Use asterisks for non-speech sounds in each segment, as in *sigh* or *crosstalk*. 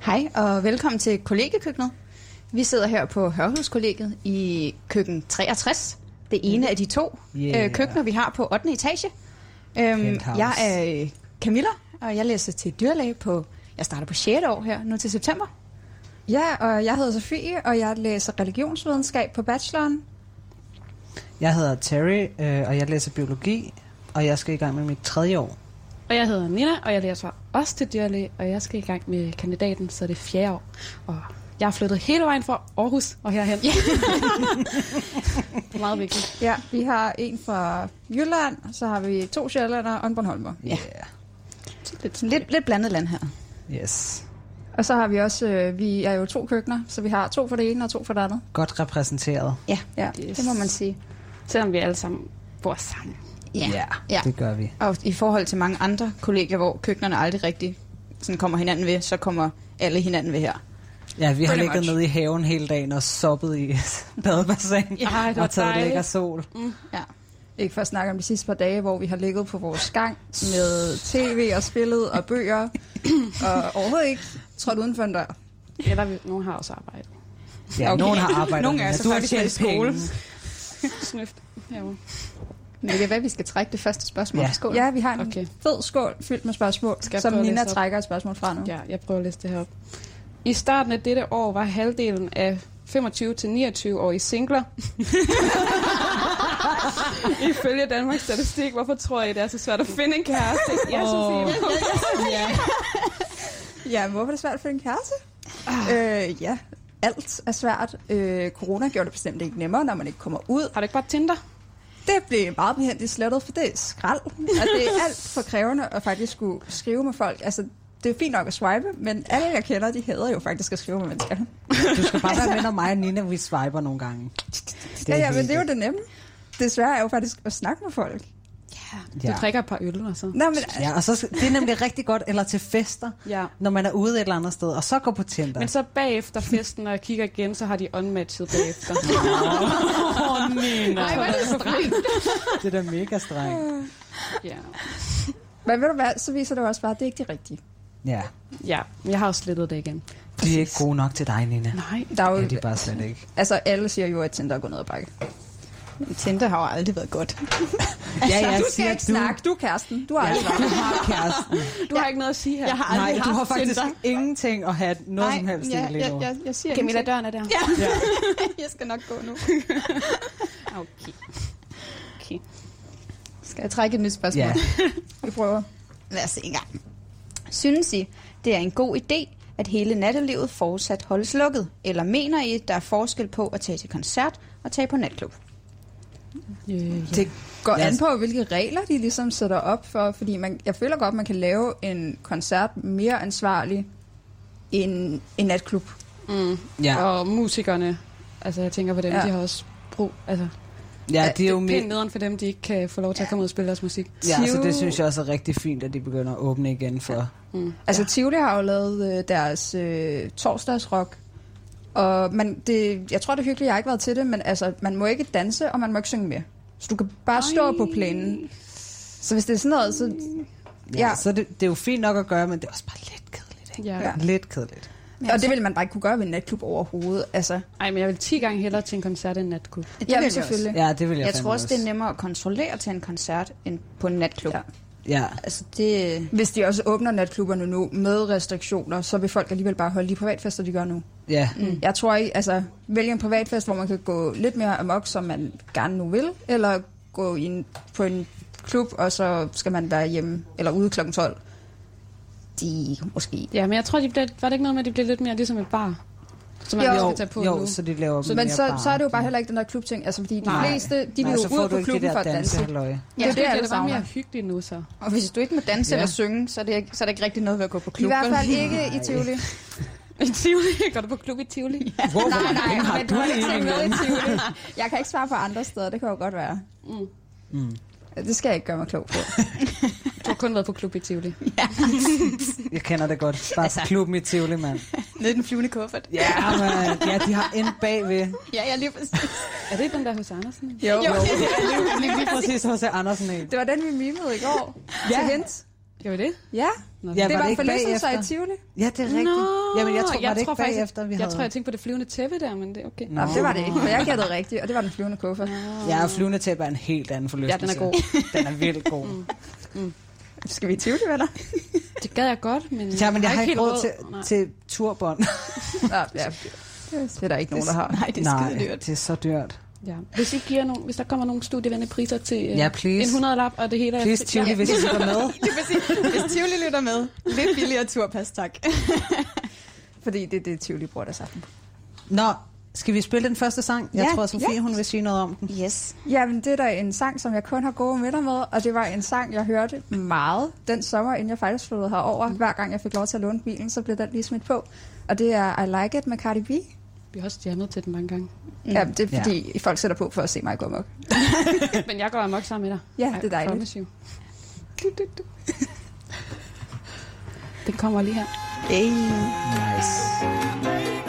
Hej og velkommen til kollegekøkkenet. Vi sidder her på Hørhuskollegiet i køkken 63. Det ene af de to Mm. Yeah. øh, køkkener, vi har på 8. etage. Øhm, Penthouse. jeg er øh, Camilla, og jeg læser til dyrlæge på... Jeg starter på 6. år her, nu til september. Ja, og jeg hedder Sofie, og jeg læser religionsvidenskab på bacheloren. Jeg hedder Terry, øh, og jeg læser biologi, og jeg skal i gang med mit tredje år. Og jeg hedder Nina, og jeg læser også til dyrlæge, og jeg skal i gang med kandidaten, så det er fjerde år. Og jeg er flyttet hele vejen fra Aarhus og herhen. *laughs* Ja. det er meget vigtigt. Ja, vi har en fra Jylland, og så har vi to sjællandere og en Bornholmer. Ja. Yeah. Lidt, lidt, lidt blandet land her. Yes. Og så har vi også, øh, vi er jo to køkkener, så vi har to for det ene og to for det andet. Godt repræsenteret. Ja, Ja. yes. det må man sige. Selvom vi alle sammen bor sammen. Ja. Ja, ja. det gør vi. Og i forhold til mange andre kolleger, hvor køkkenerne aldrig rigtig sådan kommer hinanden ved, så kommer alle hinanden ved her. Ja, vi har Pretty ligget much. nede i haven hele dagen og soppet i *laughs* badebassinet Ja, Ej, det var og taget dejligt. Mm. lækker sol. Ja. Ikke for at snakke om de sidste par dage, hvor vi har ligget på vores gang med tv og spillet og *clears throat* bøger, og overhovedet ikke trådt uden for en dør. Eller vi, nogen har også arbejdet. Ja, Okay. okay. nogen har arbejdet Nogen med er det. så Du har faktisk tjent i skole. penge. Snøft herovre. Men det kan være, at vi skal trække det første spørgsmål. Ja. Skål. Ja, vi har en Okay. okay. fed skål fyldt med spørgsmål, Skal jeg som prøve at Nina læse op? trækker et spørgsmål fra nu. Ja, jeg prøver at læse det her op. I starten af dette år var halvdelen af 25-29-årige *laughs* singler. Ifølge Danmarks Statistik, hvorfor tror I, det er så svært at finde en kæreste? Ja, Sofie. Ja, hvorfor er det svært at finde en kæreste? Øh, ja, alt er svært. Øh, corona gjorde det bestemt ikke nemmere, når man ikke kommer ud. Har du ikke bare Tinder? Det blev meget behændigt slettet, for det er skrald. Og det er alt for krævende at faktisk skulle skrive med folk. Altså, det er fint nok at swipe, men alle, jeg kender, de hader jo faktisk at skrive med mennesker. Du skal bare være med, når mig og Nina, vi swiper nogle gange. Det Ja, ja, men helt det er jo det nemme. Desværre er jo faktisk at snakke med folk. Ja. Ja. Du drikker et par øl, altså. og så... Nå, men, Ja, og så, skal- det er nemlig rigtig godt, eller til fester, Ja. når man er ude et eller andet sted, og så går på Tinder. Men så bagefter festen, når jeg kigger igen, så har de unmatchet *laughs* bagefter. Åh, Nina. Nej, hvor er det strengt. Det er da mega strengt. ja. Øh. men ved du hvad, så viser det jo også bare, at det ikke er det rigtige. Ja, ja, men jeg har jo slettet det igen. de er ikke gode nok til dig, Nina. Nej. Der er jo, Ja, de er bare slet ikke. altså, alle siger jo, at Tinder er gået ned ad bakke. Tinder har jo aldrig været godt. Ja, Så jeg du skal siger, ikke du- snakke, du er kæresten. Du har aldrig Du har kæresten. Du har ikke noget at sige her. Jeg har Nej, aldrig du haft har faktisk Tinder. ingenting at have noget som helst i ja, lige nu. jeg, jeg, jeg siger Camilla, Camilla, døren er der. Ja. Ja. *laughs* jeg skal nok gå nu. Okay. okay. Skal jeg trække et nyt spørgsmål? *laughs* Ja. Vi prøver. Lad os se engang. Synes I, det er en god idé, at hele nattelivet fortsat holdes lukket? Eller mener I, der er forskel på at tage til koncert og tage på natklub? Øh, Det går Ja, an altså- på, hvilke regler de ligesom sætter op for, fordi man, jeg føler godt, man kan lave en koncert mere ansvarlig end en natklub. Mm. Ja. Og musikerne, altså jeg tænker på dem, Ja. ja. de har også brug, altså ja, det er jo det er pænt mit... nederen for dem, de ikke kan få lov til at komme ud og spille deres musik. Ja, så det synes jeg også er rigtig fint, at de begynder at åbne igen for... Mm. Altså Tivoli har jo lavet øh, deres øh, torsdagsrock, og man, det, jeg tror det er hyggeligt, jeg har ikke været til det, men altså, man må ikke danse, og man må ikke synge mere. Så du kan bare Ej. stå på plænen. Så hvis det er sådan noget, så... Ja, Ja. så det, det er jo fint nok at gøre, men det er også bare lidt kedeligt, ikke? Ja. Ja. ja. Lidt kedeligt. Og det vil man bare ikke kunne gøre ved en natklub overhovedet. Altså, Ej, men jeg vil 10 gange hellere til en koncert end en natklub. Det Jamen, vil jeg selvfølgelig. også. Ja, det vil jeg Jeg fandme tror også, det er nemmere at kontrollere til en koncert end på en natklub. Ja. Ja. Ja, Altså det... hvis de også åbner natklubberne nu med restriktioner, så vil folk alligevel bare holde de privatfester, de gør nu. ja. Mm. Jeg tror ikke, altså vælge en privatfest, hvor man kan gå lidt mere amok, som man gerne nu vil, eller gå i en, på en klub, og så skal man være hjemme eller ude kl. 12. De måske. Ja, men jeg tror, de blev, var det ikke noget med, at de blev lidt mere ligesom et bar? Som man Jo. jo, skal tage på jo, nu. så de laver Så, men så, så er det jo bare heller ikke den der klubting, altså fordi de Nej. fleste, de vil Nej, jo så får ud du på ikke det klubben for der at danse. dansehalløje. Ja, det, det, alle det var savner. mere hyggeligt nu, så. Og hvis du ikke må danse Ja. ja. eller synge, så er, det, ikke- så er det ikke rigtig noget ved at gå på I klub. hvert vel? fald ikke i Tivoli. *laughs* I Tivoli? Går du på klub i Tivoli? Ja. Wow, Nej, nej, men du har ikke det tænkt med i Tivoli. Jeg kan ikke svare på andre steder, det kan jo godt være. Mm. Mm. Det skal jeg ikke gøre mig klog på. Du har kun været på klub i Tivoli. Jeg kender det godt. Bare altså. klubben i Tivoli, mand. Nede i den flyvende kuffert. Ja, man. ja, de har en bagved. Ja, jeg lige præcis. Er det ikke den der hos Andersen? Jo, *laughs* Jo. Lige, lige præcis hos Andersen en. Det var den, vi mimede i går. Ja. Til hint. Skal vi det? Ja, Nå, Ja, var det- det var, det var ikke forlystelser i bagefter? Tivoli. Ja, det er rigtigt. Nå, Jamen, jeg tror, var det ikke faktisk- bagefter, vi Jeg havde... tror, jeg tænkte på det flyvende tæppe der, men det er okay. Nå. Nå, det var det ikke, for jeg gættede rigtigt, og det var den flyvende kuffert. Ja, flyvende tæppe er en helt anden forlystelse. Ja, den er god. *laughs* den er vildt *laughs* god. mm. Skal vi i Tivoli, venner? Det gad jeg godt, men Ja, men jeg har ikke helt råd til, Nej. til turbånd. Nå, ja. Det er der ikke nogen, der har. Nej, det er Nej, skide dyrt. det er så dyrt. Ja. Hvis, I giver nogen, hvis der kommer nogle studievennepriser til øh, Ja, please. en 100 lap, og det hele er... Please, Tivoli, hvis I sidder *laughs* med. Det vil sige, hvis Tivoli lytter med, lidt billigere turpas, tak. Fordi det er det, Tivoli bruger deres aften. Nå, skal vi spille den første sang? Jeg Ja, tror, Sofie, ja. hun vil sige noget om den. Yes. Jamen, det er da en sang, som jeg kun har gode minder med, og det var en sang, jeg hørte meget den sommer, inden jeg faktisk flyttede herover. Hver gang jeg fik lov til at låne bilen, så blev den lige smidt på. Og det er I Like It med Cardi B. Mm. Vi har også jammet til den mange gange. Jamen, det er fordi, ja. folk sætter på for at se mig gå mok. *laughs* Men jeg går amok sammen med dig. Ja, I det er dejligt. promise you. Du, du, du. Den kommer lige her. Hey. Nice.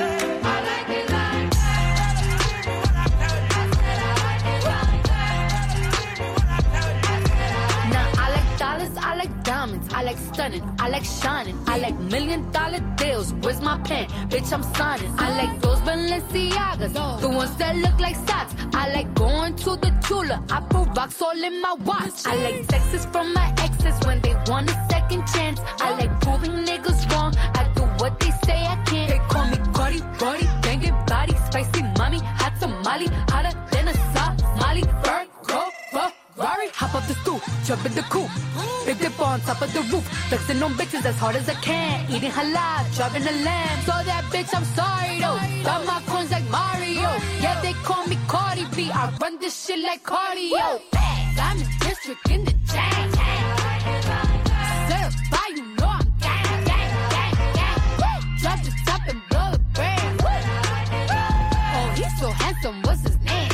Now I like dollars, I like diamonds, I like stunning, I like shining, I like million dollar deals. Where's my pen? Bitch, I'm signing. I like those Balenciagas, the ones that look like socks. I like going to the Tula, I put rocks all in my watch. I like texts from my exes when they want a second chance. I like proving niggas wrong. I do what they say I can't. They call me Cardi, Cardi, banging body, spicy mommy, hot tamale, hotter than a Somali. Bird, go, Ferrari, hop up the stoop, jump in the coupe. Big dip on top of the roof, flexing on bitches as hard as I can. Eating halal, driving a lamb. So that bitch, I'm sorry though. Got my coins like Mario. Yeah, they call me Cardi B. I run this shit like cardio. I'm in district in the chain. Sir, bye, you know I'm gang, gang, gang, gang. Drop the top and blow the brand. Oh, he's so handsome, what's his name?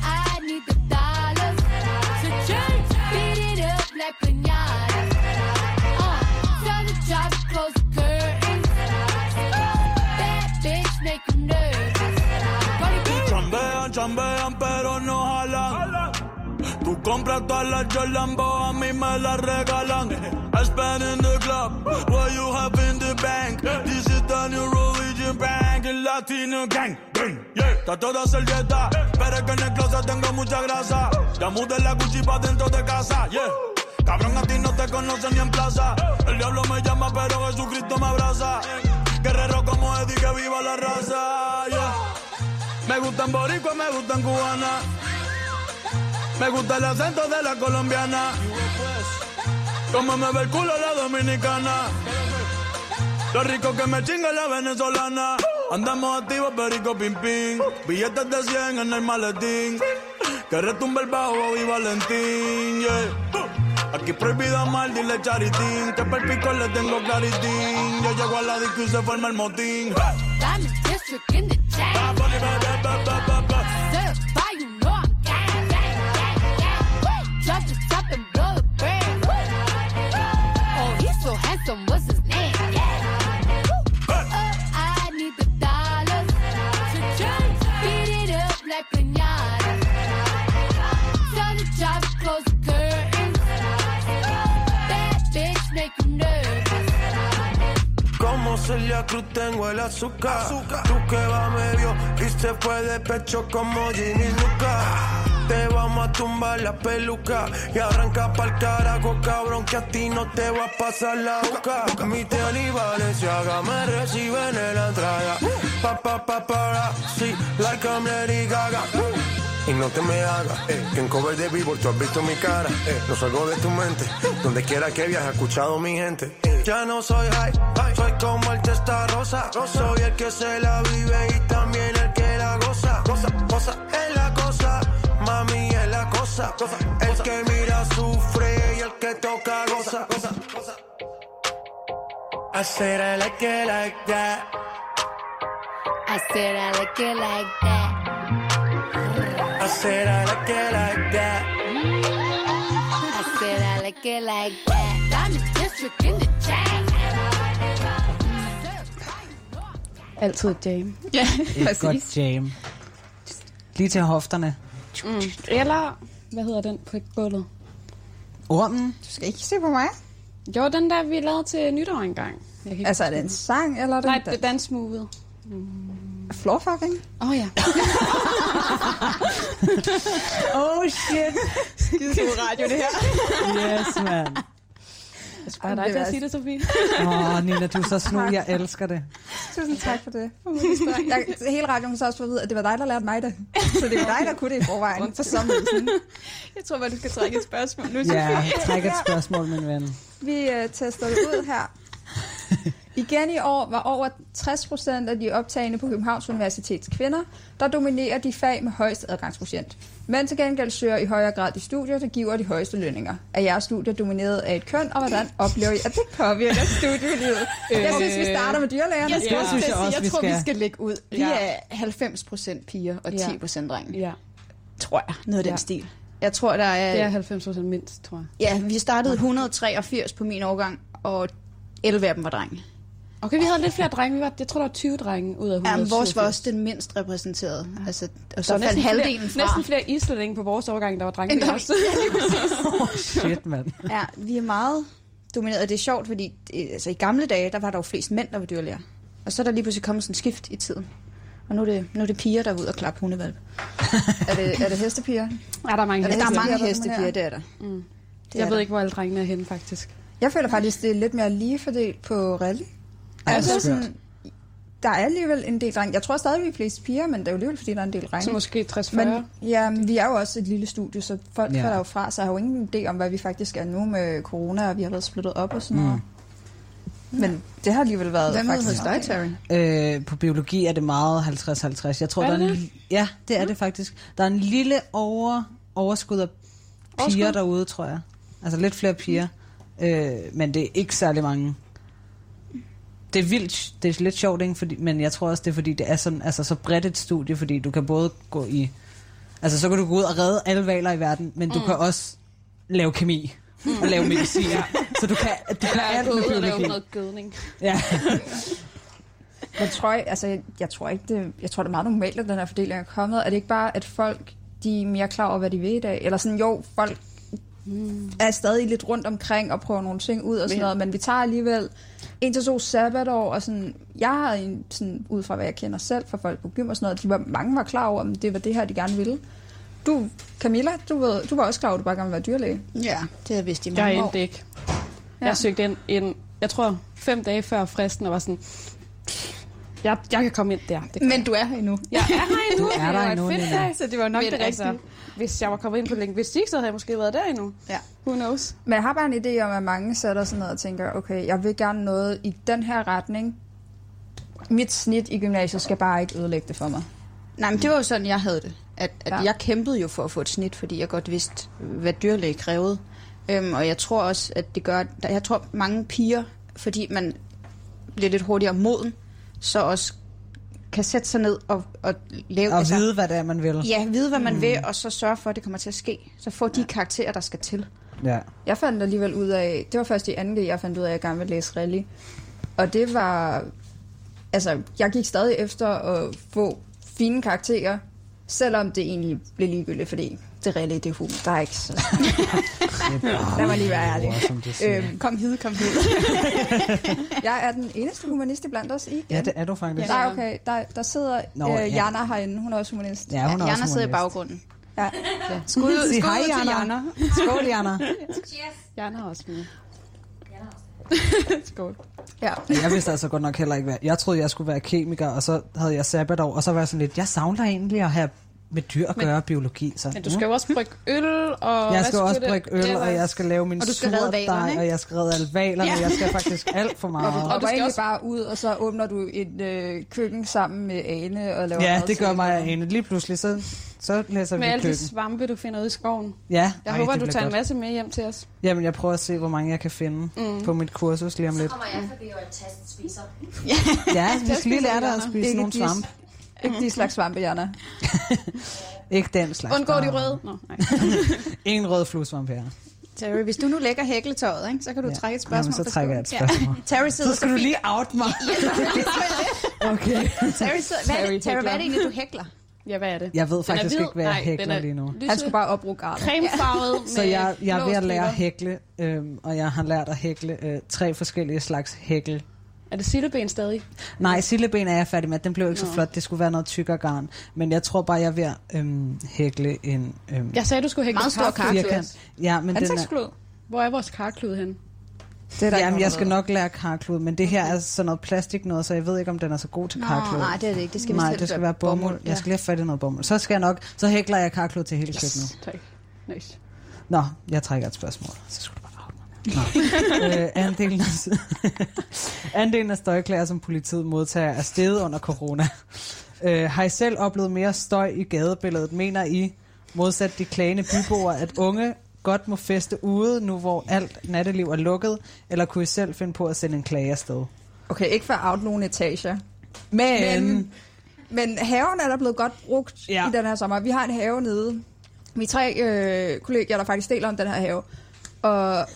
I need the dollars to change. Beat it up like pinata. Uh, tell the job to close the curtains. Bad bitch make him nervous. Cardi B. Chambean, chambean, pero no jalan. Tú compras todas las Jolambo, a mí me las regalan. I spend in the club, what you have in the bank. This is the new religion bank, el latino gang. gang, yeah. Está toda servieta, pero es que en el closet tengo mucha grasa. Ya mudé la Gucci pa' dentro de casa, yeah. Cabrón, a ti no te conocen ni en plaza. El diablo me llama, pero Jesucristo me abraza. Guerrero como Eddie, que viva la raza, yeah. Me gustan boricua, me gustan cubana. Me gusta el acento de la colombiana. Como me ve el culo la dominicana. Lo rico que me chinga la venezolana. Andamos activos, perico pim pim. Billetes de 100 en el maletín. Que retumbe el bajo y Valentín. yeah. Aquí prohibido mal, dile charitín. Que perpico le tengo claritín. Yo llego a la disco y se forma el motín. I'm in district in the chain. Ba, boli, ba, ba, ba, ba, ba. Set a fire, you know I'm gang, gang, gang, gang. Drop the top and blow the brand. Oh, he's so handsome, what's his name? Uh, I need the dollars to change. Beat it up like pinata. Tell the job to close the curtains. Bad bitch make him nervous. Como Celia Cruz tengo el azúcar. Tú que va medio y se fue de pecho como Ginny Luca. Te vamos a tumbar la peluca y arranca pa'l carajo, cabrón, que a ti no te va a pasar la boca. Mi tenis Valenciaga me reciben en la entrada. Pa, pa, pa, para, sí, like I'm Lady Gaga. Y no te me hagas, eh, que en cover de Billboard tú has visto mi cara. eh, no salgo de tu mente, donde quiera que viajes, escuchado mi gente. eh. Ya no soy high, high, soy como el testa rosa. Soy el que se la vive y también el que la goza. Cosa, cosa, es la cosa, mami es la cosa. cosa el que mira sufre y el que toca goza. goza, goza. I said I like it like that. I said I like it like that. I said I like it like that. I said I like it like that. I'm in district in the chain. Altid et jam. Ja, *laughs* Et godt jam. Lige til hofterne. Mm. Eller, hvad hedder den på bålet? Ormen? Du skal ikke se på mig. Jo, den der, vi lavede til nytår engang. Jeg kan ikke... Altså, er det en sang, eller er det Nej, en det er dansmovet. dans? Floorfucking? Åh oh, ja. *laughs* Oh shit! Skide radio, det her. Yes, man. Jeg skulle bare dig til at sige det, Sofie. *laughs* Åh, oh, Nina, du er så snu. Jeg elsker det. Tusind tak for det. Jeg, hele radioen så også fået at vide, at det var dig, der lærte *laughs* mig det. Så det var dig, der kunne det i forvejen. For some reason. Jeg tror bare, du skal trække et spørgsmål nu. Ja, træk et spørgsmål, min ven. Vi øh, tester det ud her. Igen i år var over 60 procent af de optagende på Københavns Universitets kvinder, der dominerer de fag med højst adgangsprocent. Men til gengæld søger i højere grad de studier, der giver de højeste lønninger. Er jeres studier domineret af et køn, og hvordan oplever I, at det påvirker studielivet? Jeg synes, vi starter med dyrlægerne. Øh, Jeg, skal Det også synes jeg sige, også, jeg vi tror, skal. vi skal lægge ud. Vi Ja. er 90 procent piger og Ja. 10 procent drenge. Ja, Tror jeg. Noget af den Ja. stil. Jeg tror, der er... det er 90 mindst, tror jeg. Ja, vi startede 183 på min årgang, og 11 af dem var drenge. Okay, vi havde lidt flere drenge. Vi var, jeg tror, der var 20 drenge ud af 100. Ja, men vores var også den mindst repræsenterede. Altså, og Der så var faldt halvdelen flere, fra. Næsten flere islændinge på vores overgang, der var drenge. End der- end os. Shit, mand. Ja, vi er meget domineret. og Det er sjovt, fordi øh, altså, i gamle dage, der var der jo flest mænd, der var dyrlæger. Og så er der lige pludselig kommet sådan en skift i tiden. Og nu er det, nu er det piger, der er ude og klappe hundevalg. Er det, er det hestepiger? Ja, der er mange Ja, der er heste. mange der hestepiger, dominerer. det er der. Mm. Jeg er ved der. ikke, hvor alle drengene er henne, faktisk. Jeg føler faktisk, det er lidt mere lige fordelt på rally. Ej, Altså, det er sådan, der er alligevel en del drenge. Jeg tror stadig, vi er flest piger, men det er jo alligevel, fordi der er en del Så drenge. måske 60-40. Men ja, men vi er jo også et lille studie, så folk Ja. ja. falder jo fra, så jeg har jo ingen idé om, hvad vi faktisk er nu med corona, og vi har været splittet op og sådan mm. noget. Men det har alligevel været Hvad med faktisk... hos dig, Terry? Øh, på biologi er det meget 50-50. Jeg tror, Er der er det en, li- ja, det er det faktisk. Der er en lille over, overskud af piger Overskud? derude, tror jeg. Altså lidt flere piger. Øh, men det er ikke særlig mange. Det er vildt, det er lidt sjovt, ikke? Fordi, men jeg tror også, det er fordi, det er sådan, altså, så bredt et studie, fordi du kan både gå i... Altså, så kan du gå ud og redde alle valer i verden, men Mm. du kan også lave kemi og lave *laughs* medicin. Så du kan, du kan Jeg er alt gået med ud og lavet biologi. noget gødning. *laughs* Ja. Jeg tror, altså, jeg, jeg tror ikke, det, jeg tror, det er meget normalt, at den her fordeling er kommet. Er det ikke bare, at folk de er mere klar over, hvad de vil i dag? Eller sådan, jo, folk mm. er stadig lidt rundt omkring og prøver nogle ting ud og sådan Men- noget, men vi tager alligevel en til to sabbatår, og sådan, jeg har en, sådan, ud fra hvad jeg kender selv fra folk på gym og sådan noget, de var, mange var klar over, om det var det her, de gerne ville. Du, Camilla, du, ved, du var også klar over, at du bare gerne ville være dyrlæge. Ja, det har jeg vidst i Jeg mange år. endte ikke. Jeg søgte ind, ind, jeg tror, fem dage før fristen, og var sådan, jeg, jeg kan komme ind der. Det Men du er her endnu. jeg er her Du endnu. er det der var et endnu, fedt Nina. dag, Så det var nok Men det rigtige. altså- hvis jeg var kommet ind på linguistik, så havde jeg måske været der endnu. *laughs* Ja. Who knows? Men jeg har bare en idé om, at mange sætter sådan noget og tænker, okay, jeg vil gerne noget i den her retning. Mit snit i gymnasiet skal bare ikke ødelægge det for mig. Nej, men det var jo sådan, jeg havde det. At, at ja. Ja. jeg kæmpede jo for at få et snit, fordi jeg godt vidste, hvad dyrlæge krævede. Øhm, og jeg tror også, at det gør... der- Jeg tror, mange piger, fordi man bliver lidt hurtigere moden, så også kan sætte sig ned og, og lave... altså, Og vide, hvad det er, man vil. Ja, vide, hvad man mm. vil, og så sørge for, at det kommer til at ske. Så få de karakterer, der skal til. Ja. Jeg fandt alligevel ud af, det var først i 2. G, jeg fandt ud af, at jeg gerne ville læse rally. Og det var, altså, jeg gik stadig efter at få fine karakterer, selvom det egentlig blev ligegyldigt, fordi det rally, det er hum, der er ikke så... Lad mig lige være ærlig. Som du siger. Øhm, Kom hid, kom hid. *laughs* jeg er den eneste humanist blandt os i. Ja, det er du faktisk. Nej, okay, der, der sidder Nå, Nå, øh, ja. Jana herinde, hun er også humanist. Ja, hun er Jana også sidder i humanist. baggrunden. Ja. Ja. Skud, ud- *laughs* Sig skud hej, ud til Jana. Jana. Skål, Jana. Jeg er også med. Skål. ja. Jeg vidste altså godt nok heller ikke, hvad... Jeg troede, jeg skulle være kemiker, og så havde jeg sabbatår, og så var jeg sådan lidt, jeg savner egentlig at have med dyr at gøre men, biologi. Så, mm. Men du skal jo også brygge øl, og... jeg hvad skal også det- drikke øl, og jeg skal lave min Og du skal redde surdej, hvalerne, ikke? og jeg skal redde alle valerne, ja. jeg skal faktisk alt for Og, meget. og du skal også- egentlig også... bare ud, og så åbner du et øh, køkken sammen med Ane og laver Ja, mad det til gør hende. mig ane. Lige pludselig, så, så læser vi Med i alle de køkken. svampe, du finder ude i skoven. Ja, Jeg ej, håber, det du bliver tager en godt. masse med hjem til os. Jamen, jeg prøver at se, hvor mange jeg kan finde mm. på mit kursus lige om lidt. kommer jeg forbi og er tastspiser. Ja, vi skal lige spiser lære dig at Jana. spise Ikke nogle dis. svampe. Ikke de slags svampe, Jana. Ikke den slags. Undgår de bare røde? Nå, nej. Ingen rød fluesvamp her. Terry, hvis du nu lægger hækletøjet, ikke, så kan du ja. trække et spørgsmål. Jamen, så fra trækker jeg et skolen. spørgsmål. Ja. Terry sidder Så skal du fint. lige out mig. *laughs* Ja, det er det. Okay. Terry, sidder, hvad, er Terry det, Terry, hvad er det hækler. egentlig, du hækler? Ja, hvad er det? Jeg ved Den er faktisk hvid. ikke, hvad jeg Nej, den hækler er lige nu. lyse- Han skulle bare opbruge garder. cremefarvet med *laughs* Så jeg, jeg er ved at lære at blå striber. hækle, øhm, og jeg har lært at hækle øh, tre forskellige slags hækle. Er det sildeben stadig? Nej, silleben er jeg færdig med. Den blev ikke så Nå. flot. Det skulle være noget tykkere garn. Men jeg tror bare, jeg er ved at øhm, hækle en øhm, Jeg sagde, du skulle hække Meget stor karklud. Ja, men den er, Ansigtsklud. Hvor er vores karklud henne? Det er der Jamen, ikke jeg nogen, skal der ved. nok lære karklud, men det her er sådan noget plastik noget, så jeg ved ikke, om den er så god til karklud. nej, det er det ikke. Det skal Nej, vist det skal være bomuld. bomuld. Jeg skal lige have fat i noget bomuld. Så skal jeg nok, så hækler jeg karklud til hele yes. køkkenet. Tak. Nice. Nå, jeg trækker et spørgsmål. Så skulle du bare aften. Nå. *laughs* øh, andelen, af, andelen af støjklager, som politiet modtager, er steget under corona. Øh, har I selv oplevet mere støj i gadebilledet, mener I, modsat de klagende byboere, at unge godt må feste ude, nu hvor alt natteliv er lukket, eller kunne I selv finde på at sende en klage afsted? Okay, ikke for out nogle etager. Men, Men Men- Men haven er der blevet godt brugt Ja. ja. i den her sommer. Vi har en have nede. Vi er tre øh, kolleger, der faktisk deler om den her have. Og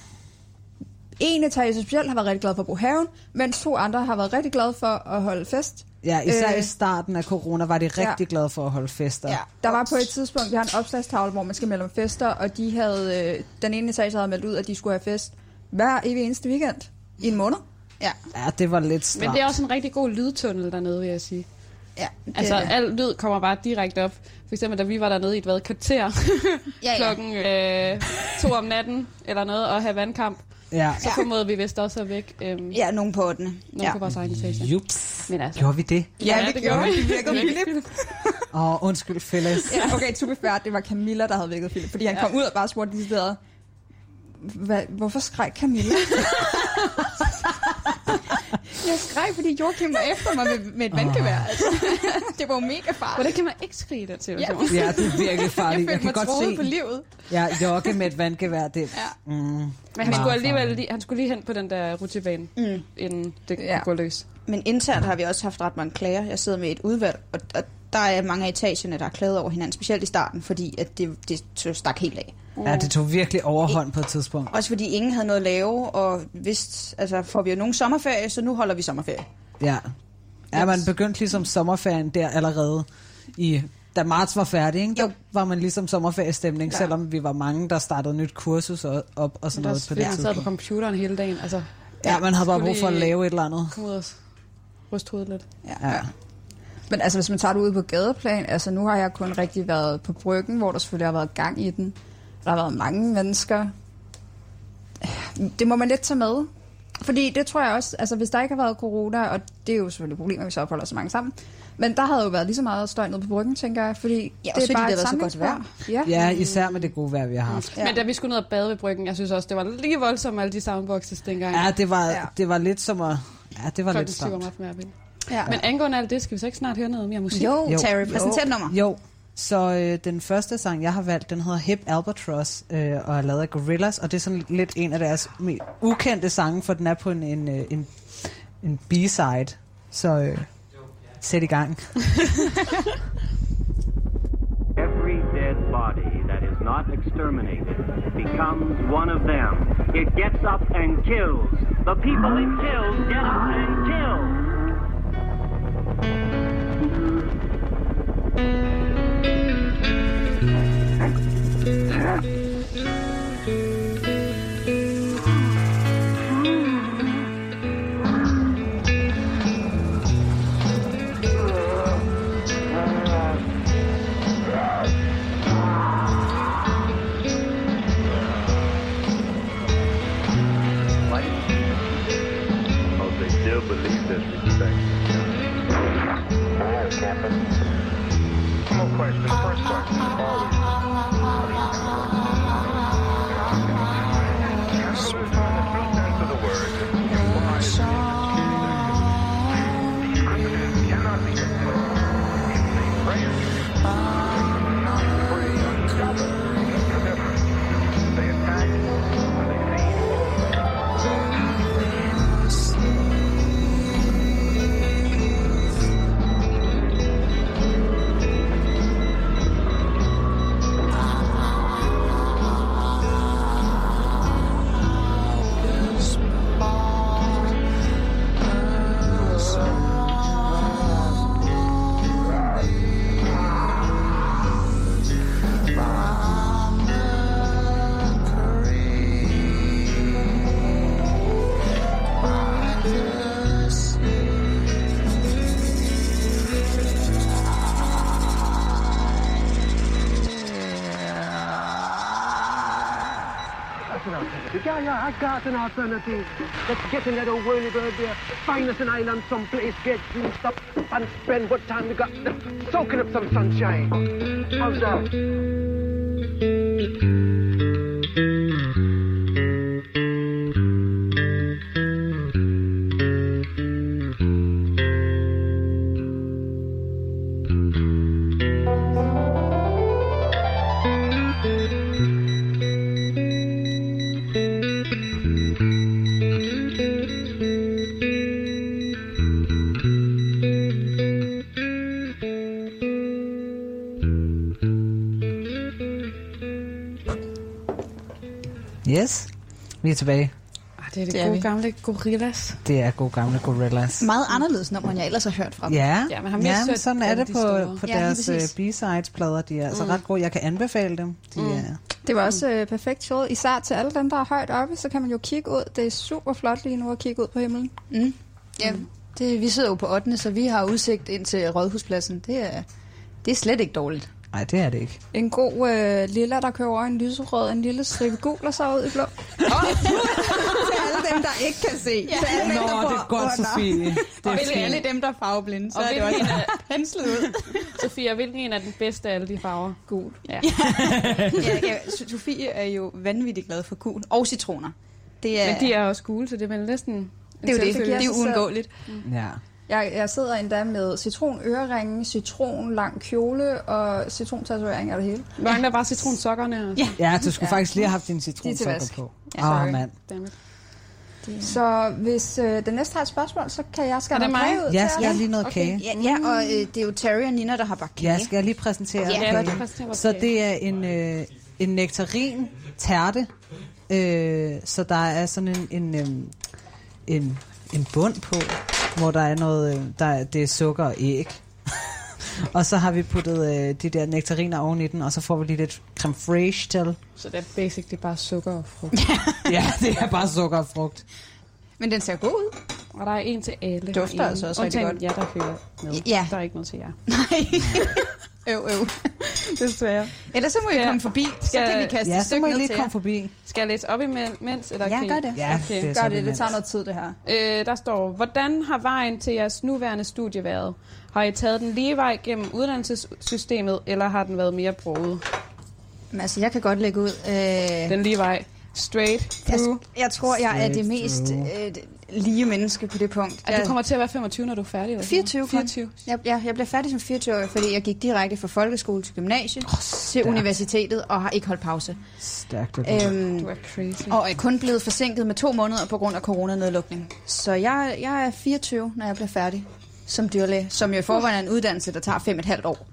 en etage specielt har været rigtig glad for at bruge haven, mens to andre har været rigtig glade for at holde fest. ja, især øh, i Øh. starten af corona var de rigtig ja. glade for at holde fester. Ja. Der var på et tidspunkt, vi har en opslagstavle, hvor man skal melde om fester, og de havde, øh, den ene etage havde meldt ud, at de skulle have fest hver evig eneste weekend i en måned. Ja, ja, det var lidt stramt. Men det er også en rigtig god lydtunnel dernede, vil jeg sige. ja. Det Altså, er det. al lyd kommer bare direkte op. For eksempel, da vi var dernede i et hvad, kvarter ja, ja. *laughs* klokken øh, to om natten eller noget, og have vandkamp, Ja. så formåede vi vist også at væk øhm, ja. Ja, nogen på den. nogen Ja. på vores egen station. Jups. Men altså, Gjorde vi det? ja, det gjorde vi. *laughs* Åh, oh, undskyld, fælles. Ja, okay, to be fair, det var Camilla, der havde vækket Philip, fordi han Ja. ja. kom ud og bare spurgte de steder, Hva, hvorfor skreg *laughs* Camilla? jeg skreg, fordi Joachim var efter mig med, med et vandgevær. *laughs* Altså. det var jo mega Hvordan farligt. kan man ikke skrige i den situation? *laughs* Ja, det er virkelig Jeg farligt. følte mig troet på se, livet. ja, Jokke med et vandgevær, det mm, Ja. Men han meget skulle alligevel farligt. lige, han skulle lige hen på den der rutsjebane, Mm. inden det Ja. ja. går løs. Men internt har vi også haft ret mange klager. Jeg sidder med et udvalg, og, og der er mange af etagerne, der har klaget over hinanden, specielt i starten, fordi at det, det tog- stak helt af. Ja, det tog virkelig overhånd på et tidspunkt. Også fordi ingen havde noget at lave, og vist, altså får vi jo nogen sommerferie, så nu holder vi sommerferie. Ja. Ja, man begyndte ligesom sommerferien der allerede i... Da marts var færdig, ikke? der Jo. var man ligesom sommerferiestemning, ja. selvom vi var mange, der startede nyt kursus og- op og sådan Der noget på det fik- sad på tidspunkt. computeren hele dagen, altså Ja, man havde bare Skulle brug for at lige- lave et eller andet. kom ud og ryste hovedet lidt. Ja. Men altså, hvis man tager det ud på gadeplan, altså nu har jeg kun rigtig været på bryggen, hvor der selvfølgelig har været gang i den. Der har været mange mennesker. Det må man lidt tage med. Fordi det tror jeg også, altså hvis der ikke har været corona, og det er jo selvfølgelig et problem, at vi så opholder så mange sammen, men der havde jo været lige så meget støj nede på bryggen, tænker jeg, fordi Ja, ja, også det fordi er bare det et har været så godt samlingspunkt. Ja. ja, især med det gode vejr, vi har haft. Ja. Men da vi skulle ned og bade ved bryggen, jeg synes også, det var lige voldsomt med alle de soundboxes dengang. Ja, det var, Ja. det var lidt som at... Ja, det var lidt Klokken syv om stramt. aftenen. hver aften. ja. Men angående alt det, skal vi så ikke snart høre noget mere musik? Jo, Jo. jo. Terry, præsenter et nummer. Jo, så øh, den første sang, jeg har valgt, den hedder Hip Albatross, øh, og er lavet af Gorillaz, og det er sådan lidt en af deres me- ukendte sange, for den er på en, en, øh, en, en B-side. Så øh, sæt i gang. Every dead body that is not exterminated becomes one of them. It gets up and kills. The people it kills get up and kill. Oh, they still believe this respect. No question. First question. Always. Capitalism, in the true sense of the word, implies Christianity cannot be influenced. It's a brand. Free, uncovered, indifferent. They attack when they see evil. think? Yeah, yeah, I got an alternative. Let's get in that old whirlybird there, find us an island someplace, get juiced up, and spend what time we got soaking up some sunshine. How's that? Yes. Vi er tilbage. Ah, det er det, Det det er gode vi. gamle gorillas. Det er gode gamle gorillas. Meget anderledes nummer, end jeg ellers har hørt fra dem. Ja, Ja, man har mest men hørt sådan er alle det de på, store. på Ja, lige deres præcis. øh, B-sides plader. De er altså ret gode. Jeg kan anbefale dem. De er, Det var også øh, perfekt showet. Især til alle dem, der er højt oppe, så kan man jo kigge ud. Det er super flot lige nu at kigge ud på himlen. Mm. ja det, vi sidder jo på 8. så vi har udsigt ind til Rådhuspladsen. Det er, det er slet ikke dårligt. nej, det er det ikke. En god øh, lilla, der kører over en lyserød, en lille stribe gul og så ud i *laughs* blå. Til alle dem, der ikke kan se. Ja. Nå, det er godt, Sofie. Det Og er alle, alle fint. dem, der er farveblinde, så Og er det hvilken *laughs* også en er- *laughs* penslet ud. *laughs* Sofia, hvilken en er den bedste af alle de farver? Gul. Ja. ja, ja, Sofie er jo vanvittigt glad for kuglen. Og citroner. Det er, Men de er også gule, så det er vel næsten... en det er jo det. selvfølge. Det giver er sig jo selv. uundgåeligt. Ja. Jeg, jeg sidder endda med citronøreringe, citron lang kjole og citrontatovering og det hele. Vi Mangler bare citronsokkerne. Og... Ja. ja, du skulle faktisk lige have haft din citronsukker vask. på. Ja, Åh, sorry. oh, mand. Så hvis øh, den næste har et spørgsmål, så kan jeg skære Er det noget mig? kage ud Ja, til skal jeg os. lige noget Okay. kage? Ja, ja, og øh, det er jo Terry og Nina, der har bagt kage. Ja, skal jeg lige præsentere Ja, kagen? du præsenterer vores Så kage. det er en, øh, en nektarin tærte. Øh, så der er sådan en, en, øh, en, en bund på, hvor der er noget, øh, der er, det er sukker og æg. *laughs* og så har vi puttet øh, de der nektariner oven i den, og så får vi lige lidt creme fraiche til. Så det er basically bare sukker og frugt. Ja, det er bare sukker og frugt. Men den ser god ud. Og der er en til alle. Dufter og en- altså også rigtig undtagen godt. jer, der hører med. Ja. Der er ikke noget til jer. Nej. øv, øv. *laughs* Desværre. Ellers så må I Ja. komme forbi, så Ja. kan vi kaste Ja, et så stykke må I ned lige til komme jer. forbi. Skal jeg læse op imens? Eller Ja, kan I- gør det. Ja, Okay. det er Gør så det, det imens. tager noget tid det her. Øh, der står, hvordan har vejen til jeres nuværende studie været? Har I taget den lige vej gennem uddannelsessystemet, eller har den været mere broget? Men altså, jeg kan godt lægge ud. Øh, Den lige vej. Straight through. jeg, jeg tror, jeg er det Straight mest through. øh, lige menneske på det punkt. Ja. Du kommer til at være 25, når du er færdig? Eller? 24 kun. 24. Jeg, jeg, jeg blev færdig som 24-årig, fordi jeg gik direkte fra folkeskole til gymnasiet oh, til universitetet og har ikke holdt pause. Stærkt. og godt. Øhm, Du er crazy. og er kun blevet forsinket med to måneder på grund af coronanedlukning. Så jeg, jeg er 24, når jeg bliver færdig som dyrlæge, som jo i forvejen er en uddannelse, der tager fem et halvt år.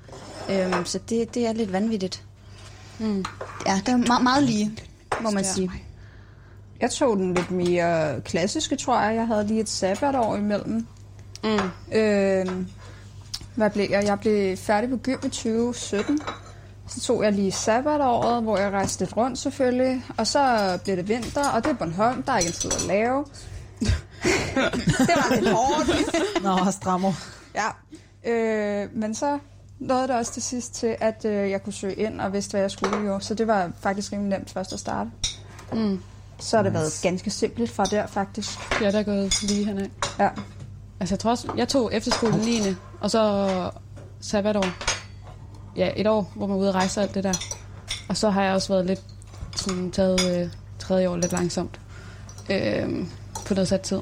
Øhm, så det, det er lidt vanvittigt. Mm. Ja, det er meget, meget lige, må man sige. Jeg tog den lidt mere klassiske, tror jeg. Jeg havde lige et sabbatår imellem. Mm. Øh, hvad blev jeg? Jeg blev færdig på gym i 2017. Så tog jeg lige sabbatåret, hvor jeg rejste lidt rundt selvfølgelig. Og så blev det vinter, og det er Bornholm. Der er ikke en tid at lave. det var lidt hårdt. Nå, strammer. Ja. Øh, men så nåede det også til sidst til, at øh, jeg kunne søge ind og vidste, hvad jeg skulle jo. Så det var faktisk rimelig nemt først at starte. Mm. Så har det nice. været ganske simpelt fra der, faktisk. Jeg er da gået lige herned. Ja. Altså, jeg tror også, jeg tog efterskole den 9. Og så sabbatår. Ja, et år, hvor man er ude og rejse og alt det der. Og så har jeg også været lidt sådan, taget øh, tredje år lidt langsomt. Øh, på noget sat tid.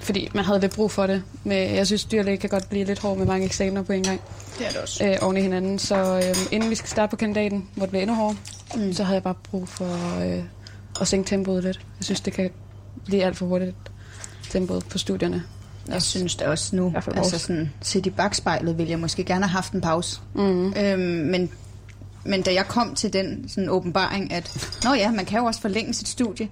Fordi man havde lidt brug for det. Men jeg synes, dyrlæge kan godt blive lidt hård med mange eksamener på en gang. Det er det også. øh, oven i hinanden. Så øh, inden vi skal starte på kandidaten, hvor det bliver endnu hårdere, mm. så havde jeg bare brug for øh, at sænke tempoet lidt. Jeg synes, det kan blive alt for hurtigt tempoet på studierne. Jeg synes da også nu, hvert fald vores. altså sådan, set i bagspejlet, ville jeg måske gerne have haft en pause. Mm. Øhm, men, men da jeg kom til den sådan, åbenbaring, at Nå ja, man kan jo også forlænge sit *laughs* studie,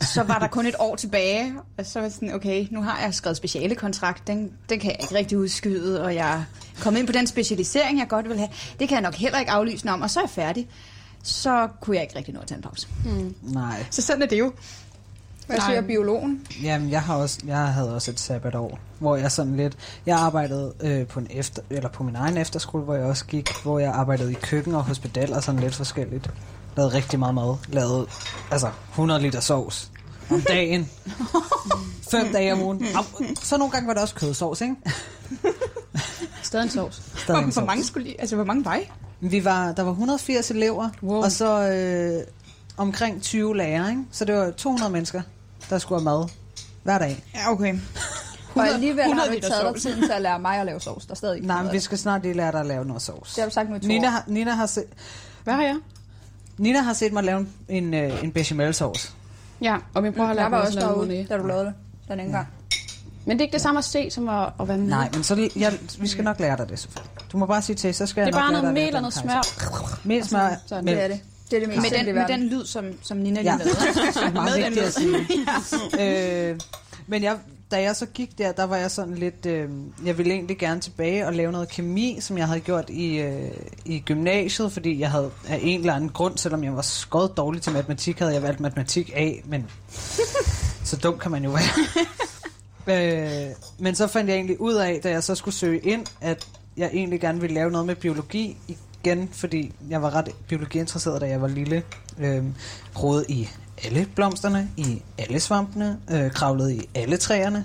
så var der kun et år tilbage, og så var jeg sådan, okay, nu har jeg skrevet specialekontrakt, den, den kan jeg ikke rigtig udskyde, og jeg kom ind på den specialisering, jeg godt vil have. Det kan jeg nok heller ikke aflyse den om, og så er Mm. jeg færdig. Så kunne jeg ikke rigtig nå at tage en pause. Nej. Så sådan er det jo. Hvad siger biologen? Jamen, jeg, har også, jeg havde også et sabbatår, hvor jeg sådan lidt... Jeg arbejdede øh, på, en efter, eller på min egen efterskole, hvor jeg også gik, hvor jeg arbejdede i køkken og hospital og sådan lidt forskelligt. Lavede rigtig meget mad. Lavede, altså, 100 liter sovs om *laughs* dagen. Fem dage om ugen. Au, Så nogle gange var det også kødsovs, ikke? Stadig en sovs. Stadig en sovs. skulle lige, altså hvor mange var I? Vi var, der var 180 elever, Wow. wow. og så øh, omkring 20 lærere, ikke? Så det var 200 mennesker, der skulle have mad hver dag. Ja, okay. Og alligevel har du 100 ikke liter taget dig sovs. tiden til at lære mig at lave sovs. Der er stadig ikke Nej, noget men af vi det. skal snart lige lære dig at lave noget sovs. Det har du sagt nu i to Nina, år. har, Nina, har set, Hvad har jeg? Nina har set mig lave en, en, øh, en bechamelsauce. Ja, og min bror har lært Jeg mig var også også lave derude, monet. da du lavede det den ene gang. Men det er ikke det samme at se, som at, at være med. Nej, men så, jeg, vi skal nok lære dig det, Sofie. Du må bare sige til, så skal Det jeg er nok bare lære dig noget at lave mel og den noget kajser. smør. Mel, smør, Sådan. mælk. Det er det. Det er det mest Med simple i den, med verden. den lyd, som, som Nina lige Ja, *laughs* ja. det lavede. er meget Med den vigtigt at lyd. sige. *laughs* *laughs* øh, men jeg, da jeg så gik der, der var jeg sådan lidt... Øh, jeg ville egentlig gerne tilbage og lave noget kemi, som jeg havde gjort i, øh, i gymnasiet, fordi jeg havde af en eller anden grund, selvom jeg var skødt dårlig til matematik, havde jeg valgt matematik af, *laughs* men så dum kan man jo være. øh, men så fandt jeg egentlig ud af, da jeg så skulle søge ind, at jeg egentlig gerne ville lave noget med biologi igen, fordi jeg var ret biologiinteresseret, da jeg var lille. Øh, rodede i alle blomsterne, i alle svampene, øh, kravlede i alle træerne,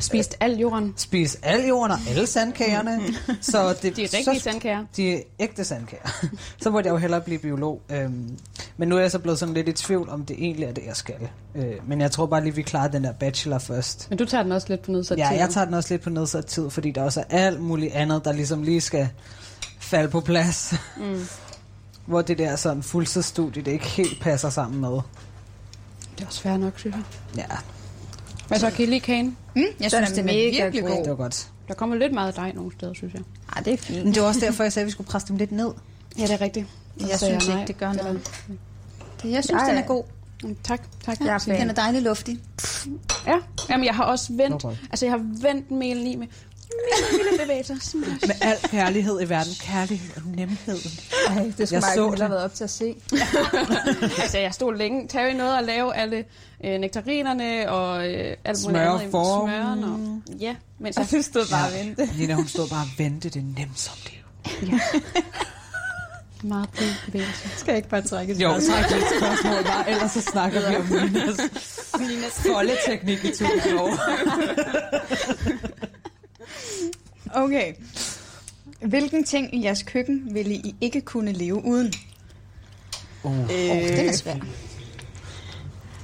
Spist al jorden. spiste alle jorden og alle *laughs* sandkagerne. så det, De rigtige så, sandkager. de ægte sandkager. *laughs* så måtte jeg jo hellere blive biolog. Øhm, men nu er jeg så blevet sådan lidt i tvivl, om det egentlig er det, jeg skal. Øh, men jeg tror bare lige, vi klarer den der bachelor først. Men du tager den også lidt på nedsat Ja, tid. jeg tager den også lidt på nedsat tid, fordi der også er alt muligt andet, der ligesom lige skal falde på plads. *laughs* Mm. Hvor det der sådan fuldtidsstudie, det ikke helt passer sammen med. Det er også svært nok, synes jeg. Ja, Men så kan I lige kagen. Mm, jeg synes, er den er mega virkelig god. Ah, det var godt. Der kommer lidt meget dej nogle steder, synes jeg. Ej, det er fint. Men det var også *laughs* derfor, jeg sagde, at vi skulle presse dem lidt ned. Ja, det er rigtigt. Jeg synes ikke, det gør noget. Det, jeg synes, Ej. den er god. Tak, tak. Jeg er fan. Den er dejlig luftig. Ja, jamen jeg har også vendt, Hvorfor? altså jeg har vendt melen i med lille, lille bevægelser. Smash. Med al kærlighed i verden. Kærlighed og nemhed. Ej, det skulle Jeg Michael så hellere det. have været op til at se. altså jeg stod længe, tag i noget og lave alle øh, nektarinerne og øh, alt muligt Smør andet. i formen. Smøren og, ja, mens jeg stod bare ja. vente. Nina, hun stod bare og ventede det nemt som det. Meget blid bevægelse. Skal jeg ikke bare trække Jo, tak lidt spørgsmål bare, ellers så snakker vi om Ninas foldeteknik i tusind år. Okay. Hvilken ting i jeres køkken ville I ikke kunne leve uden? Oh, Øh, Åh, den er svær.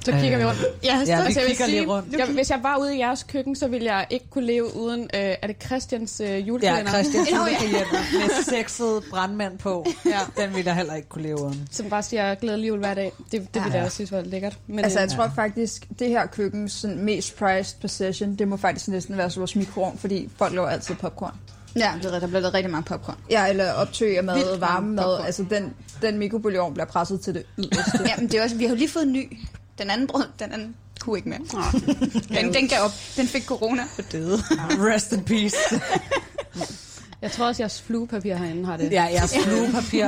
Så kigger vi rundt. Jeg har Øh, Ja, stået vi til at kigger sige- lige rundt. Jeg, hvis jeg var ude i jeres køkken, så ville jeg ikke kunne leve uden, øh, er det Christians øh, Ja, julekalender? *laughs* Christian Tudekahjem med sexet brandmand på. Ja. Den ville jeg heller ikke kunne leve uden. Som bare siger glædelig jul hver dag. Det, det ja, ville Ja. jeg også synes var lækkert. Men, Altså, øh, jeg tror faktisk, det her køkken sådan, mest prized possession, det må faktisk næsten være vores mikroovn, fordi folk laver altid popcorn. Ja, det er rigtigt. der bliver lavet rigtig mange popcorn. Ja, eller optøg af mad, Vildt varme mange mad. popcorn. Altså, den, den mikrobølgeovn bliver presset til det *laughs* yderste. Ja, men det er også, vi har jo lige fået en ny. Den anden brød, den anden kunne ikke mere. Den, den gav op. Den fik corona og døde. *laughs* Rest in peace. Jeg tror også, jeres fluepapir herinde har det. Ja, jeres *laughs* fluepapir.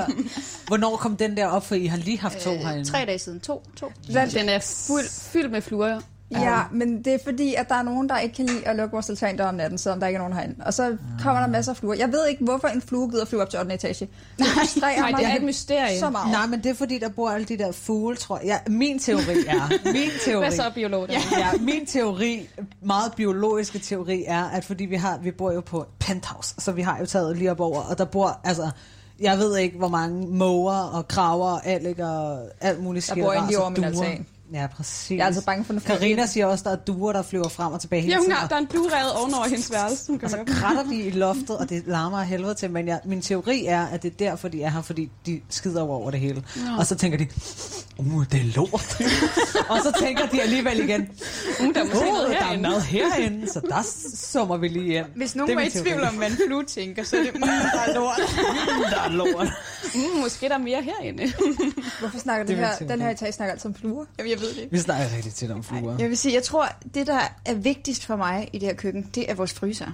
Hvornår kom den der op, for I har lige haft to herinde? Tre dage siden. To. to. Den er fuld, fyldt med fluer. Ja, men det er fordi, at der er nogen, der ikke kan lide at lukke vores altandør om natten, selvom der ikke er nogen herinde. Og så Ah. kommer der masser af fluer. Jeg ved ikke, hvorfor en flue gider flyve op til 8. etage. Det frustrerer Nej, mig det er et mysterie. så meget. Nej, men det er fordi, der bor alle de der fugle, tror jeg. Ja, min teori er, min teori, Hvad så, biolog? Ja. ja, min teori, meget biologiske teori, er, at fordi vi, har, vi bor jo på penthouse, så vi har jo taget lige op over, og der bor, altså, jeg ved ikke, hvor mange måger og kraver og alt, og alt muligt Der sker. bor en ras lige og over min duer. altan. Ja, præcis. Jeg er altså bange for den Karina siger også, der er duer, der flyver frem og tilbage hele Ja, hun tiden. har, og- der er en dueræde ovenover hendes værelse. Hun kan så høre. kratter de *laughs* i loftet, og det larmer af helvede til. Men jeg, min teori er, at det er derfor, de er her, fordi de skider over, over det hele. Og så tænker de, uh, det er *laughs* lort. og så tænker de alligevel igen, Uh, der er måske uh, noget der er herinde. mad herinde, så der summer vi lige hjem. Hvis nogen Det er var i min teori. tvivl om, hvad en flue tænker, så er det, mm, der er lort. *laughs* der er lort. *laughs* Mm, måske der er mere *laughs* herinde. Hvorfor snakker Det det er min her, teori. den her etage snakker altid om fluer? Jamen, jeg ved det ikke. Vi snakker rigtig tit om fluer. Jeg vil sige, jeg tror, det, der er vigtigst for mig i det her køkken, det er vores fryser.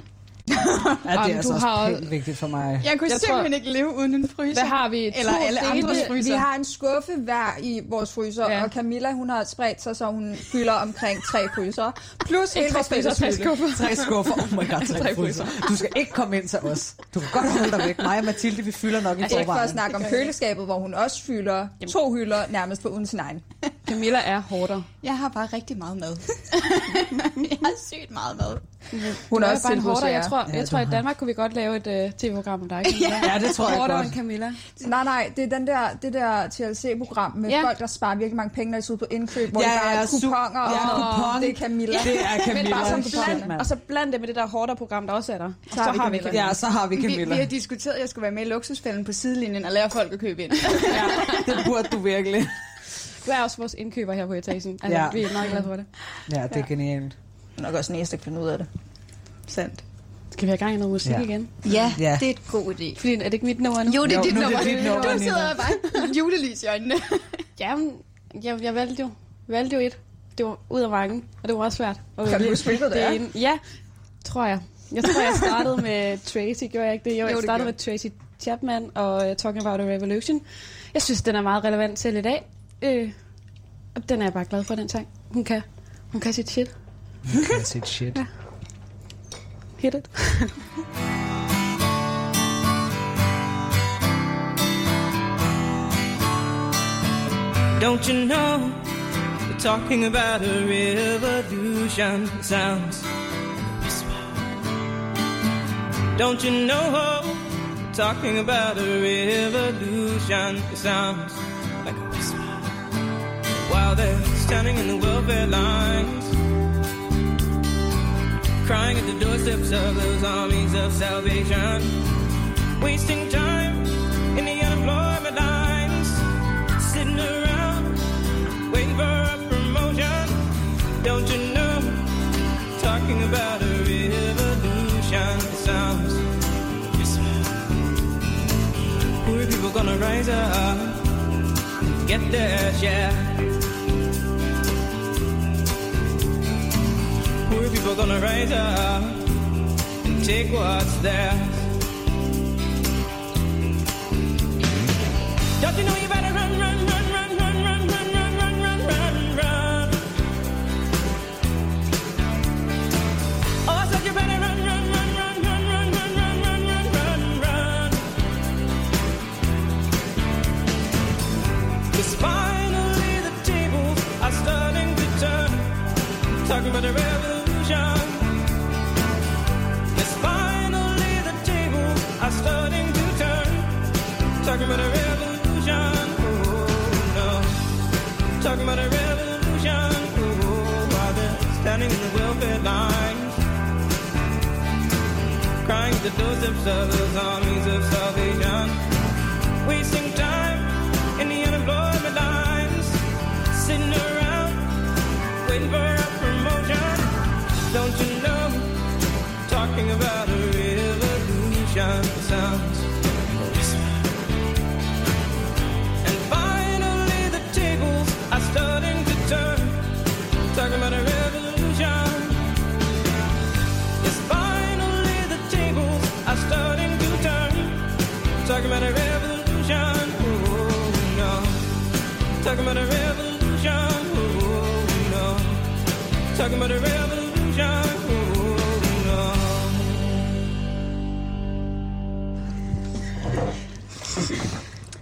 Ja, det Jamen, er du altså også har helt også- vigtigt for mig. Jeg kunne jeg Jeg tror- simpelthen tror... ikke leve uden en fryser. Hvad har vi? Eller To alle dele? andres Vi fryser. har en skuffe hver i vores fryser, Ja. ja. og Camilla, hun har spredt sig, så hun fylder omkring tre fryser. Plus Ikke hele vores tre fryser, tre fryserskuffe. skuffer. Tre skuffer. Oh *laughs* my god, tre fryser. Du skal ikke komme ind til os. Du kan godt holde dig væk. Mig og Mathilde, vi fylder nok i Altså, Det er ikke for at forvejen. snakke om køleskabet, hvor hun også fylder Jamen. to hylder nærmest på uden sin egen. Camilla er hårdere. Jeg har bare rigtig meget mad. jeg har sygt meget mad. Hun Du er er også bare en hårdere. Jeg tilbudsjærer. tror, jeg tror i Danmark kunne vi godt lave et øh, tv-program om dig. Ja, det tror jeg Hårdere godt. end Camilla. Nej, nej, det er den der, det der TLC-program med Ja. ja. folk, der sparer virkelig mange penge, når de sidder på indkøb, hvor Ja, ja, der ja, er su- kuponer og ja, sådan noget. kupon. Det er Camilla. *laughs* Det er Men Camilla. bare som Shit, bland, mand. og så bland det med det der hårdere program, der også er der. Og så, har har vi vi Camilla. Ja, så har vi Vi, Camilla. vi har diskuteret, at jeg skulle være med i luksusfælden på sidelinjen og lære folk at købe ind. *laughs* Det burde du virkelig. Du er også vores indkøber her på etagen. Altså, Ja. ja. Vi er meget glade for det. Ja, det er genialt. Det er nok også den eneste, der kan finde ud af det. Sandt. Skal vi have gang i noget musik Ja. ja. igen? Ja, Ja. ja, det er et god idé. Fordi er det ikke mit nummer nu? Jo, det er Jo, dit nu er det nummer. dit nummer, du Nina. sidder og bare med julelys i *laughs* øjnene. Jamen, jeg, jeg valgte jo, valgte jo et. Det var ud af mange, og det var også svært. Og Kan du huske, hvilket det er? ja, tror jeg. Jeg tror, jeg startede med Tracy, gjorde jeg ikke det? Jo, jeg det startede gjorde med Tracy Chapman og uh, Talking About a Revolution. Jeg synes, den er meget relevant til i dag. Øh, og den er jeg bare glad for, den sang. Hun kan, hun kan sit shit. That's it shit. Hit it. Don't you know we're talking about a revolution sounds like a whisper. Don't you know we're talking about a revolution sounds like a whisper. While they're standing in the welfare lines, crying at the doorsteps of those armies of salvation, wasting time in the unemployment lines sitting around waiting for a promotion. Don't you know? Talking about a revolution it sounds. just- Poor people gonna rise up, and get their share. Poor people gonna rise up and take what's theirs. Don't you know you better run, run, run, run, run, run, run, run, run, run, run, run. Oh, I said you better run, run, run, run, run, run, run, run, run, run, run, run. Cause finally the tables are starting to turn. Talking about the revolution. Yes, finally the tables are starting to turn. Talking about a revolution, oh no. Talking about a revolution, oh, while they're standing in the welfare lines. Crying at the doorsteps of those armies of salvation. Wasting time in the unemployment lines. Sitting around, waiting for a promotion. Don't you know? Talking about a revolution sounds. And finally the tables are starting to turn. Talking about a revolution. Yes, finally the tables are starting to turn. Talking about a revolution. Oh no. Talking about a revolution. Oh no. Talking about a revolution. Oh no.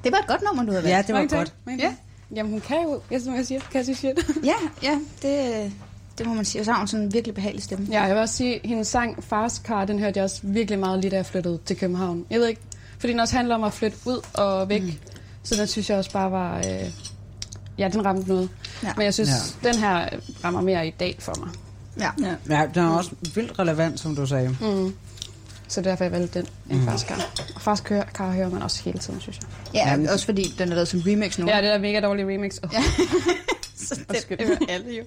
Det var et godt nummer, du havde valgt. Ja, det var godt. Ja. Jamen, hun kan jo, jeg, som jeg siger, kan sit shit. *laughs* Ja, ja, øh, det, det må man sige. Og så har hun sådan en virkelig behagelig stemme. Ja, jeg vil også sige, at hendes sang Fars Car, den hørte jeg også virkelig meget lige da jeg flyttede til København. Jeg ved ikke, fordi den også handler om at flytte ud og væk. Mm. Så den synes jeg også bare var... Øh, ja, den ramte noget. Ja. Ja. Men jeg synes, ja. den her rammer mere i dag for mig. Ja. ja. Ja, den er også vildt relevant, som du sagde. Mm. Så derfor jeg valgte den en mm. Fars Car. Og Fars Car, Car hører man også hele tiden, synes jeg. ja også fordi den er lavet som remix nu. Ja, det er mega dårlig remix. Oh, ja. så den hører alle jo.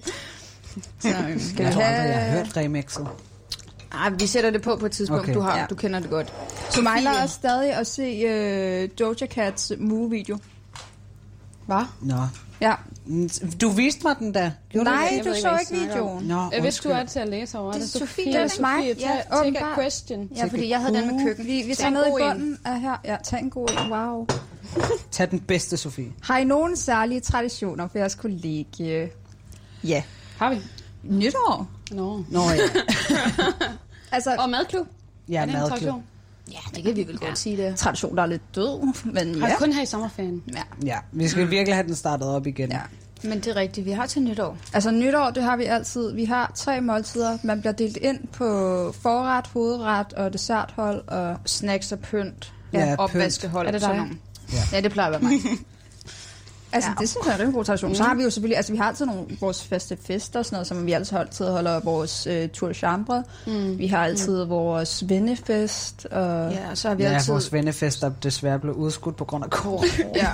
Så, øhm, Jeg tror aldrig, jeg har hørt remixet. ej, vi sætter det på på et tidspunkt. Okay. Okay. Du, har, Ja. ja. du kender det godt. øh, Du mangler også stadig at se øh, Doja Cats move-video. Hvad? Nå. Mm, Ja. Du viste mig den da. Gjorde Nej, du det? du så ikke videoen. Nå, jeg vidste, du undskyld. er til at læse over. Det er Sofie, Sofie, det er mig. Sofie, ja, Ja, take, take a åbenbart. question. Ja, fordi jeg havde den med køkken. Vi, Tag vi tager en med i god en. bunden af her. Ja, tag en god en. Wow. Tag den bedste, Sofie. Har I nogen særlige traditioner for jeres kollegie? Ja. Har vi? Nytår? Nå. Nå ja. *laughs* Altså, Og madklub? Jeg er, det en meget tradition? Ja, det kan vi vel godt sige det. tradition, der er lidt død, men Har ja. vi kun her i sommerferien? Ja, vi skal virkelig have den startet op igen. ja. Men det er rigtigt, vi har til nytår. Altså nytår, det har vi altid. Vi har tre måltider. Man bliver delt ind på forret, hovedret og desserthold. Og Snacks og pynt. Ja, pynt. opvaskehold. Er det sådan dig? nogle. Ja. Ja, det plejer at være mig. *laughs* altså, Ja. Mhm. ja. det synes jeg er en rimelig god tradition. Så har vi jo selvfølgelig, altså vi har altid nogle vores faste fester og sådan noget, som vi altid altid holder vores øh, tour de chambre. Mm. Vi har altid mm. vores vennefest. Og Ja, og så har vi Ja, altid... vores vennefest, der desværre blev udskudt på grund af corona. Ja,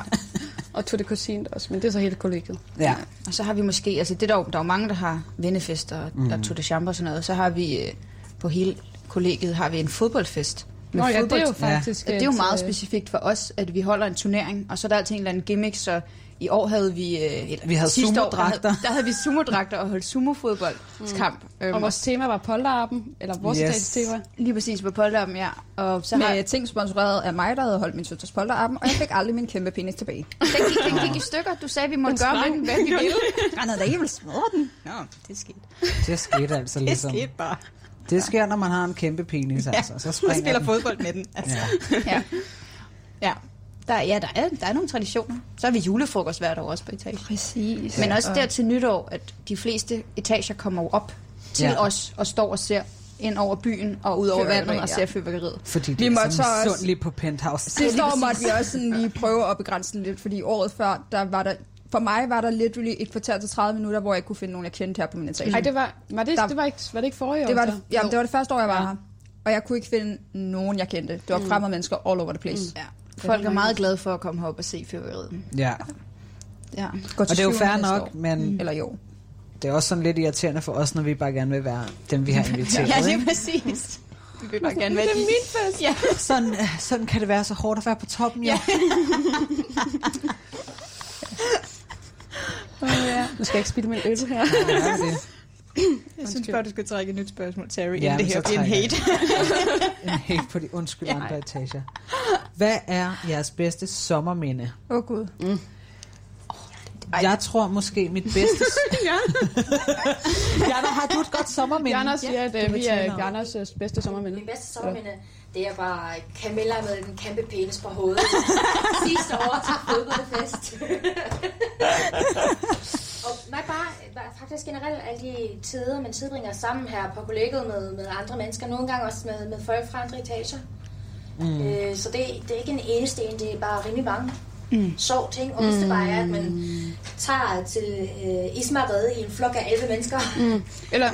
Og tog det kusin også, men det er så hele kollegiet. Ja. og så har vi måske... Altså, det er der, jo- der er jo mange, der har vennefester og, mm. og Tour de Chambre og sådan noget. Så har vi øh, på hele kollegiet har vi en fodboldfest. Nå ja, det er jo fodbold- faktisk... Og det er jo et, meget øh, specifikt for os, at vi holder en turnering, og så er der altid en eller anden gimmick, så i år havde vi... øh, Eller Vi havde sidste år, der, havde, sumodragter. der havde vi sumodragter og holdt sumofodboldskamp. Mm. Øhm, Og vores tema var polterappen, eller vores Yes. dags tema. Lige præcis på Polterm, ja. Og så med har, ting sponsoreret af mig, der havde holdt min søsters polterappen, og jeg fik aldrig min kæmpe penis *laughs* tilbage. den, gik, den gik i stykker. Du sagde, vi måtte Den gøre med sprang. den, hvad *laughs* vi ville. Han havde da ikke vil smadre den. Nå, det skete. *laughs* Det skete altså Det ligesom. skete bare. Det sker, når man har en kæmpe penis, ja. altså. Så springer Man spiller den. fodbold med den. Altså. Ja. Ja, ja. Der, ja der, er, der er nogle traditioner. Så har vi julefrokost hvert år også på etagen. Præcis. Men også der til nytår, at de fleste etager kommer jo op til Ja. ja. os og står og ser ind over byen og ud over Fyrværkeri, vandet og ja. ser fyrværkeriet. Fordi Vi det er måtte så så også- misundeligt på Penthouse. Sidste år måtte vi også sådan lige prøve at begrænse den lidt, fordi året før, der var der, for mig var der literally et kvarter til 30 minutter, hvor jeg ikke kunne finde nogen, jeg kendte her på min etage. Ej, det var, var, det, Der- det var, ikke, var det ikke forrige år? det, var så? det, jamen, det var det første år, jeg var her. Og jeg kunne ikke finde nogen, jeg kendte. Det var Mm. fremmede mennesker all over the place. Ja. Folk er meget glade for at komme herop og se fyrværkeriet. Ja, Ja. Går og det er jo syvende fair næste nok, år. Mm. men Eller jo. det er også sådan lidt irriterende for os, når vi bare gerne vil være dem, vi har inviteret. *laughs* ja, ikke? lige præcis. Vi vil bare gerne være det er min fest. Ja. Sådan, øh, *laughs* sådan kan det være så hårdt at være på toppen, ja. Oh, ja. Nu skal jeg ikke spille min øl her. ja det. Jeg synes bare, du skal trække et nyt spørgsmål, Terry, inden Ja, det men her så bliver en trækker hate. *laughs* En helt på de undskyld andre etager. Hvad er jeres bedste sommerminde? Åh oh, gud. Ej. Jeg tror måske mit bedste... Jana, har du et godt sommerminde? Jana siger, at du øh, vil vi tale er om. Janas øh, bedste sommermænd. Min bedste sommerminde, det er bare Camilla med den kæmpe penis på hovedet. Sidste år til fodboldfest. og mig bare, bare faktisk generelt alle de tider, man tilbringer sammen her på kollegiet med, med andre mennesker. Nogle gange også med, med folk fra andre etager. Mm. Øh, så det, det er ikke en eneste en, det er bare rimelig mange mm. sjov ting. Og hvis det bare er, at man Mm. tager til øh, Ismarede i en flok af 11 mennesker. Mm. Eller, ja.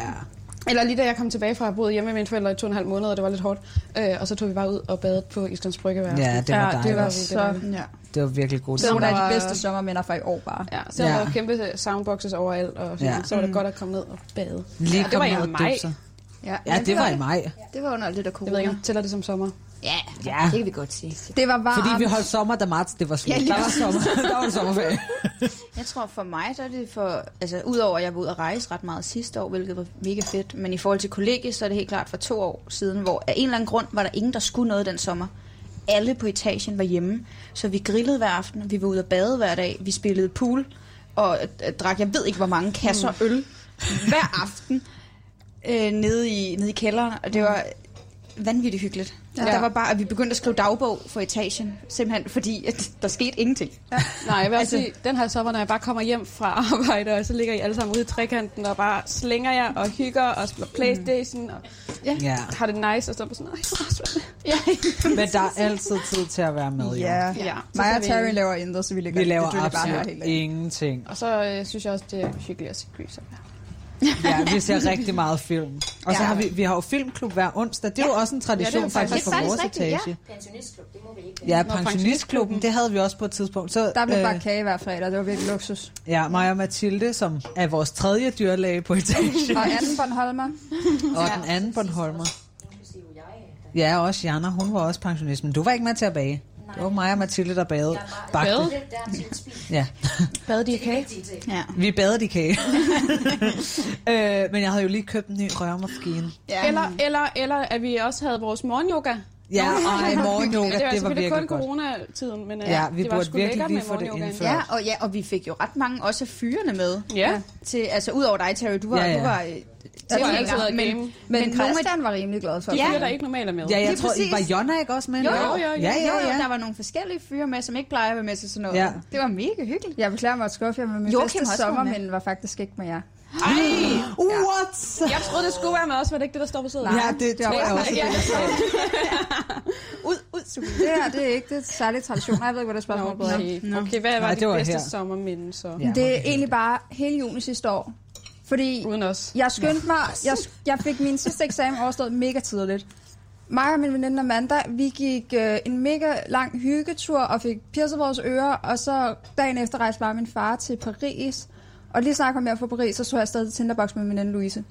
eller lige da jeg kom tilbage fra at boede hjemme med mine forældre i to og en halv måned, og det var lidt hårdt. Øh, og så tog vi bare ud og badede på Islands Brygge hver aften. Ja, det var Ja, det dejligt. var Det så... var- ja. Det var virkelig godt. Det var nogle af var- de bedste sommerminder fra i år bare. Ja, så ja. der Ja. var kæmpe øh, soundboxes overalt, og sådan, Ja. ja. så var det godt at komme ned og bade. Lige ja, det var kom ned i og maj. dyppe sig. Ja, Ja, men det var i maj. Det var under lidt Jeg af ved corona. ikke, om jeg tæller det som sommer. Ja, Ja. det kan vi godt sige. Det var varmt. Fordi vi holdt sommer, da marts det var slut. Ja, lige der var sommer. *laughs* der var en sommerferie. Jeg tror for mig, der er det for... Altså, udover at jeg var ude at rejse ret meget sidste år, hvilket var mega fedt, men i forhold til kollegiet, så er det helt klart for to år siden, hvor af en eller anden grund var der ingen, der skulle noget den sommer. Alle på etagen var hjemme, så vi grillede hver aften, vi var ude at bade hver dag, vi spillede pool, og øh, drak jeg ved ikke, hvor mange kasser mm. øl hver aften øh, nede, i, nede i kælderen, og det var vanvittigt hyggeligt. Ja. Der var bare, at vi begyndte at skrive dagbog for etagen, simpelthen fordi, at der skete ingenting. Nej, jeg vil altså, sige, den her sommer, når jeg bare kommer hjem fra arbejde, og så ligger I alle sammen ude i trekanten, og bare slænger jer og hygger og spiller Playstation, og Mhm. ja, Ja. ja. har det nice, og så er man sådan, nej, Ja. Men der er altid tid til at være med. Ja. Ja. ja. så Mig kan og vi- Terry laver intet, så vi ligger Vi laver literally bare her absolut hele dagen. ingenting. Og så øh, synes jeg også, det er hyggeligt at se gys. Ja, vi ser rigtig meget film. Og så Ja. har vi, vi har jo filmklub hver onsdag. Det er jo også en tradition Ja, det er faktisk faktisk- for det er vores faktisk rigtigt, ja. etage. Pensionistklub, det må vi ikke. Ja, Nå, pensionistklubben, det havde vi også på et tidspunkt. Så, Der blev øh, bare kage hver fredag, det var virkelig luksus. Ja, mig og Mathilde, som er vores tredje dyrlæge på etagen, Og anden Bornholmer. og den anden Bornholmer. Inklusive jeg. Ja, også Jana, hun var også pensionist, men du var ikke med til at bage. Det var mig og Mathilde, der badede. Bagte. Lidt der til en spil. Ja. *laughs* Badede de i kage? Ja. Vi badede i kage. *laughs* øh, men jeg havde jo lige købt en ny rørmaskine. Ja. Eller, eller, eller at vi også havde vores morgenyoga. Ja, ej, morgenyoga, Ja, det var, det var selvfølgelig virkelig kun godt. coronatiden, men øh, Ja, vi det var burde sgu virkelig lækkert lige med få det morgenyogaen. indført. Ja, og ja, og vi fik jo ret mange også af fyrene med. Ja. Til, altså, udover dig, Terry, du var... Ja, ja. Du var øh, har tilhænger, altid været men, game. men, Men, men nogle af Christian var rimelig glad for De det. ja. der ikke normalt er med. Ja, jeg Lige tror, I var præcis. Jonna ikke også med? Jo, jo, jo, jo. Ja, ja, Jo, jo, ja. der var nogle forskellige fyre med, som ikke plejer at være med til sådan noget. Ja. Det var mega hyggeligt. Jeg beklager mig at skuffe jer, men min bedste Joachim har også været sommer, med. men var faktisk ikke med jer. What? Jeg troede, det skulle være med os, var det ikke det, der står på siden? Ja, det tror jeg også. Ja. Ud, ud, super. Det her, det er ikke det særlige tradition. Jeg ved ikke, hvad det spørgsmål Nå, er. Okay, okay hvad Nej, var Nej, det det, var bedste her. sommerminde så? Ja, Men Det er egentlig bare hele juni sidste år. Fordi Uden os. jeg skyndte mig, jeg, jeg fik min sidste eksamen overstået mega tidligt. Mig og min veninde Amanda, vi gik øh, en mega lang hyggetur og fik pirset vores ører, og så dagen efter rejste bare min far til Paris. Og lige snart jeg kom jeg fra Paris, så så jeg afsted til Tinderbox med min veninde Louise.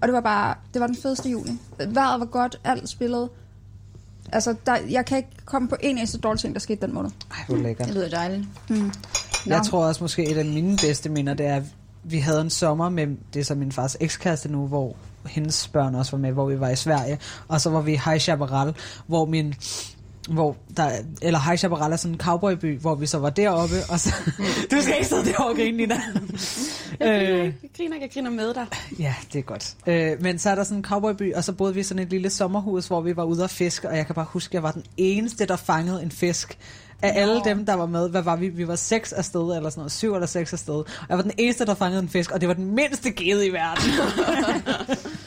Og det var bare, det var den fedeste juni. Vejret var godt, alt spillede. Altså, der, jeg kan ikke komme på en eneste dårlig ting, der skete den måned. Mm. Ej, hvor lækkert. Det lyder dejligt. Jeg tror også måske, et af mine bedste minder, det er, at vi havde en sommer med, det er så min fars ekskæreste nu, hvor hendes børn også var med, hvor vi var i Sverige. Og så var vi i High Chaparral, hvor min hvor der, eller High Chaparral er sådan en cowboyby, hvor vi så var deroppe, og så, *laughs* du skal ikke sidde derovre og grine, Nina. Jeg griner Øh, ikke, jeg griner ikke, jeg griner med dig. Ja, det er godt. Øh, men så er der sådan en cowboyby, og så boede vi i sådan et lille sommerhus, hvor vi var ude og fiske, og jeg kan bare huske, at jeg var den eneste, der fangede en fisk. Af alle dem, der var med, hvad var vi? Vi var seks afsted, eller sådan noget, syv eller seks afsted. Og jeg var den eneste, der fangede en fisk, og det var den mindste gede i verden.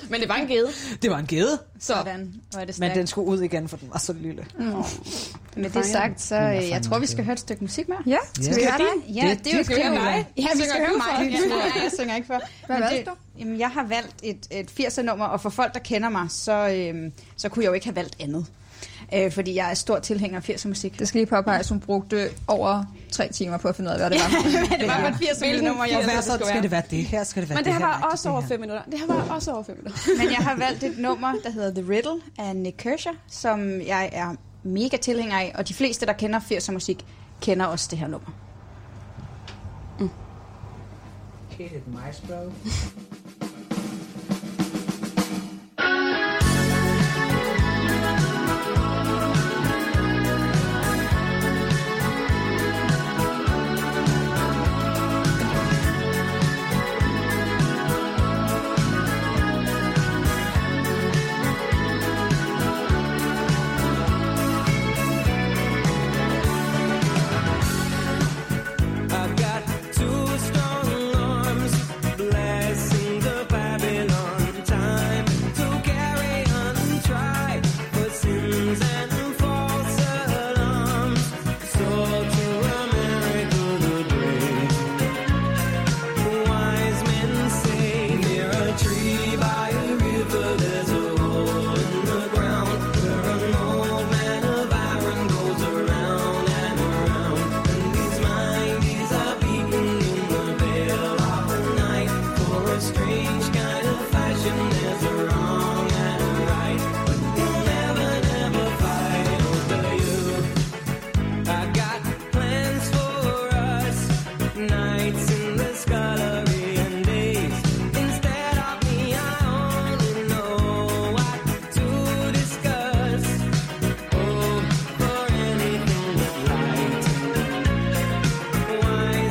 Men det var en gede. det var en gede, Så. Sådan. Hvor er det men stærkt. den skulle ud igen, for den var så lille. Med det sagt, så øh, jeg tror, vi skal høre et stykke musik mere. Ja, Ja. skal vi høre det? Ja, det, det er jo skal vi høre dig. Ja, vi skal Synger høre du mig. for? Ja, nej, jeg synger ikke for. Hvad Men valgte det- Jamen, jeg har valgt et, et 80'er-nummer, og for folk, der kender mig, så, øhm, så kunne jeg jo ikke have valgt andet. Øh, fordi jeg er stor tilhænger af 80'er-musik. Det skal lige påpeges, hun brugte over tre timer på at finde ud af, hvad det var. Men det var bare et 80'er-nummer, jeg Og hvad valgte. så, skal det være det her, skal det være Men det det her her? var Nej, også det over her. fem minutter. Det her var også over fem minutter. *laughs* Men jeg har valgt et nummer, der hedder The Riddle af Nick Kershaw, som jeg er mega tilhænger af, og de fleste, der kender 80'er musik, kender også det her nummer. Hit it, mice, bro. I've got two strong arms, blessing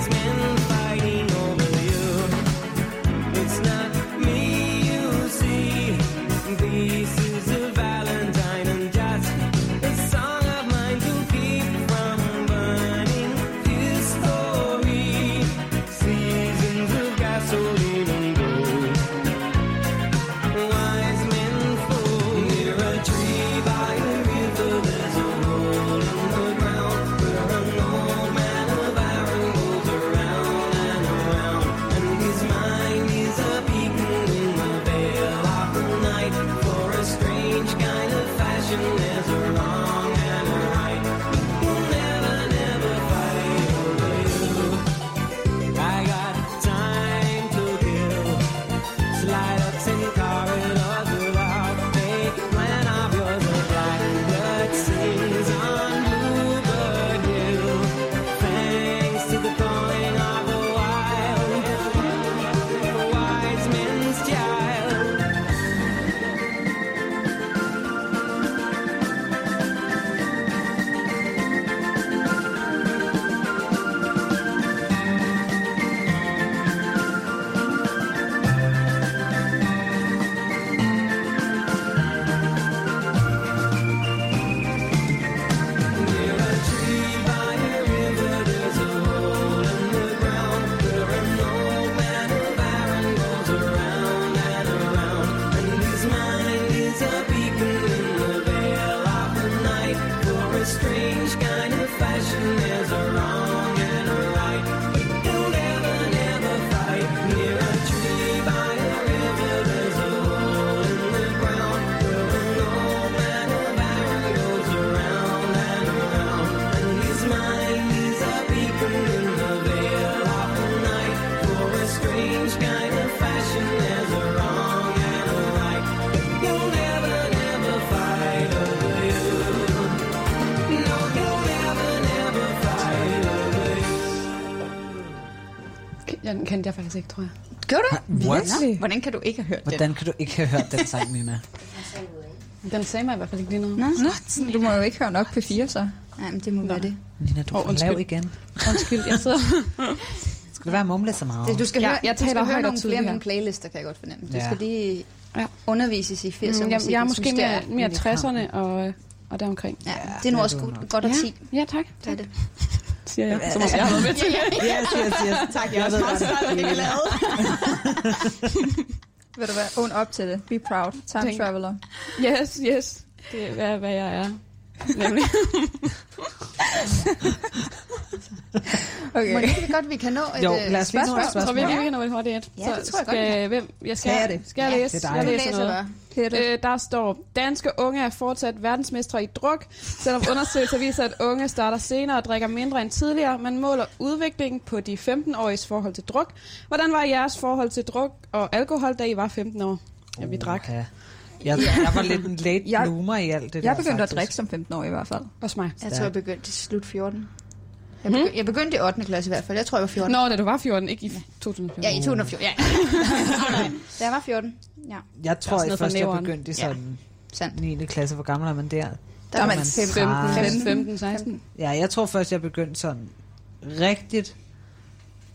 Oh, Passion is a wrong and a right. But don't ever, never fight near a tree by a river. There's a hole in the ground where an old man of iron goes around and around. And his mind is a beacon in the veil of the night. For a strange kind of fashion, there's a wrong and a right. But you'll never, never fight over you. No, you'll never, never fight over you. Ja, den kendte jeg faktisk ikke, tror jeg. Gjorde du? What? Virkelig? Hvordan kan du ikke have hørt det? Hvordan kan du ikke have hørt den sang, Nina? *laughs* Den sagde mig i hvert fald ikke lige noget. Nå, Du må jo ikke høre nok på 4 så. Nej, men det må være det. Nina, du Åh, oh, er undskyld. lav igen. Undskyld, jeg sidder... *laughs* Skal du være mumle så meget? det du skal Ja, høre, jeg du taler skal høre højt og nogle flere af tydeligt her. mine playlister, kan jeg godt fornemme. Du Ja. skal lige Ja. undervises i 80'er Mm, jeg, jeg er måske mere, mere det er 60'erne og, og deromkring. Ja, det er nu Ja, også det er godt, godt at sige. Ja, tak. Det er det. Siger jeg. Som også jeg har været med til. Yes, yes, yes. tak, jeg, ved, hvad der skete. *laughs* Ved du hvad? Own up til det. Be proud. Time Tænk. traveler. Yes, yes. Det er, hvad, hvad jeg er. *laughs* Nemlig. Må Okay. ikke det godt, vi kan nå et Jo, øh, lad os lige nå et Jeg spørgsmål? tror, vi spørgsmål. lige kan nå et hurtigt et. Ja, det tror jeg godt, vi skal, hvem, jeg skal, Skal jeg det? Skal jeg Ja, læse? det er dig. jeg Du læser læser noget. bare. Peter. Øh, der står, danske unge er fortsat verdensmestre i druk, selvom undersøgelser viser, at unge starter senere og drikker mindre end tidligere. Man måler udviklingen på de 15-åriges forhold til druk. Hvordan var jeres forhold til druk og alkohol, da I var 15 år? Ja, vi drak. Uha. Jeg, jeg var lidt en late Jeg- bloomer i alt det Jeg der, begyndte at faktisk. drikke som 15 år i hvert fald. Hmm? Også mig. Jeg tror, jeg begyndte i slut 14. Jeg begyndte, jeg begyndte i 8. klasse i hvert fald. Jeg tror, jeg var 14. Nå, da du var 14, ikke i 2014. Ja, i 2014. Ja. *laughs* da jeg var 14. Ja, Jeg tror, sådan noget jeg fra først, jeg næveren. begyndte i Ja. sådan sandt. 9. klasse. Hvor gammel er man der? Der var var man man 15. 15, 15, 16. Ja, jeg tror først, jeg begyndte sådan rigtigt,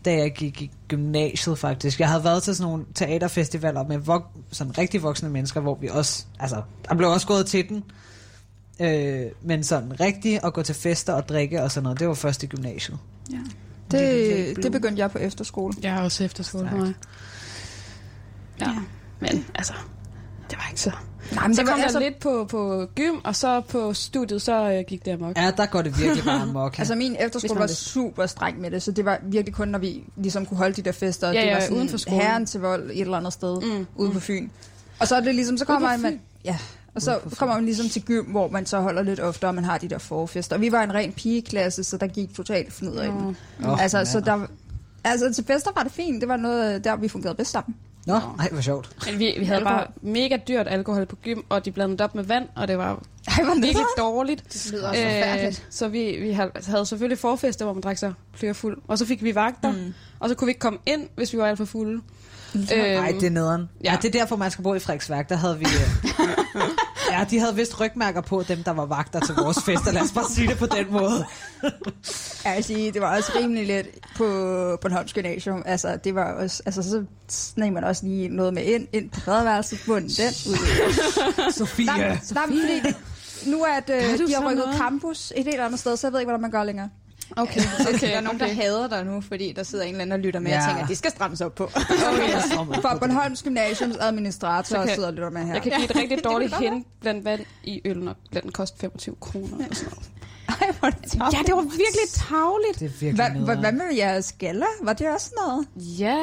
da jeg gik i gymnasiet faktisk. Jeg havde været til sådan nogle teaterfestivaler med vok- sådan rigtig voksne mennesker, hvor vi også, altså, der blev også gået til den. Øh, men sådan rigtigt at gå til fester og drikke og sådan noget, det var først i gymnasiet. Det, Lille blue. det begyndte jeg på efterskole. Jeg er også efterskole for Stærkt. mig. Ja, men altså, det var ikke så. Nej, Men så kom altså, jeg lidt på, på gym, og så på studiet, så øh, gik det amok. Ja, der går det virkelig *laughs* bare amok. Altså altså, min Hvis efterskole man var vil. super streng med det, så det var virkelig kun, når vi ligesom kunne holde de der fester. og Ja, det ja, var sådan uden for skolen. herren til vold et eller andet sted mm. ude på Fyn. Og så er det ligesom, så kommer man, ja, og så kommer man ligesom til gym, hvor man så holder lidt oftere, og man har de der forfester. Og vi var en ren pigeklasse, så der gik totalt fnid af den. Åh, altså, så mand. der, altså til fester var det fint, det var noget, øh, der vi fungerede bedst sammen. Nå, nej, hvor sjovt. Men vi, vi havde bare mega dyrt alkohol på gym, og de blandede det op med vand, og det var Ej, hvor virkelig dårligt. Øh, Det lyder også forfærdeligt. så vi, vi hav- havde selvfølgelig forfester, hvor man drak sig flere fuld. Og så fik vi vagter, mm. og så kunne vi ikke komme ind, hvis vi var alt for fulde. Øhm, Nej, det er nederen. Ja. ja. ja, det er derfor, man skal bo i Frederiksværk. Der havde vi... øh, ja, de havde vist rygmærker på dem, der var vagter til vores fester. Lad os bare sige det på den måde. Ja, jeg vil sige, det var også rimelig let på Bornholms Gymnasium. Altså, det var også, altså, så sneg man også lige noget med ind, ind på badeværelset, bunden den, ud *laughs* Sofie! Nej, men- nej, men fordi nu er at, øh, Gør du de sådan har rykket noget? campus et helt andet sted, så jeg ved ikke, hvordan man gør længere. Okay, Okay, der er okay, nogen, der okay. hader dig nu, fordi der sidder en eller anden og lytter med ja. Ja. og tænker, at det skal strammes *laughs* op *laughs* på. *laughs* For Bornholms Gymnasiums administrator Så okay. kan- sidder og lytter med her. Jeg kan give et *laughs* rigtig dårligt hen blandt vand i øl, når den koste 25 kroner. eller sådan noget. Ej, hvor er det tomt. Ja, det var virkelig tavligt. Det er virkelig Hva, hva, nederen. hvad med jeres gala? Var det også noget? Ja,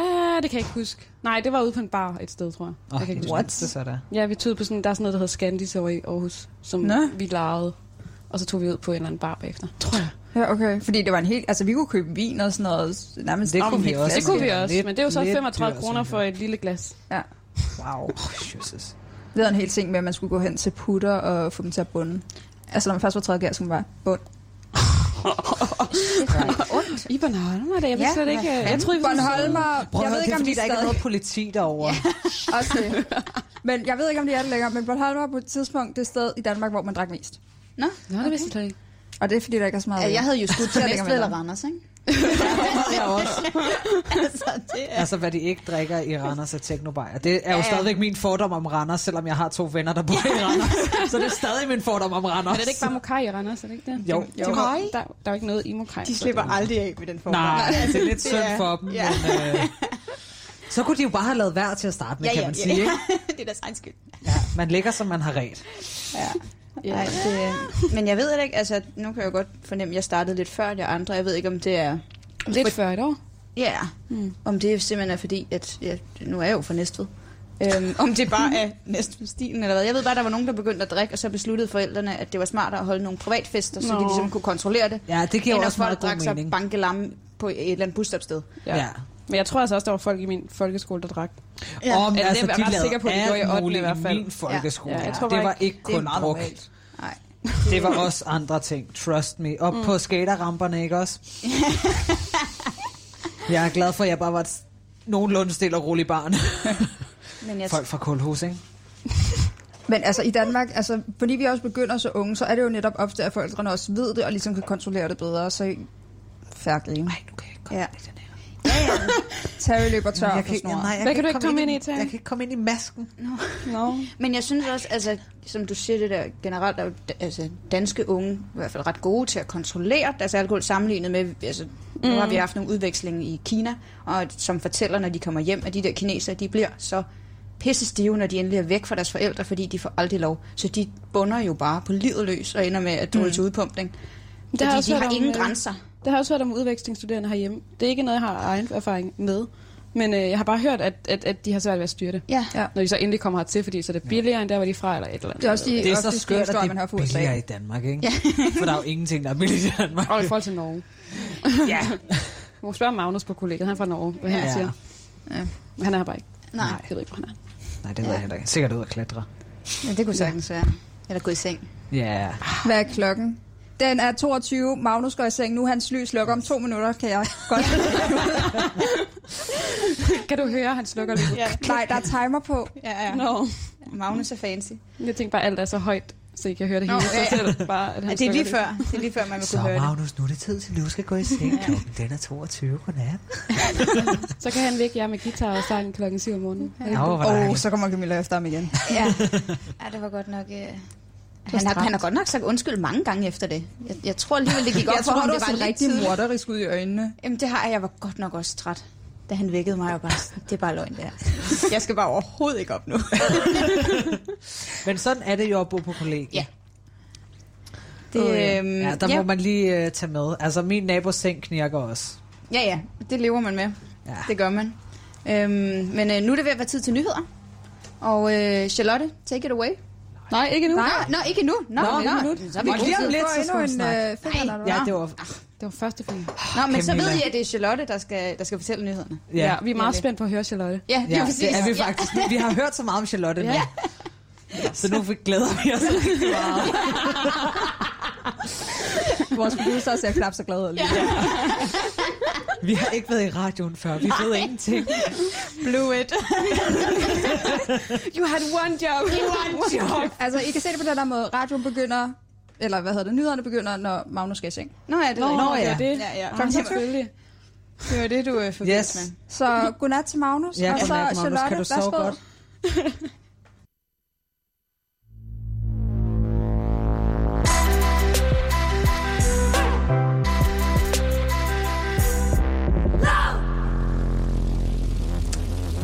det kan jeg ikke huske. Nej, det var ude på en bar et sted, tror jeg. Åh, jeg kan ikke huske. what? Ah, Det er så der. Ja, vi tog på sådan, der er sådan noget, der hedder Scandis over i Aarhus, som Nå. vi lejede. Og så tog vi ud på en eller anden bar bagefter. Tror jeg. Ja, okay. Fordi det var en helt... Altså, vi kunne købe vin og sådan noget. Nærmest Det om kunne en vi hel også. Det flaske. kunne vi det er også, lidt- men det er jo så lidt 35 dyrt, kroner synes for et lille glas. Ja. *laughs* Wow. Oh, Jesus. Det var en hel ting med, at man skulle gå hen til putter og få dem til at bunde. Altså, når man først var tredje gær, så var bund. I Bornholm er det, jeg vidste Ja, slet ikke. øh, Jeg troede, I var sådan- Bornholmer, Prøv jeg ved ikke, om det er, fordi, de der ikke er stadig noget politi derovre. Også det. Men jeg ved ikke, om det er det længere, men Bornholm var på et tidspunkt det sted i Danmark, hvor man drak mest. Nå, Nå, det vidste jeg slet ikke. Og det er, fordi der ikke er så meget Ja, jeg vin. havde jo skudt til Jeg lægger Næstved mig eller ned. Randers, ikke? Jeg også. *laughs* altså, det er... Altså, hvad de ikke drikker i Randers er teknobajer. Det er jo Ja, ja. stadigvæk min fordom om Randers, selvom jeg har to venner, der bor i Randers. Så det er stadig min fordom om Randers. Men er det ikke bare Mokai i Randers, er det ikke det? Jo. Det må- Der, der er jo ikke noget i Mokai. De så slipper det- aldrig af med den form. Nej, altså, det er lidt synd er- for dem, ja. men... Øh, så kunne de jo bare have lavet vejr til at starte med, *laughs* Ja, kan ja, man ja. sige. Ikke? det er deres egen skyld. Man ligger, som man har ret. Ej, det, men jeg ved heller ikke, altså nu kan jeg jo godt fornemme, at jeg startede lidt før de andre. Jeg ved ikke, om det er... Lidt før et år? Ja, Mm. om det simpelthen er fordi, at ja, nu er jeg jo fra Næstved. Øhm, om det bare er *laughs* Næstved-stilen eller hvad. Jeg ved bare, at der var nogen, der begyndte at drikke, og så besluttede forældrene, at det var smartere at holde nogle privatfester, så Nå. de ligesom kunne kontrollere det. Ja, det giver jo end at også folk meget god drak sig mening. bankelamme på et eller andet busstopsted. Ja. ja. Men jeg tror altså også, der var folk i min folkeskole, der drak. Ja. Om, Eller altså, det er de jeg ret lavede sikker på, at de gjorde i alt 8. i muligt hvert fald. min folkeskole. Ja. Ja, jeg tror det bare var ikke Det er kun meget druk. normalt. Nej. Det var også andre ting, trust me. Op mm. på skaterramperne, ikke *laughs* også? jeg er glad for, at jeg bare var et s- nogenlunde stille og roligt *laughs* barn. Men jeg Folk fra Kulhus, ikke? Men altså i Danmark, altså, fordi vi også begynder så unge, så er det jo netop ofte, at forældrene også ved det, og ligesom kan kontrollere det bedre, så færdig. Nej, nu kan jeg ikke ja. Terry løber tør for snoren. jeg Hvad kan du ikke komme ind i, Tage? Jeg kan ikke komme ind i masken. No. Men jeg synes også, altså, som du siger det der generelt, er jo da- altså, danske unge i hvert fald ret gode til at kontrollere deres alkohol sammenlignet med, altså, mm. nu har vi haft nogle udveksling i Kina, og som fortæller, når de kommer hjem, at de der kinesere, de bliver så pisse stive, når de endelig er væk fra deres forældre, fordi de får aldrig lov. Så de bunder jo bare på livet løs og ender med at drøje mm. til udpumpning. Det har jeg Fordi også de hørt har om, ingen øh, grænser. Det har jeg også hørt om udvekslingsstuderende herhjemme. Det er ikke noget, jeg har egen erfaring med. Men øh, jeg har bare hørt, at, at, at de har svært ved at styre det. Ja. Ja. Når de så endelig kommer hertil, fordi så er det billigere end der, hvor de er fra, eller et eller andet. Det er også de, Det er ofte så de skørt, historier, at det man har er fra USA. billigere i Danmark, ikke? For der er jo ingenting, der er billigt i Danmark. Og i forhold til *laughs* Norge. ja. Du *laughs* må spørge Magnus på kollegiet, han er fra Norge, hvad han Ja. siger. Ja. Men han er her bare ikke. Nej, Jeg ved ikke, hvor han er. Nej, det ved jeg heller ikke. Sikkert ud at klatre. men det kunne sagtens være. Eller gå i seng. Ja. Hvad er klokken? Den er 22. Magnus går i seng nu. Hans lys lukker om to minutter, kan jeg godt. *laughs* Kan du høre, han slukker lyset? Ja. Nej, der er timer på. Ja, ja. No. Magnus er fancy. Jeg tænkte bare, at alt er så højt, så I kan høre det Nå, hele. Så ja. selv bare, at han Ja, det er lige slukker før. Det er lige før, man vil Så kunne høre det. Magnus, nu er det tid til, at du skal gå *laughs* i seng. Klokken den er 22. Godnat. lyset. Så kan han vække jer med guitar og sang klokken 7 om morgenen. Ja. Nå, hvor Og oh, dejligt. så kommer Camilla efter ham igen. Ja. ja, det var godt nok... Øh... Han har, stramt. han har godt nok sagt undskyld mange gange efter det. Jeg, jeg tror alligevel, det gik op Jeg for tror, ham, du det har var sådan lidt rigtig tidligt. morderisk ud i øjnene. Jamen, det har jeg. Jeg var godt nok også træt, da han vækkede mig og bare, sådan, det er bare løgn, det her. Jeg skal bare overhovedet ikke op nu. *laughs* Men sådan er det jo at bo på kollegiet. Ja. Det, øhm, Ja, der må man lige øh, tage med. Altså, min nabos seng knirker også. ja, ja, det lever man med. Ja. Det gør man. Øhm, men øh, nu er det ved at være tid til nyheder. Og øh, Charlotte, take it away. Nej, ikke nu. Nej, nå, ikke nu. Nå, nå, nå. Så er vi Og gode lige tid. om lidt, så skal vi snakke. øh, finger, når du Ja, er. det var... Det var første film. Nå, men så Camilla. ved I, at det er Charlotte, der skal, der skal fortælle nyhederne. Ja. ja, vi er meget Nemlig. spændt på at høre Charlotte. Ja, det er Ja, præcis. det er vi Ja. faktisk. Vi har hørt så meget om Charlotte nu. Ja. Så nu vi- glæder vi os rigtig meget. Vores producer ser knap så glad ud lige. Ja. Vi har ikke været i radioen før. Vi ved *laughs* ingenting. Blew it. You had one job. You had one job. Altså, I kan se det på den der måde. Radioen begynder, eller hvad hedder det, nyhederne begynder, når Magnus skal i seng. Nå ja, det Nå, ved jeg Nå ikke. ja. ja. det. Ja, ja. Ah, selvfølgelig. Det var det, du øh, forkert Yes. med. Så godnat til Magnus. Ja, og så godnat, Magnus. Charlotte, Kan du sove værsgo. godt?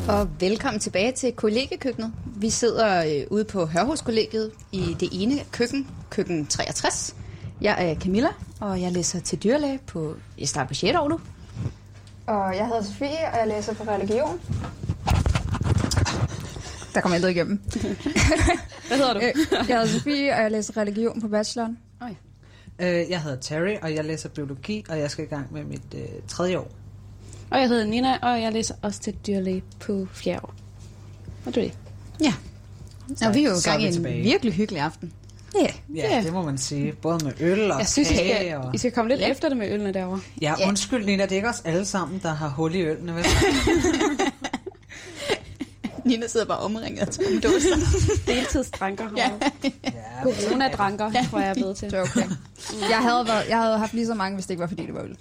Og velkommen tilbage til kollegekøkkenet. Vi sidder øh, ude på Hørhuskollegiet i det ene køkken, køkken 63. Jeg er Camilla, og jeg læser til dyrlæge på... Jeg starter på 6. år nu. Og jeg hedder Sofie, og jeg læser på religion. Der kom intet igennem. *laughs* Hvad hedder du? Øh, Jeg hedder Sofie, og jeg læser religion på bacheloren. Øh, jeg hedder Terry, og jeg læser biologi, og jeg skal i gang med mit øh, tredje år. Og jeg hedder Nina, og jeg læser også til dyrlæge på fjerde år. Og du det? Ja. Og vi er jo i så er gang vi i en tilbage. virkelig hyggelig aften. Ja. Ja, yeah. det må man sige. Både med øl og Jeg synes, I kage. skal, Og... I skal komme lidt efter det med ølene derovre. Ja, Ja. undskyld Nina, det er ikke os alle sammen, der har hul i ølene, *laughs* vel? Nina sidder bare omringet af tomme dåser. Deltidsdranker. Ja. ja, Corona-dranker, tror jeg, jeg er blevet til. *laughs* Det er okay. Jeg havde, været, jeg havde haft lige så mange, hvis det ikke var, fordi det var øl.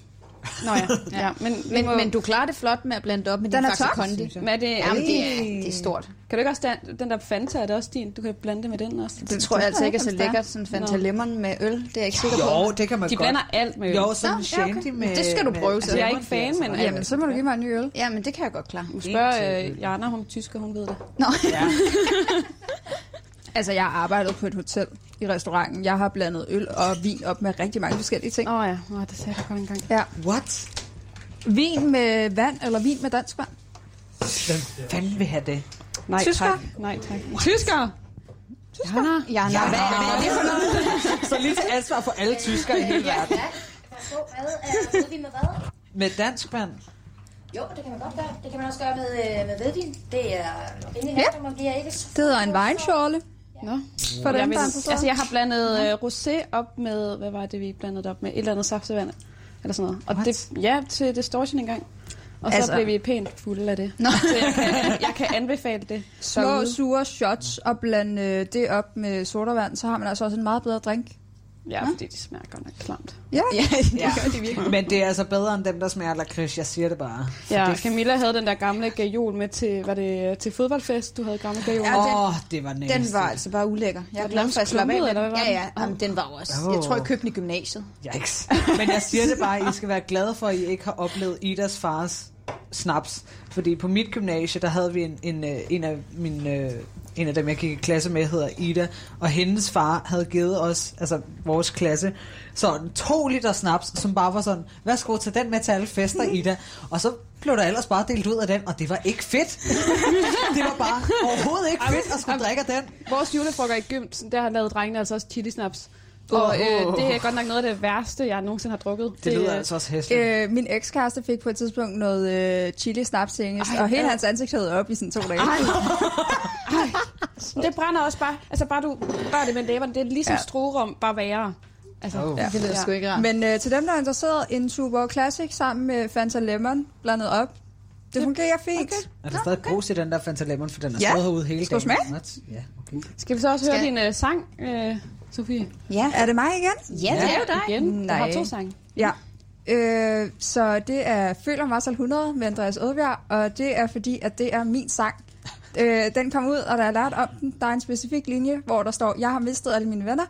Nå ja. *laughs* ja. Men, Men, men du klarer det flot med at blande det op med Den din er Faxe tom, Kondi. synes jeg. Hvad er det? Jamen, det er, det er stort. Kan du ikke også, den, den der Fanta, er det også din? Du kan blande det med den også. Det tror jeg altså ikke er så Om der er. lækkert, sådan Fanta Nå. Lemon med øl. Det er jeg ikke sikker på. Jo, det kan man De godt. blander alt med øl. Jo, sådan Nå, Nå, ja, okay. shandy med... Men det skal du prøve, med- så. Altså, jeg er ikke fan, men- sådan. Jamen, så må du give mig en ny øl. Ja, men det kan jeg godt klare. Du spørger øh, *laughs* Jana, hun er tysker, hun ved det. Nå, Ja. Altså, jeg har arbejdet på et hotel. i restauranten. Jeg har blandet øl og vin op med rigtig mange forskellige ting. Åh oh, ja, oh, det sagde jeg godt engang. Ja. What? Vin med vand, eller vin med dansk vand? Hvem fanden vil have det? Nej, Tysker? tak. Nej, tak. Tysker! Jana. Jana, ja. hvad, hvad er det for noget? *laughs* Så lige til ansvar for alle tyskere i hele verden. Ja, Værsgo, hvad? Øh, Vedvin med hvad? Med dansk vand. Jo, det kan man godt gøre. Det kan man også gøre med, øh, med vedvin. Det er rimelig nemt, og man bliver ikke så... Det hedder en weinschorle. Nå. For Jeg, dem, vil, der er interesseret. altså, jeg har blandet øh, rosé op med, hvad var det, vi blandede det op med? Et eller andet saftevand, eller sådan noget. Og What? det, ja, til distortion engang. Og altså. Altså- så blev vi pænt fulde af det. Nå. Så jeg kan, jeg kan anbefale det. Små, sure shots, og blande øh, det op med sodavand, så har man altså også en meget bedre drink. Ja, fordi det smager godt nok klamt. Ja, Ja, Ja. Men det er altså bedre end dem, der smager lakrids. Jeg siger det bare. Ja, Camilla havde den der gamle gajol med til, var det øh, til fodboldfest, du havde gamle gajol? Ja, Ja. Åh, den- oh, det var næste. Den var altså bare ulækker. Jeg er den glad for, at jeg slap af. skrumpet, med eller hvad den. var Ja, den? ja, jamen, den var jo også. Åh. Jeg tror, jeg købte den i gymnasiet. Yikes. *laughs* Men jeg siger det bare, at I skal være glade for, at I ikke har oplevet Idas fars snaps. Fordi på mit gymnasie, der havde vi en, en, øh, en, af, mine, øh, en af dem, jeg gik i klasse med, hedder Ida. Og hendes far havde givet os, altså vores klasse, sådan to liter snaps, som bare var sådan, værsgo, tag den med til alle fester, Ida. Og så blev der ellers bare delt ud af den, og det var ikke *laughs* fedt. det var bare overhovedet ikke fedt at skulle drikke af den. Vores julefrokker i gym, der har lavet drengene altså også chili snaps. Og øh, det er godt nok noget af det værste, jeg nogensinde har drukket. Det lyder øh, altså også hæsligt. Øh, min ekskæreste fik på et tidspunkt noget øh, chili snaps til engelsk, og hele hans ansigt havde op i sådan to dage. Ej, Det brænder også bare. Altså bare du rører det med læberne. Det er ligesom ja. strorum, bare værre. Altså, Oh. Det lyder sgu ikke rart. *laughs* Men øh, til dem, der er interesseret, en Super Classic sammen med Fanta Lemon blandet op. Det fungerer fint. Okay. Er der stadig grus i den der Fanta Lemon, for den har Ja. stået herude hele Skal du dagen? smage? What? Ja, okay. Skal vi så også høre Skal- din uh, sang, uh, Sofie? Ja, Er det mig igen? ja, det er jo dig. Igen. Du har Nej. to sange. Ja. Øh, så det er Føler Marcel 100 med Andreas Odbjerg, og det er fordi, at det er min sang. Øh, den kom ud, og der er lært om den. Der er en specifik linje, hvor der står, jeg har mistet alle mine venner.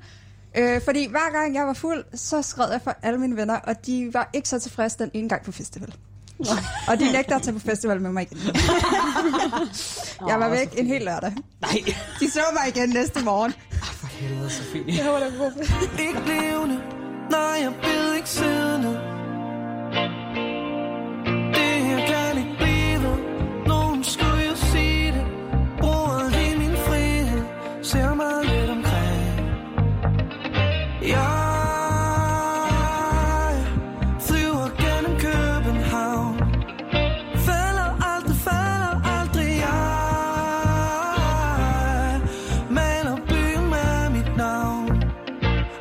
Øh, fordi hver gang jeg var fuld, så skred jeg for alle mine venner, og de var ikke så tilfredse den ene gang på festival. og de nægter at tage på festival med mig igen. jeg var væk en hel lørdag. Nej, De så mig igen næste morgen. for helvede, Sofie. ikke levende Nej, jeg ved ikke siddende Det her kan ikke blive Nogen skulle jo sige det Bruger lige min frihed Ser mig lidt omkring Jeg flyver gennem København Falder aldrig, falder aldrig Jeg maler byen med mit navn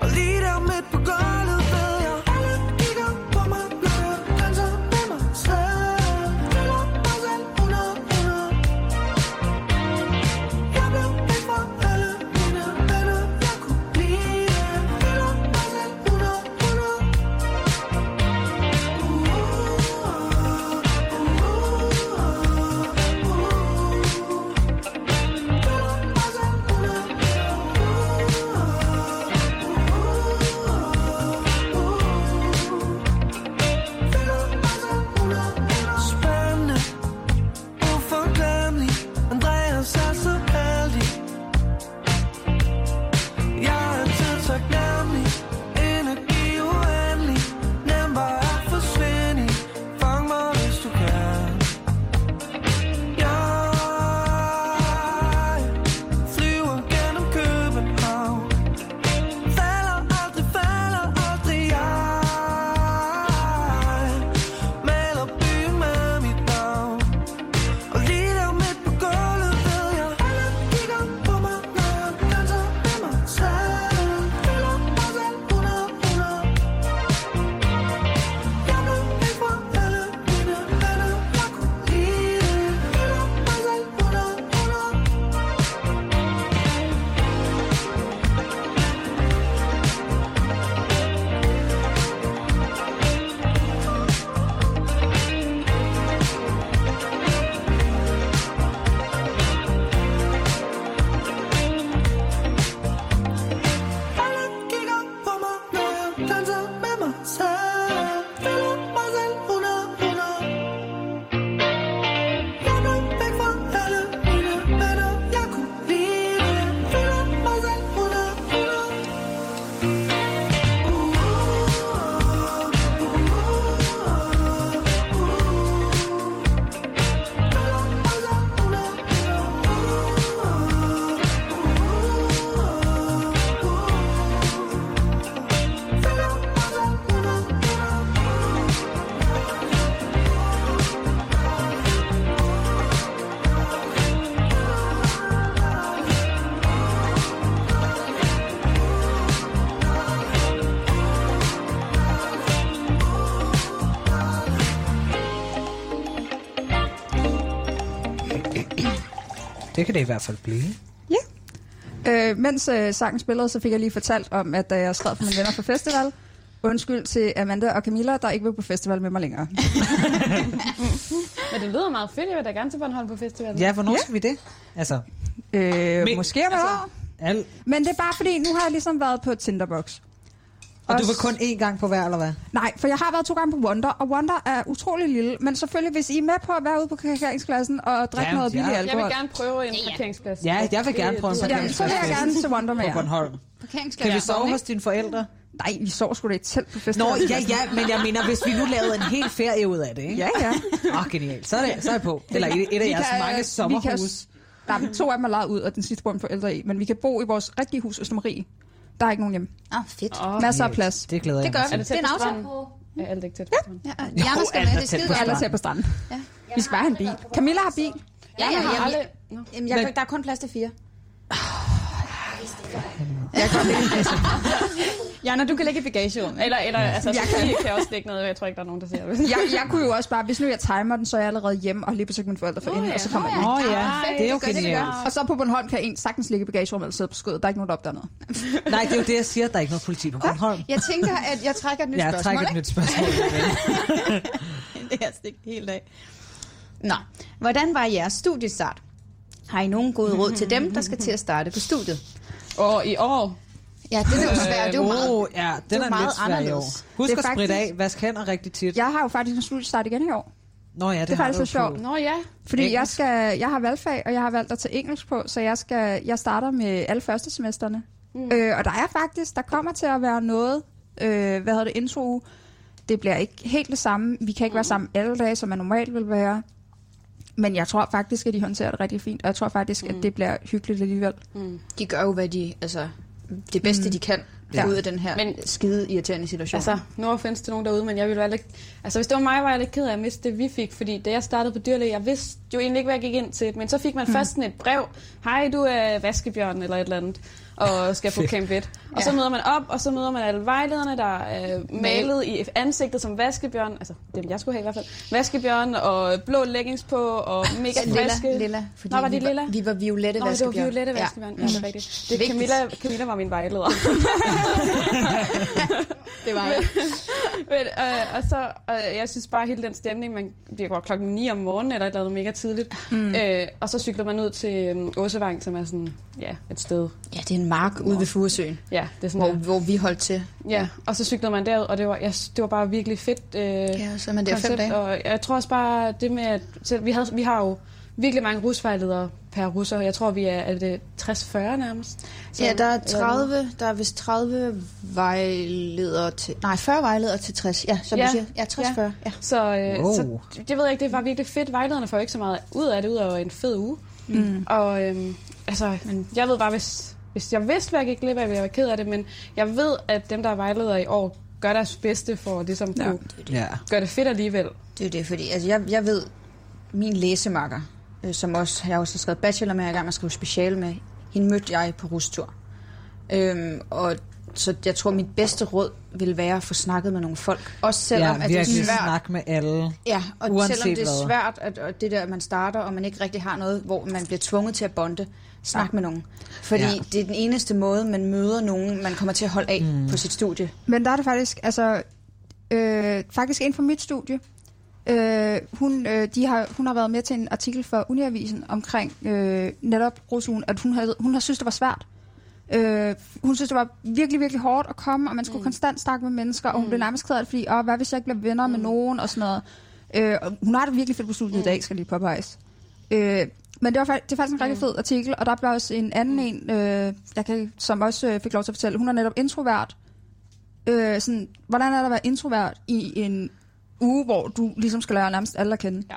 og lige der midt på gulvet ved jeg Alle kigger Det kan det i hvert fald blive. Øh, mens øh, sangen spillede, så fik jeg lige fortalt om, at da jeg skrev for mine venner på festival, undskyld til Amanda og Camilla, der ikke vil på festival med mig længere. Men det lyder meget fedt. Jeg vil da gerne til Bornholm på festivalen. Ja, hvornår ja. skal vi det? Altså, Øh, Men- måske om et altså- år. al... Men det er bare fordi, nu har jeg ligesom været på Tinderbox. Og Og du var s- kun én gang på hver, eller hvad? Nej, for jeg har været to gange på Wonder, og Wonder er utrolig lille. Men selvfølgelig, hvis I er med på at være ude på parkeringspladsen og drikke Ja, ja, noget ja. billig Jeg Jeg vil alkohol, gerne prøve en parkeringsplads. Ja, jeg vil gerne prøve en Jamen, så vil jeg gerne til Wonder med på jer. Bornholm. Kan vi sove hos dine forældre? Nej, vi sover sgu da i et telt på Nå, festivalen. ja, ja, men jeg mener, hvis vi nu lavede en hel ferie ud af det, ikke? Ja, ja. Åh, oh, genialt. Så er, det, så er jeg på. Eller et, et af Vi jeres kan- vi mange kan- sommerhus. Der er to af dem er lejet ud, og den sidste bor mine forældre i. Men vi kan bo i vores rigtige hus, Østermarie. Der er ikke nogen hjemme. Ah, fedt. Åh, Masser af plads. Det glæder Det jeg gør mig vi. til. Det er en aftale. Ja, alt er ikke tæt. Ja. Ja, Jana skal alt med. er Det er tæt skide på godt. Alle ser på stranden. Ja. Vi skal bare have en bil. Camilla har bil. Ja, ja, ja. Alle... Jamen, jeg, der er kun plads til fire. Jana, du kan lægge i bagagerummet. Eller, eller altså, jeg kan. kan også lægge noget. Jeg tror ikke, der er nogen, der ser det. Jeg, jeg *laughs* kunne jo også bare, hvis nu jeg timer den, så er jeg allerede hjemme og har lige besøgt mine forældre for inden, og så kommer jeg. Åh oh, ja, det er jo det gør genialt. Og så på Bornholm kan en sagtens ligge i bagagerummet eller sidde på skødet. Der er ikke nogen, der opdager noget. Nej, det er jo det, jeg siger. Der er ikke noget politi på Bornholm. Jeg tænker, at jeg trækker et nyt Jeg spørgsmål. trækker et nyt spørgsmål. ikke? Det er stik helt af. Nå, hvordan var jeres studiestart? Har I nogen gode råd til dem, der skal til at starte på studiet? Og i år... Øh, Ja, det er jo svært. Det er jo meget. Oh, ja, den er er, meget lidt svær i år. anderledes. Husk Det at er spritte faktisk- af. Vask hænder rigtig tit. Jeg har jo faktisk en studiestart igen i år. Nå ja, det, Det er har faktisk du lidt sjovt. på- Nå ja. Fordi jeg, Engelsk. skal, jeg har valgfag, og jeg har valgt at tage engelsk på, så jeg, skal, jeg starter med alle første semesterne. Mm. Øh, og der er faktisk, der kommer til at være noget, øh, hvad hedder det, intro Det bliver ikke helt det samme. Vi kan Mm. ikke være sammen alle dage, som man normalt vil være. Men jeg tror faktisk, at de håndterer det rigtig fint, og jeg tror faktisk, Mm. at det bliver hyggeligt alligevel. De gør jo, hvad de, altså, det bedste, mm. de kan ja. ud af den her Men- Men, skide irriterende situation. Altså, nu findes det nogen derude, men jeg ville være lidt... Altså, hvis det var mig, var jeg lidt ked af at miste det, vi fik, fordi da jeg startede på dyrlæge, jeg vidste jo egentlig ikke, hvad jeg gik ind til, men så fik man først sådan et brev, hej, du er vaskebjørn eller et eller andet, og skal på Camp 1. Og så møder man op, og så møder man alle vejlederne, der er øh, malet i ansigtet som vaskebjørn, altså dem jeg skulle have i hvert fald, vaskebjørn og blå leggings på, og mega friske. lilla, lilla. Fordi Nå, var de vi lilla? Var, vi var violette Nå, det var vaskebjørn. Violette Vaskebjørn. Ja, ja det er rigtigt. Det er Vigtigt. Camilla, Camilla var min *laughs* vejleder. Det var jeg. *laughs* Men, øh, og så, øh, jeg synes bare, hele den stemning, man bliver var klokken 9 om morgenen, eller et eller andet mega tidligt. Mm. Øh, og så cykler man ud til øh, Åsevang, som er sådan, ja, et sted. Ja, det er en mark ude ved Furesøen, Ja, det er sådan hvor, der. hvor vi holdt til. Ja, og så cyklede man derud, og det var, jeg, synes, det var bare virkelig fedt. Øh, ja, så er man der fem dage. Og jeg tror også bare, det med, at selv, vi, havde, vi har jo virkelig mange rusvejledere per russer. Jeg tror, vi er, er det 60-40 nærmest. Så, Ja, der er 30, der er vist 30 vejledere til, nej, 40 vejledere til 60. Ja, som ja. Ja. du siger. Ja, 60-40. Ja. ja. Så, øh, Wow. wow. så det ved jeg ikke, det var virkelig fedt. Vejlederne får jo ikke så meget ud af det, ud over en fed uge. Mm. Og øhm, altså, jeg ved bare, hvis, hvis jeg vidste, hvad jeg gik glip af, ville jeg være ked af det, men jeg ved, at dem, der er vejledere i år, gør deres bedste for at ligesom ja. kunne Ja. gøre det fedt alligevel. Det er jo det, fordi altså, jeg, jeg ved, min læsemakker, øh, som også, jeg har også skrevet bachelor med, jeg er i gang med at skrive speciale med, hende mødte jeg på rustur. Øhm, og så jeg tror, mit bedste råd vil være at få snakket med nogle folk. Også selvom ja, at det er virkelig svært. snak med alle. Ja, og Uanset Uanset selvom det hvad. er svært, at, at det der, at man starter, og man ikke rigtig har noget, hvor man bliver tvunget til at bonde, snak ja. med nogen. Fordi Ja. ja. det er den eneste måde, man møder nogen, man kommer til at holde af mm. på sit studie. Men der er det faktisk, altså, øh, faktisk en fra mit studie. Øh, hun, øh, de har, hun har været med til en artikel for Uniavisen omkring øh, netop Rosugen, at hun havde, hun har synes, det var svært. Øh, hun synes, det var virkelig, virkelig hårdt at komme, og man skulle mm. konstant snakke med mennesker, og hun blev nærmest ked af det, fordi, åh, hvad hvis jeg ikke bliver venner mm. med nogen, og sådan noget. Øh, og hun har det virkelig fedt på studiet mm. i dag, skal jeg lige påpeges. Øh, men det var, fak- det er faktisk en rigtig fed artikel, og der blev også en anden mm. en, øh, jeg kan, som også øh, fik lov til at fortælle, hun er netop introvert, øh, sådan, hvordan er det at være introvert i en uge, hvor du ligesom skal lære nærmest alle at kende? Ja.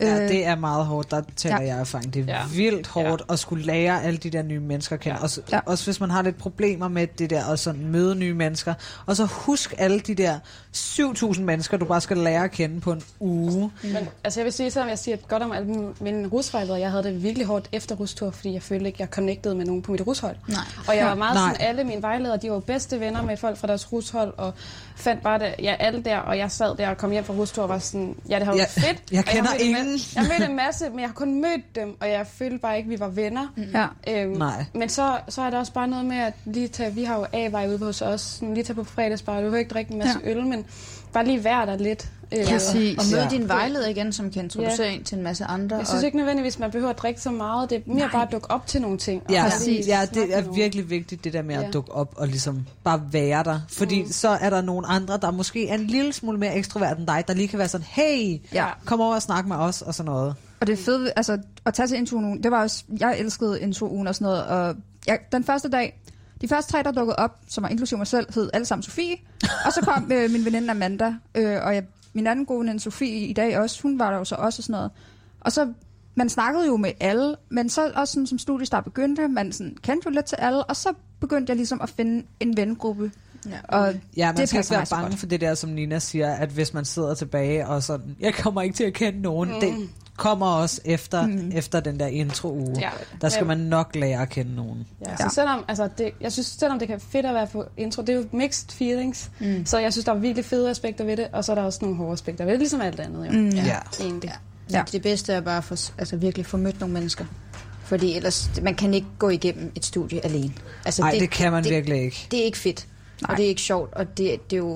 Ja, det er meget hårdt. Der taler Øh, ja. ja. jeg erfaring. Det er ja. Ja. vildt hårdt ja. at skulle lære alle de der nye mennesker at kende. Ja. Også, ja. Ja. også hvis man har lidt problemer med det der, og sådan møde nye mennesker. Og så husk alle de der 7.000 mennesker, du bare skal lære at kende på en uge. Men altså, jeg vil sige, selvom jeg siger godt om alle mine- mine rusvejledere, jeg havde det virkelig hårdt efter rustur, fordi jeg følte ikke, jeg connectede med nogen på mit rushold. Nej. Og jeg var meget Nej. sådan, alle mine vejledere, de var jo bedste venner med folk fra deres rushold, og fandt bare det, ja, alle der, og jeg sad der og kom hjem fra rustur og var sådan, ja, det har været Jeg, fedt. jeg og har kender mødt en ingen Jeg mødte en masse, men jeg har kun mødt dem, og jeg følte bare ikke, at vi var venner. Ja. Øhm, Nej. Men så, så er der også bare noget med at lige tage, vi har jo A-vej ude hos os, sådan lige tage på fredagsbar, du behøver ikke drikke en masse ja. øl, men bare lige være der lidt. Øh, Præcis. Og møde Ja. din vejleder igen, som kan introducere en til en masse andre. Jeg synes og- ikke nødvendigvis, man behøver at drikke så meget. Det er mere Nej. bare at dukke op til nogle ting. og Ja, bare præcis. lige ja, snakke det med er nogen. virkelig vigtigt, det der med Ja. at dukke op og ligesom bare være der. Fordi mm. så er der nogle andre, der måske er en lille smule mere ekstrovert end dig, der lige kan være sådan, hey, Ja. kom over og snak med os og sådan noget. Og det fede, ved- altså at tage til intro ugen, det var også, jeg elskede intro ugen og sådan noget, og jeg, den første dag, de første tre, der dukkede op, som var inklusive mig selv, hed alle sammen Sofie, og så kom øh, min veninde Amanda, øh, og jeg, min anden gode veninde Sofie i dag også, hun var der jo så også og sådan noget. Og så, man snakkede jo med alle, men så også sådan, som studiestart begyndte, man sådan, kendte jo lidt til alle, og så begyndte jeg ligesom at finde en vennegruppe. Ja. Og Ja, man Det det skal ikke passer være mig så bange godt. for det der, som Nina siger, at hvis man sidder tilbage og sådan, jeg kommer ikke til at kende nogen, mm. det kommer også efter, mm. efter den der intro-uge. Ja. Der skal Ja. man nok lære at kende nogen. Ja. Så selvom, altså det, jeg synes, selvom det kan være fedt at være på intro, det er jo mixed feelings. Mm. Så jeg synes, der er virkelig fede aspekter ved det, og så er der også nogle hårde aspekter ved det, ligesom alt andet jo. Mm. Ja. ja. Egentlig. Ja. Ja. Det bedste er bare at få, altså virkelig få mødt nogle mennesker. Fordi ellers, man kan ikke gå igennem et studie alene. Altså, Ej, det kan man virkelig ikke. Det er ikke fedt, Nej. og det er ikke sjovt, og det, det, er jo,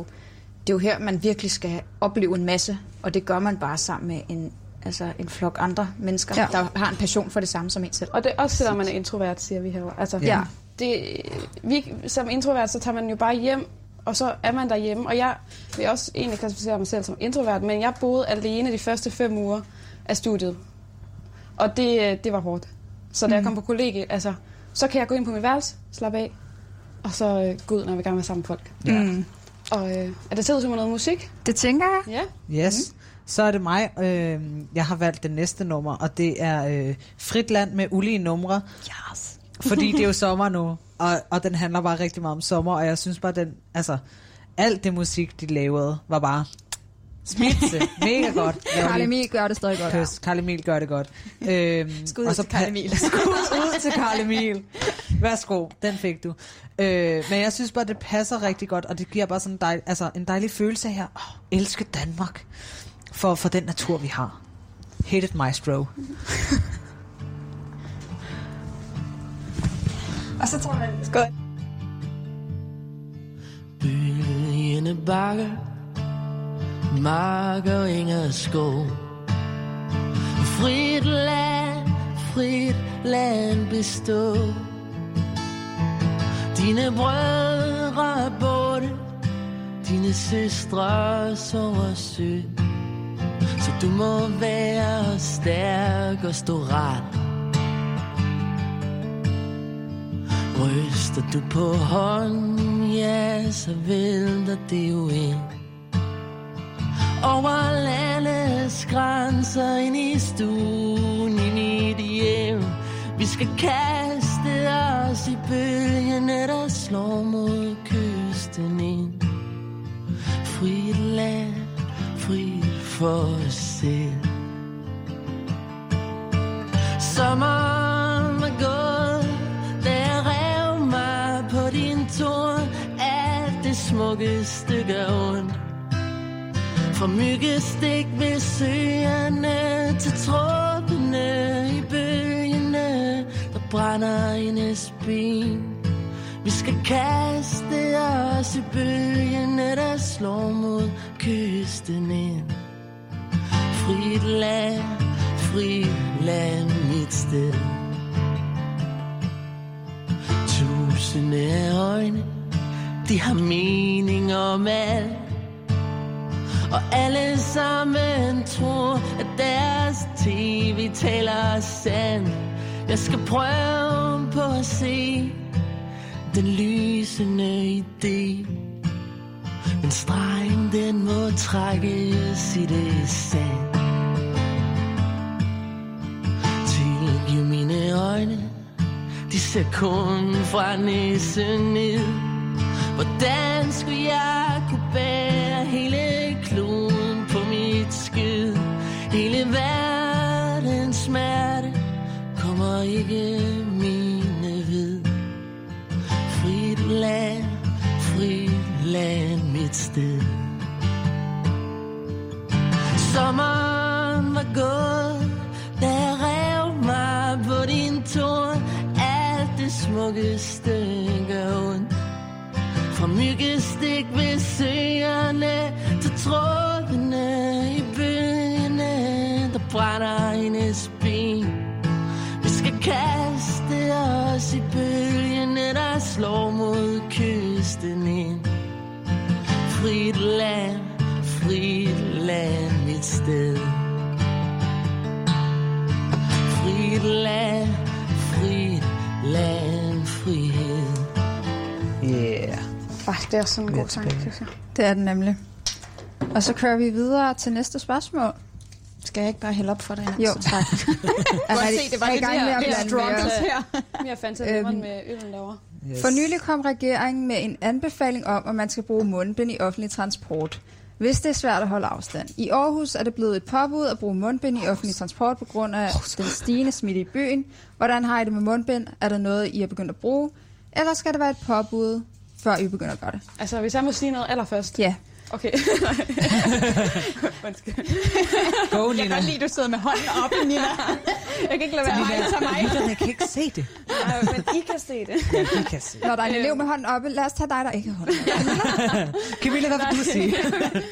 det er jo her, man virkelig skal opleve en masse, og det gør man bare sammen med en, altså en flok andre mennesker, ja. Ja. der har en passion for det samme som en selv. Og det er også selvom man er introvert, siger vi herovre. Altså, Ja. det, vi, som introvert, så tager man jo bare hjem, og så er man derhjemme. Og jeg vil også egentlig klassificere mig selv som introvert, men jeg boede alene de første fem uger af studiet. Og det, øh, det var hårdt. Så Mm. da jeg kom på kollegiet, altså, så kan jeg gå ind på mit værelse, slappe af, og så øh, gå ud, når vi gerne vil være sammen med folk. mm, Og øh, er der tid til noget musik? det tænker jeg. Ja. Yes. Mm. Så er det mig. Øh, jeg har valgt det næste nummer, og det er øh, Fritland med ulige numre. Yes. Fordi det er jo sommer nu, og, og den handler bare rigtig meget om sommer, og jeg synes bare, den, altså, alt det musik, de lavede, var bare smitse. Mega *laughs* godt. Karl Emil gør det stadig godt. Kys. Karl Emil gør det *laughs* godt. Øhm, Skud ud til Karl Emil. *laughs* Skud ud til Karl Emil. Værsgo, den fik du. Øh, men jeg synes bare, det passer rigtig godt, og det giver bare sådan en, dejl, altså, en dejlig følelse her. Oh, elske Danmark for, for den natur, vi har. Hate it, maestro. Og så tager man Byen i en bakke Mark og Inger skov Frit land, frit land bestå Dine brødre er borte Dine søstre sover sø Så du må være stærk og stå ret Ryster du på hånden, ja, så vælter det jo ind. Over landets grænser, ind i stuen, ind i dit hjem. Vi skal kaste os i bølgerne, der slår mod kysten ind. Frit land, frit for os selv. Sommeren er gået, da jeg rev mig på din torn Alt det smukke stykke af ondt Fra myggestik ved søerne til tråbene i bølgene Der brænder hendes ben Vi skal kaste os i bølgene, der slår mod kysten ind Frit land, frit land, mit sted Tusinde af øjne, de har mening om alt Og alle sammen tror, at deres tv taler sand Jeg skal prøve på at se den lysende idé men stregen den må trækkes i det sand Tilgiv mine øjne De ser kun fra næsen ned Hvordan skulle jeg kunne bære hele kloden på mit skid Hele verdens smerte kommer ikke mine ved Frit land, frit land, mit sted Sommeren var gået myggestikkegaven Fra myggestik ved søerne Til trådene i bølgerne Der brænder hendes ben Vi skal kaste os i bølgene Der slår mod kysten ind Frit land, frit land, mit sted frit land, frit land, frihed. Yeah. Fuck, det er sådan en god sang, synes jeg. Det er den nemlig. Og så kører vi videre til næste spørgsmål. Skal jeg ikke bare hælde op for dig? Jo, tak. *laughs* Altså, *laughs* Godt se, det var jeg er i det gang der- med at det der blande mere. struggles her. Mere fandt Øhm, med øllen derovre. Yes. For nylig kom regeringen med en anbefaling om, at man skal bruge mundbind i offentlig transport, hvis det er svært at holde afstand. I Aarhus er det blevet et påbud at bruge mundbind i offentlig transport på grund af den stigende smitte i byen. Hvordan har I det med mundbind? Er der noget, I er begyndt at bruge? Eller skal det være et påbud, før I begynder at gøre det? Altså, hvis jeg må sige noget allerførst. Ja. *laughs* Okay. Undskyld. *laughs* Go, Jeg kan godt lide, at du sidder med hånden oppe, Nina. Jeg kan ikke lade være med at tage mig. Lytterne kan ikke se det. Nej, men I kan se det. Øhm. Ja, de kan se Når der er en elev med hånden oppe, lad os tage dig, der ikke har hånden oppe. *laughs* Camilla, hvad vil du Nej. sige?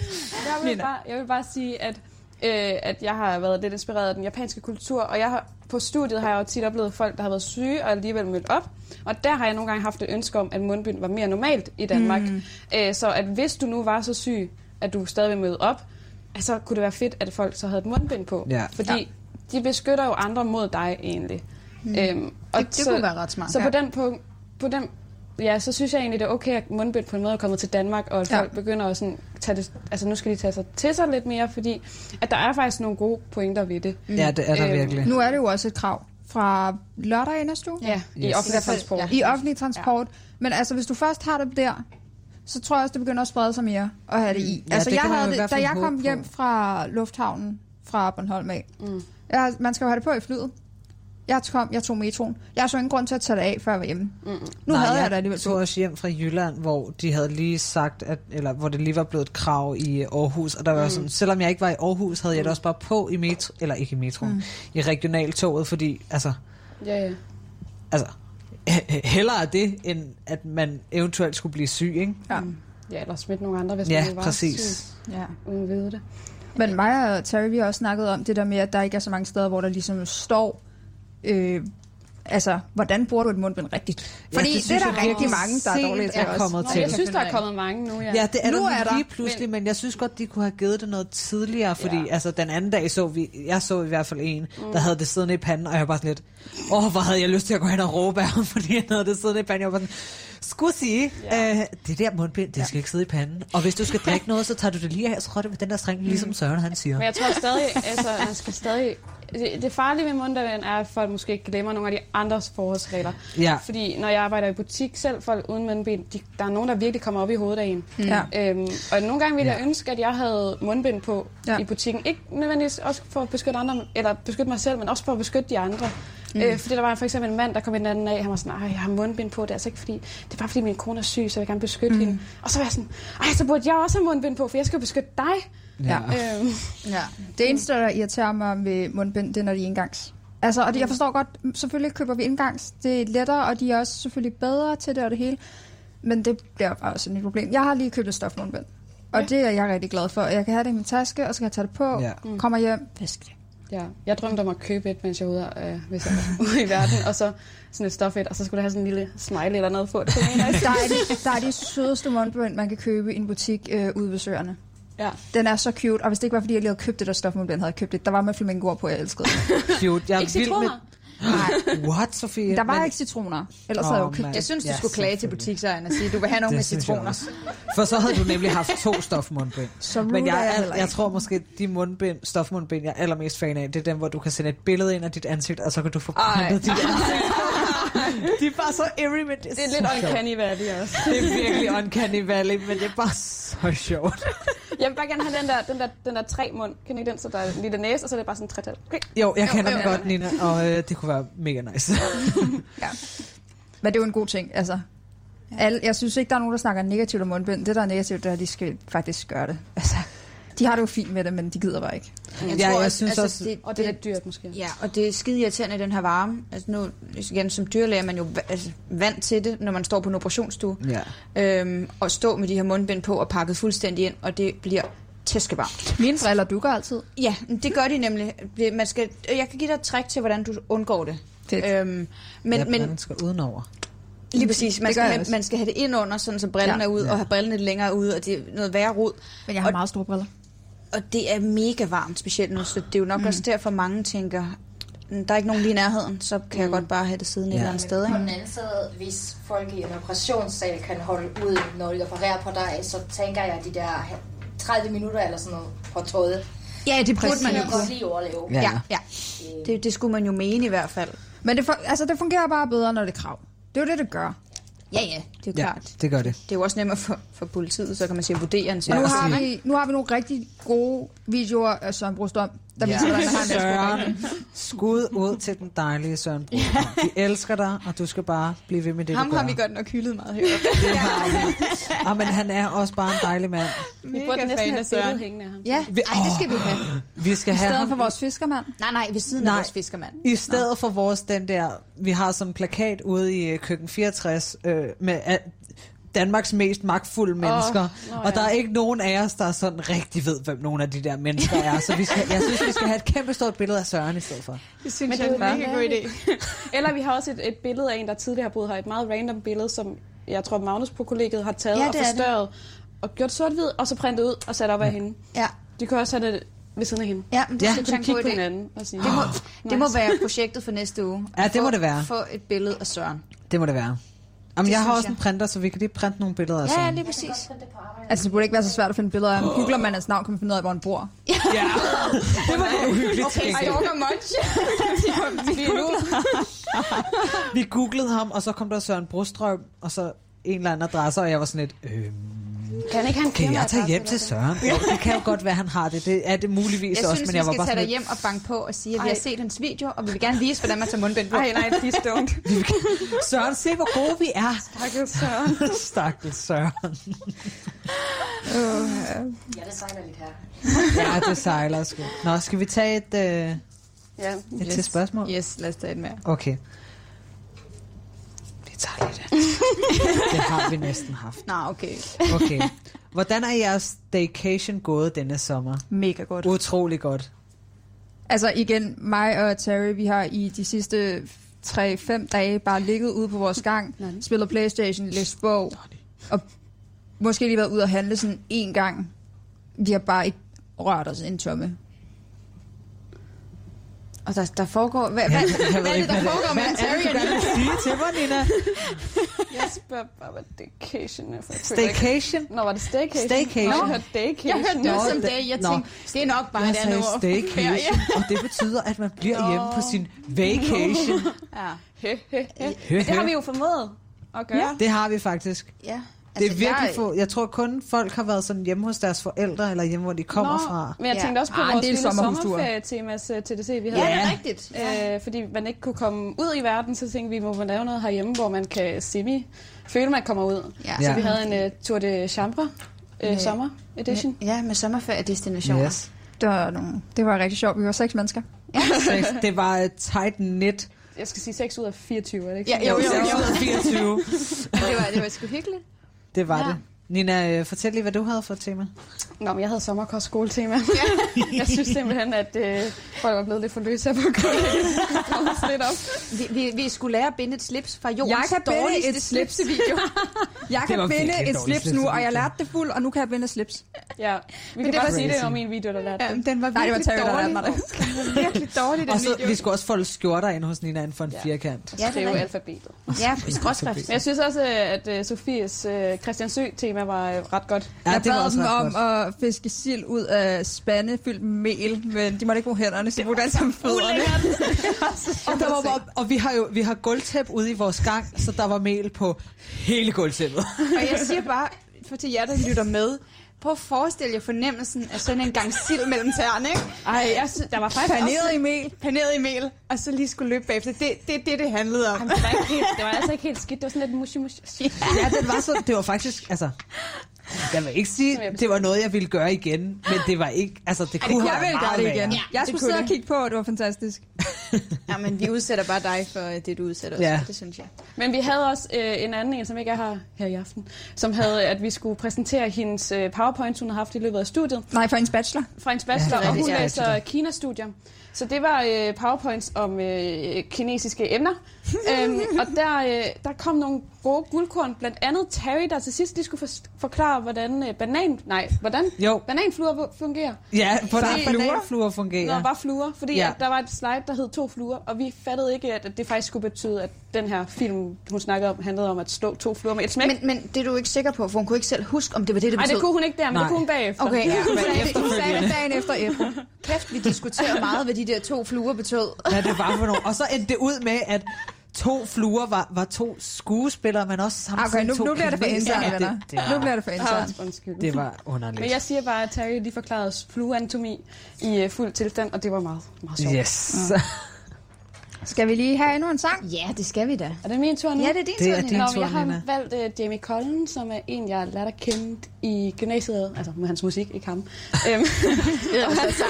*laughs* jeg, vil bare, jeg vil bare sige, at, øh, at jeg har været lidt inspireret af den japanske kultur, og jeg har, på studiet har jeg jo tit oplevet folk, der har været syge og alligevel mødt op. Og der har jeg nogle gange haft et ønske om, at mundbind var mere normalt i Danmark. Mm. Mm. Øh, så at hvis du nu var så syg, at du stadig mødte op, så kunne det være fedt, at folk så havde et mundbind på. Ja. Fordi de beskytter jo andre mod dig egentlig. Mm. Øhm, Det- det kunne være ret smart. Så på Ja. den, på, på den, ja, så synes jeg egentlig, det er okay, at mundbind på en måde er kommet til Danmark, og at Ja. ja. folk begynder at sådan, tage det, altså nu skal de tage sig til sig lidt mere, fordi at der er faktisk nogle gode pointer ved det. Mm. Øhm, Ja, det er Øhm, der virkelig. Nu er det jo også et krav fra lørdag i næste uge. Ja, i Yes. offentlig transport. I offentlig transport. Men altså, hvis du først har det der, så tror jeg også, det begynder at sprede sig mere at have det i. Mm. Ja, altså, det jeg kan man havde jo i hvert da fald jeg kom håbe hjem fra lufthavnen fra Bornholm af, mm. jeg, man skal jo have det på i flyet. Jeg, kom, jeg tog metroen. Jeg så ingen grund til at tage det af, før jeg var hjemme. Mm. Nu Nej, havde jeg, jeg det alligevel. tog også hjem fra Jylland, hvor de havde lige sagt, at, eller hvor det lige var blevet et krav i øh, Aarhus, og der var mm. Mm. sådan, selvom jeg ikke var i Aarhus, havde jeg Mm. det også bare på i metro, eller ikke i metroen, mm. i regionaltoget, fordi, altså, Ja, ja. altså, hellere det, end at man eventuelt skulle blive syg, ikke? Ja. Mm. ja eller smidt nogle andre, hvis Ja, man nu var præcis. syg, Ja. uden at vide det. Men mig og Terry, vi har også snakket om det der med, at der ikke er så mange steder, hvor der ligesom står, øh, altså, hvordan bruger du et mundbind rigtigt? Ja, Fordi det det, synes det er jeg der rigtig virkelig mange, der er sent dårlige til er også. kommet Nå, til. jeg synes, der er kommet mange nu, ja. Ja, det er Nu der er nu der. lige pludselig, men jeg synes godt, de kunne have givet det noget tidligere, fordi ja. Ja. altså, den anden dag så vi, jeg så i hvert fald en, mm. der havde det siddende i panden, og jeg var bare sådan lidt, åh, oh, hvor havde jeg lyst til at gå hen og råbe af ham, *laughs* fordi han havde det siddende i panden. Jeg var bare sådan, skulle sige, ja. øh, det der mundbind, det skal ikke sidde i panden, og hvis du skal drikke noget, så tager du det lige af, og så rører det ved den der streng, ligesom Søren han siger. Men jeg tror stadig, altså, man skal stadig... Det, det farlige ved mundbind er, at folk måske ikke glemmer nogle af de andres forholdsregler. Ja. Fordi når jeg arbejder i butik, selv folk uden mundbind, de, der er nogen, der virkelig kommer op i hovedet af en. Mm. Ja. Øhm, og nogle gange ville Ja. jeg ønske, at jeg havde mundbind på Ja. ja. i butikken. Ikke nødvendigvis også for at beskytte, andre, eller beskytte mig selv, men også for at beskytte de andre. Mm. Mm. Øh, fordi der var for eksempel en mand, der kom i den anden af, han var sådan, "Ej, jeg har mundbind på, det er altså ikke fordi, det er bare fordi min kone er syg, så jeg vil gerne beskytte mm. hende. Og så var jeg sådan, ej, så burde jeg også have mundbind på, for jeg skal jo beskytte dig. Ja. *laughs* Øhm, Ja. Det eneste, der irriterer mig ved mundbind, det er, når de er engangs. Altså, og det, Mm. jeg forstår godt, m- selvfølgelig køber vi engangs. Det er lettere, og de er også selvfølgelig bedre til det og det hele. Men det bliver bare også et problem. Jeg har lige købt et stofmundbind. Og det er jeg rigtig glad for. Jeg kan have det i min taske, og så kan jeg tage det på, Ja. ja. kommer hjem, vask det. Mm. Ja, jeg drømte om at købe et, mens jeg var ude, øh, hvis jeg var ude i verden, og så sådan et stof et, og så skulle det have sådan en lille smiley eller noget på. Det kunne jeg ikke. Der er, de, der er de sødeste mundbind, man kan købe i en butik øh, ude ved søerne. ja. Den er så cute, og hvis det ikke var, fordi jeg lige havde købt det der stofmundbind, havde jeg købt det. Der var med flamingoer på, jeg elskede det. Cute. Jeg Ikke er vild med... citroner. Nej, *laughs* What, Sofie? der var ikke citroner, ellers Åh, havde jeg jo købt mand. det. Jeg synes, du Ja, ja, skulle klage til selvfølgelig. butiksejeren og sige, du vil have nogle Det med synes jeg citroner. også. For så havde du nemlig haft to stofmundbind. Så Men ruder jeg, heller jeg, jeg ikke. tror måske, de mundbind, stofmundbind, jeg er allermest fan af, det er dem, hvor du kan sende et billede ind af dit ansigt, og så kan du få printet dit *laughs* ansigt. de er bare så eerie, men det er, Det er lidt så sjovt. uncanny valley også. Det er virkelig uncanny valley, men det er bare så sjovt. Jeg vil bare gerne have den der, den der, den der tre mund. Kan I ikke den, så der er en lille næse, og så er det bare sådan en tretal? Okay. Jo, jeg kender dem godt, Nina, og øh, det kunne være mega nice. Mm. Men det er jo en god ting, altså. Alle, jeg synes ikke, der er nogen, der snakker negativt om mundbind. Det, der er negativt, det er, at de skal faktisk gøre det. Altså, de har det jo fint med det, men de gider bare ikke. Jeg Ja, tror jeg også, synes altså, også- det, Og det er lidt dyrt måske. Ja, og det er skide irriterende i den her varme. Altså nu, igen, som dyrlæge er man jo va- altså, vant til det, når man står på en operationsstue. Ja. Øhm, og stå med de her mundbind på og pakket fuldstændig ind, og det bliver tæskevarmt. Mine briller dukker altid. Ja, men det gør de nemlig. Det- Man skal, jeg kan give dig et trick til, hvordan du undgår det. Øhm, men, ja, men man skal udenover. Lige præcis. Man Det gør skal, jeg have, også. man skal have det ind under, sådan så brillen Ja. er ud, Ja. og have brillen lidt længere ud, og det er noget værre rod. Men jeg har og, meget store briller. og det er mega varmt, specielt nu, så det er jo nok mm. også derfor, mange tænker, "Mm, der er ikke nogen lige i nærheden, så kan mm. jeg godt bare have det siden ja. et eller andet sted. På Ikke? den anden side, hvis folk i en operationssal kan holde ud, når de opererer på dig, så tænker jeg, at de der 30 minutter eller sådan noget på trådet, Ja, det burde det man kan jo jeg godt kunne. lige overleve. Ja, ja. ja. Det, det skulle man jo mene i hvert fald. Men det, fun- altså, det fungerer bare bedre, når det er krav. Det er jo det, det gør. Ja, ja, det er jo Ja, klart. det gør det. Det er jo også nemmere for, for politiet, så kan man sige, at vurdere en sag. Nu Ja. har, vi, nu har vi nogle rigtig gode videoer af Søren Brostrøm, der Ja. viser, hvordan han har en Søren, skud ud til den dejlige Søren Brostrøm. Vi elsker dig, og du skal bare blive ved med det, Ham du gør. har vi godt nok hyldet meget højt. Og, Ah, men han er også bare en dejlig mand. Ah, Vi burde næsten have billedet hængende af ham. Ja, Ej, det skal vi have. Vi skal I have stedet ham for vores fiskermand. Nej, nej, ved siden af Nej. vores fiskermand. I stedet for vores den der, vi har sådan en plakat ude i øh, køkken 64 øh, med at Danmarks mest magtfulde mennesker. nå Oh, og der ja. er ikke nogen af os, der sådan rigtig ved, hvem nogle af de der mennesker er. Så vi skal, jeg synes, vi skal have et kæmpe stort billede af Søren i stedet for. Det synes Men jeg er en mega god idé. Eller vi har også et, et billede af en, der tidligere har boet her. Et meget random billede, som jeg tror Magnus på kollegiet har taget Ja, og det er det. forstørret. Og gjort sort-hvid, og så printet ud og sat op af hende. Ja, De kan også have det ved siden af hende. ja men det Ja. ja. synes Så jeg kan de er en god kigge på idé. hinanden og sige, Det må, det må nice. være projektet for næste uge. Ja, det Få- må det være. Få et billede af Søren. Det må det være. Jamen, jeg har synes også en jeg. printer, så vi kan lige printe nogle billeder af Ja, Søren. lige præcis. Altså, det burde ikke være så svært at finde billeder af ham. Googler man hans navn, kan man finde ud af, hvor han *laughs* bor. Det var lidt uhyggeligt okay, Stalker Munch. *laughs* Vi googlede ham, og så kom der Søren Brostrøm, og så en eller anden adresse, og jeg var sådan lidt, øh, Kan ikke han kan jeg tage hjem til Søren? Jo, det kan jo godt være, han har det. Det er det muligvis Jeg også, synes, men vi jeg var skal bare tage sådan dig lidt, hjem og banke på og sige, at vi Ej. har set hans video, og vi vil gerne vise, hvordan man tager mundbind på. Nej, nej, please don't. *laughs* Søren, se hvor gode vi er. Stakkels Søren. *laughs* Stakkels Søren. Ja, det sejler lidt her. Ja, det sejler sgu. Nå, skal vi tage et, øh, Ja. et yes. til spørgsmål? Yes, lad os tage et mere. Okay. Vi tager lidt af. Det har vi næsten haft. Nå, okay. Okay. Hvordan er jeres staycation gået denne sommer? Mega godt. Utrolig godt. Altså igen, mig og Terry, vi har i de sidste 3-5 dage bare ligget ude på vores gang, Nonny. spillet Playstation, læst bog, og måske lige været ude og handle sådan en gang. Vi har bare ikke rørt os en tomme. Og der, der foregår... Hvad, hvad, jeg ved hvad er det, ikke, der hvad det- foregår mellem Terry og Nina? Sige til mig, Nina. *laughs* Jeg spørger bare, hvad vacation er for. Jeg føler ikke- Staycation? Nå, var det staycation? Staycation. Nå, jeg hørte daycation. Jeg hørte det Nå, også som det- dag. Jeg Nå. tænkte, det er nok bare Jeg et andet sagde ord. staycation, og det betyder, at man bliver hjemme på sin vacation. *laughs* Ja. He, he, he. He, Men det har he. vi jo formået at gøre. Ja. Det har vi faktisk. ja. Altså, det er virkelig få. Jeg tror kun folk har været sådan hjemme hos deres forældre, eller hjemme, hvor de kommer Nå. fra. Men jeg Ja. tænkte også på Ah, en vores del lille sommerhusture. sommerferietemas øh, TDC, vi Ja, havde. det er rigtigt. Øh, fordi man ikke kunne komme ud i verden, så tænkte vi, må man lave noget herhjemme, hvor man kan semi føle, man kommer ud. Ja. Så Ja. vi havde en uh, tour de chambre, Øh, uh, sommer edition. Med, ja, med sommerferiedestinationer. Yes. Det var, nogle, det var rigtig sjovt. Vi var seks mennesker. Seks. Det var et tight knit. Jeg skal sige 6 ud af 24, er det ikke? Ja, sådan? jo, jo, Seks jo. ud af *laughs* 24. Det var, det var sgu hyggeligt. Det var Ja. det. Nina, øh, fortæl lige, hvad du havde for et tema. Nå, men jeg havde sommerkostskoletema. *laughs* jeg synes simpelthen, at øh, folk var blevet lidt for løse her på *laughs* kollegiet. Jeg kom også lidt op. Vi, vi, vi skulle lære at binde et slips fra jordens Jeg kan binde dårligste et slips. slipsevideo. Jeg kan var binde virkelig et dårligt slips slips, nu, og det jeg var. lærte det fuld, og nu kan jeg binde et slips. Ja, vi kan det bare var- sige det om min video, der lærte det. den var Nej, det var Terry, der lærte mig det. virkelig dårlig, den Og så, video. vi skulle også folde skjorter ind hos Nina inden for en ja. firkant. Ja, Ja, det er det er jo rigtigt. *laughs* alfabetet. Ja, skråskrift. Men jeg synes også, øh, at øh, Sofies øh, Christian Sø tema var øh, ret godt. Ja, jeg det var bad også dem ret om godt. at fiske sild ud af spande fyldt med mel, men de måtte ikke bruge hænderne, så de brugte alle sammen fødderne. Og, der var, bare- og vi har jo vi har gulvtæp ude i vores gang, så der var mel på hele gulvtæppet. *laughs* Og jeg siger bare, for til jer, der lytter med, prøv at forestille jer fornemmelsen af sådan en gang sild mellem tæerne, ikke? Ej, jeg synes, der var faktisk Paneret i mel. Paneret i mel, og så lige skulle løbe bagefter. Det er det, det, det handlede om. Jamen, *laughs* det, var ikke helt, det var altså ikke helt skidt. Det var sådan lidt mushi mushi. Ja, den var så, det var faktisk, altså, Jeg vil ikke sige, det var noget, jeg ville gøre igen, men det var ikke, altså det Ej, kunne jeg have ville gøre været det meget igen. værre. jeg det skulle kunne sidde og det. kigge på, og det var fantastisk. *laughs* Ja, men vi udsætter bare dig for øh, det, du udsætter os Ja. for, det synes jeg. Men vi havde også øh, en anden en, som ikke er her, her i aften, som havde, at vi skulle præsentere hendes øh, powerpoint, hun har haft i løbet af studiet. Nej, for hendes bachelor. Fra hendes bachelor, Ja, det ja, er og hun rigtigt, ja. læser Kina-studier. Så det var øh, powerpoints om øh, kinesiske emner. øhm, og der, øh, der kom nogle gode guldkorn, blandt andet Terry, der til sidst lige skulle for- forklare, hvordan øh, banan... Nej, hvordan Jo. bananfluer fungerer. Ja, hvordan Fordi- fluer, fluer Når fungerer. der var fluer, fordi Ja. ja. at der var et slide, der hed to fluer, og vi fattede ikke, at at det faktisk skulle betyde, at den her film, hun snakkede om, handlede om at slå to fluer med et smæk. Men, men det er du ikke sikker på, for hun kunne ikke selv huske, om det var det, det Ej, betød. det kunne hun ikke der, men Nej. Nej. det kunne hun bagefter. Okay, ja. Hun sagde det- Hun sagde det dagen efter *laughs* æbler. Kæft, vi diskuterer meget, hvad de der to fluer betød. Hvad det var for nogle. Og så endte det ud med, at to fluer var, var to skuespillere, men også samtidig Okay, nu, to nu bliver det for kinesere. internt, Ja, venner. det, det, var, Nu bliver det for internt. Ah, undskyld. det var underligt. Men jeg siger bare, at Terry lige forklarede os flueanatomi i uh, fuld tilstand, og det var meget, meget sjovt. Yes. Skal vi lige have endnu en sang? Ja, det skal vi da. Er det min tur nu? Ja, det er din Det er tur, din Nina. Nå, tur, men jeg har Nina. valgt uh, Jamie Collin, som er en, jeg har lært at kende i gymnasiet. Altså med hans musik, *laughs* ikke ham. Øhm, og han, *laughs*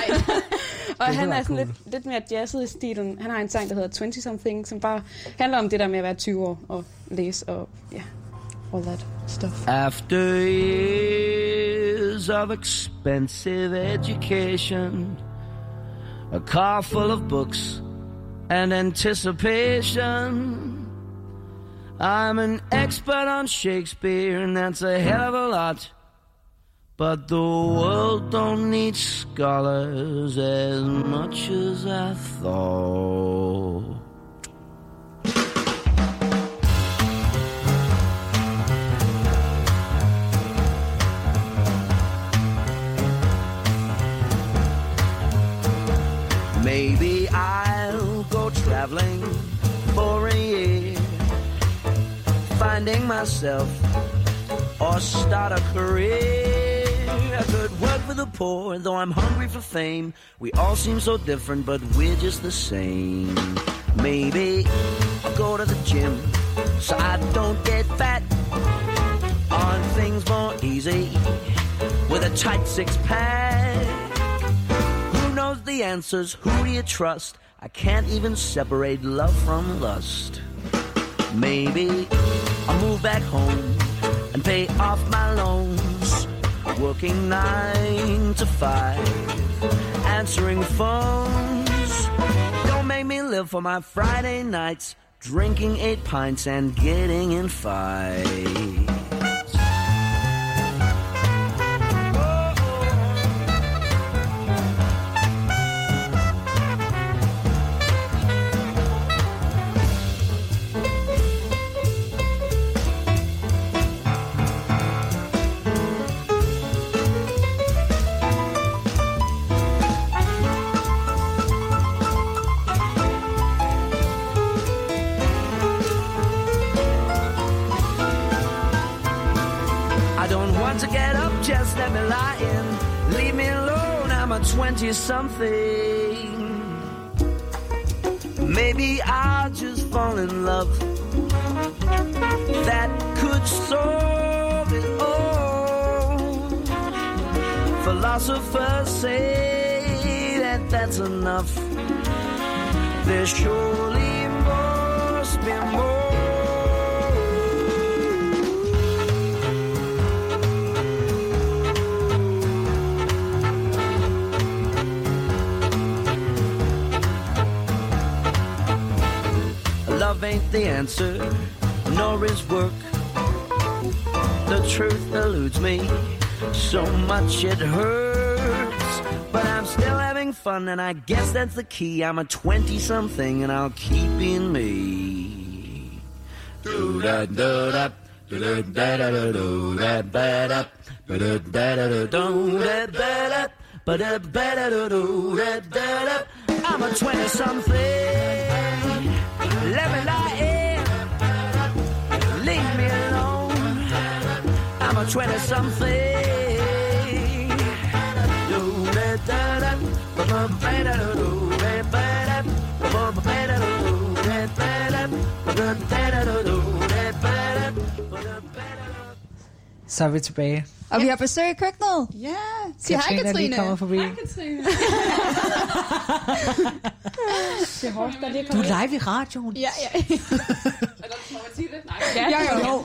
og Det han var er sådan cool. lidt, lidt mere jazzet i stilen. Han har en sang, der hedder 20 Something, som bare handler om det der med at være 20 år og læse og ja, all that stuff. After years of expensive education, a car full of books and anticipation, I'm an expert on Shakespeare, and that's a hell of a lot. But the world don't need scholars as much as I thought. Maybe I'll go traveling for a year, finding myself, or start a career. I could work for the poor, though I'm hungry for fame. We all seem so different, but we're just the same. Maybe I'll go to the gym so I don't get fat. On things more easy with a tight six pack. Who knows the answers? Who do you trust? I can't even separate love from lust. Maybe I'll move back home and pay off my loans. Working nine to five, answering phones. Don't make me live for my Friday nights, drinking eight pints and getting in fights. I don't want to get up, just let me lie in. Leave me alone, I'm a 20 something. Maybe I'll just fall in love. That could solve it all. Philosophers say that that's enough. There's surely must be more. Love ain't the answer, nor is work. The truth eludes me, so much it hurts. But I'm still having fun, and I guess that's the key. I'm a 20 something, and I'll keep being me. Do-da-da-da, do-da-da-da-do, da-ba-da, ba-da-da-da-do, da-ba-da, ba-da-ba-da-do, da-da-da. I'm a 20 something. Let me lie in. Leave me alone. I'm a 20 something. Så er vi tilbage. Og vi har besøg i køkkenet. Ja, sig hej, Katrine er lige Katrine. kommet forbi. Hej, *laughs* Katrine. det er hårdt, der lige Du er live i radioen. Ja, ja. Ja, Ja, jo.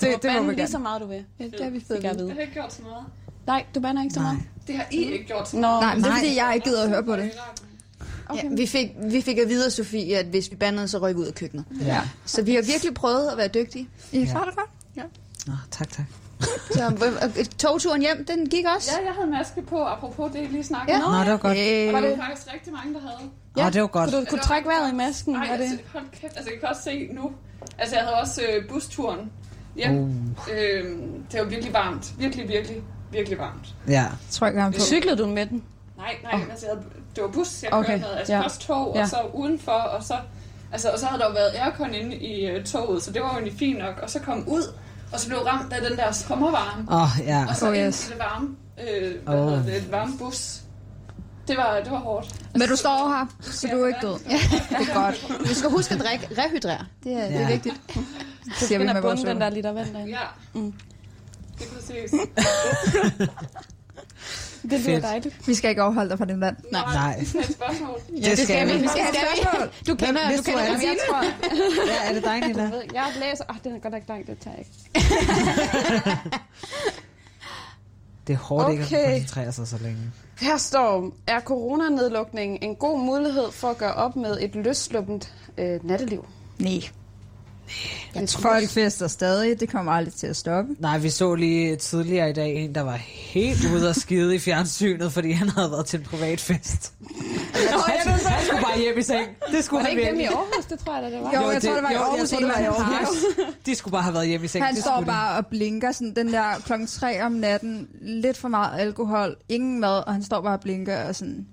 det, det må man lige gerne. så meget, du vil. Ja, det har vi fået Fik jeg at at vide. vide. ikke gjort så meget. Nej, du bander ikke så meget. Det har I ikke gjort så Nå, meget. Nej, men det er fordi, jeg ikke gider at høre på det. Okay. Ja, vi, fik, vi fik at vide af Sofie, at hvis vi bandede, så røg vi ud af køkkenet. Ja. Så vi har virkelig prøvet at være dygtige. I klarer det godt. Ja. Nå, tak, tak. *laughs* Så øh, øh, togturen hjem, den gik også. Ja, jeg havde maske på, apropos det, I lige snakkede Ja. om. Nå, det var godt. Og der var det Øh. faktisk rigtig mange, der havde. Altså, Ja. Åh, det var godt. Kunne du- kunne du trække vejret i masken? Nej, Var det- altså, hold kæft. Altså, jeg kan også se nu. Altså, jeg havde også øh, busturen hjem. Uh. Øhm, det var virkelig varmt. Virkelig, virkelig, virkelig varmt. Ja. Tror ikke, på. Cyklede du med den? Nej, nej, oh. altså, jeg havde, det var bus, jeg Okay, okay. kørte med. Altså, ja. ja. først tog, Ja. og så udenfor, og så... Altså, og så havde der jo været aircon inde i øh, toget, så det var jo egentlig fint nok. Og så kom ud, og så blev ramt af den der sommervarme. Åh, ja. Og så Oh, oh, yes. yes. det varme, øh, hvad Åh. oh. hedder det, varme bus. Det var, det var hårdt. Men du står her, så du er ikke død. Ja, det er godt. Vi skal huske at drikke, rehydrere. Det er, ja. det er Ja. vigtigt. Du siger vi finder med vores bunden den ører. der liter vand derinde. Ja. Mm. Det er præcis. Det lyder Fedt. dejligt. Vi skal ikke overholde dig fra din land. Nej. Nej. Sådan et spørgsmål. Ja, det skal vi. Vi skal have et spørgsmål. Du kender, Hvis du kender er- Christine. Jeg tror. *laughs* Ja, er det dig, Nina? Jeg ved, Jeg læser... Åh, den er godt nok lang, det tager jeg ikke. Det er hårdt okay. ikke at Okay. koncentrere sig så længe. Her står, er coronanedlukningen en god mulighed for at gøre op med et løsluppent øh, natteliv? Nej. Jeg tror, folk fester stadig. Det kommer aldrig til at stoppe. Nej, vi så lige tidligere i dag en, der var helt ude og skide i fjernsynet, fordi han havde været til en privat fest. Nå, Han skulle- han skulle bare hjem i seng. Det skulle Var det han ikke dem i virkelig. Aarhus, det tror jeg da, det var. jo, jeg tror, det var i Aarhus. *laughs* De skulle bare have været hjemme i seng. Han Det står skulle de. bare og blinker sådan den der klokken 3 om natten, lidt for meget alkohol, ingen mad, og han står bare og blinker og sådan,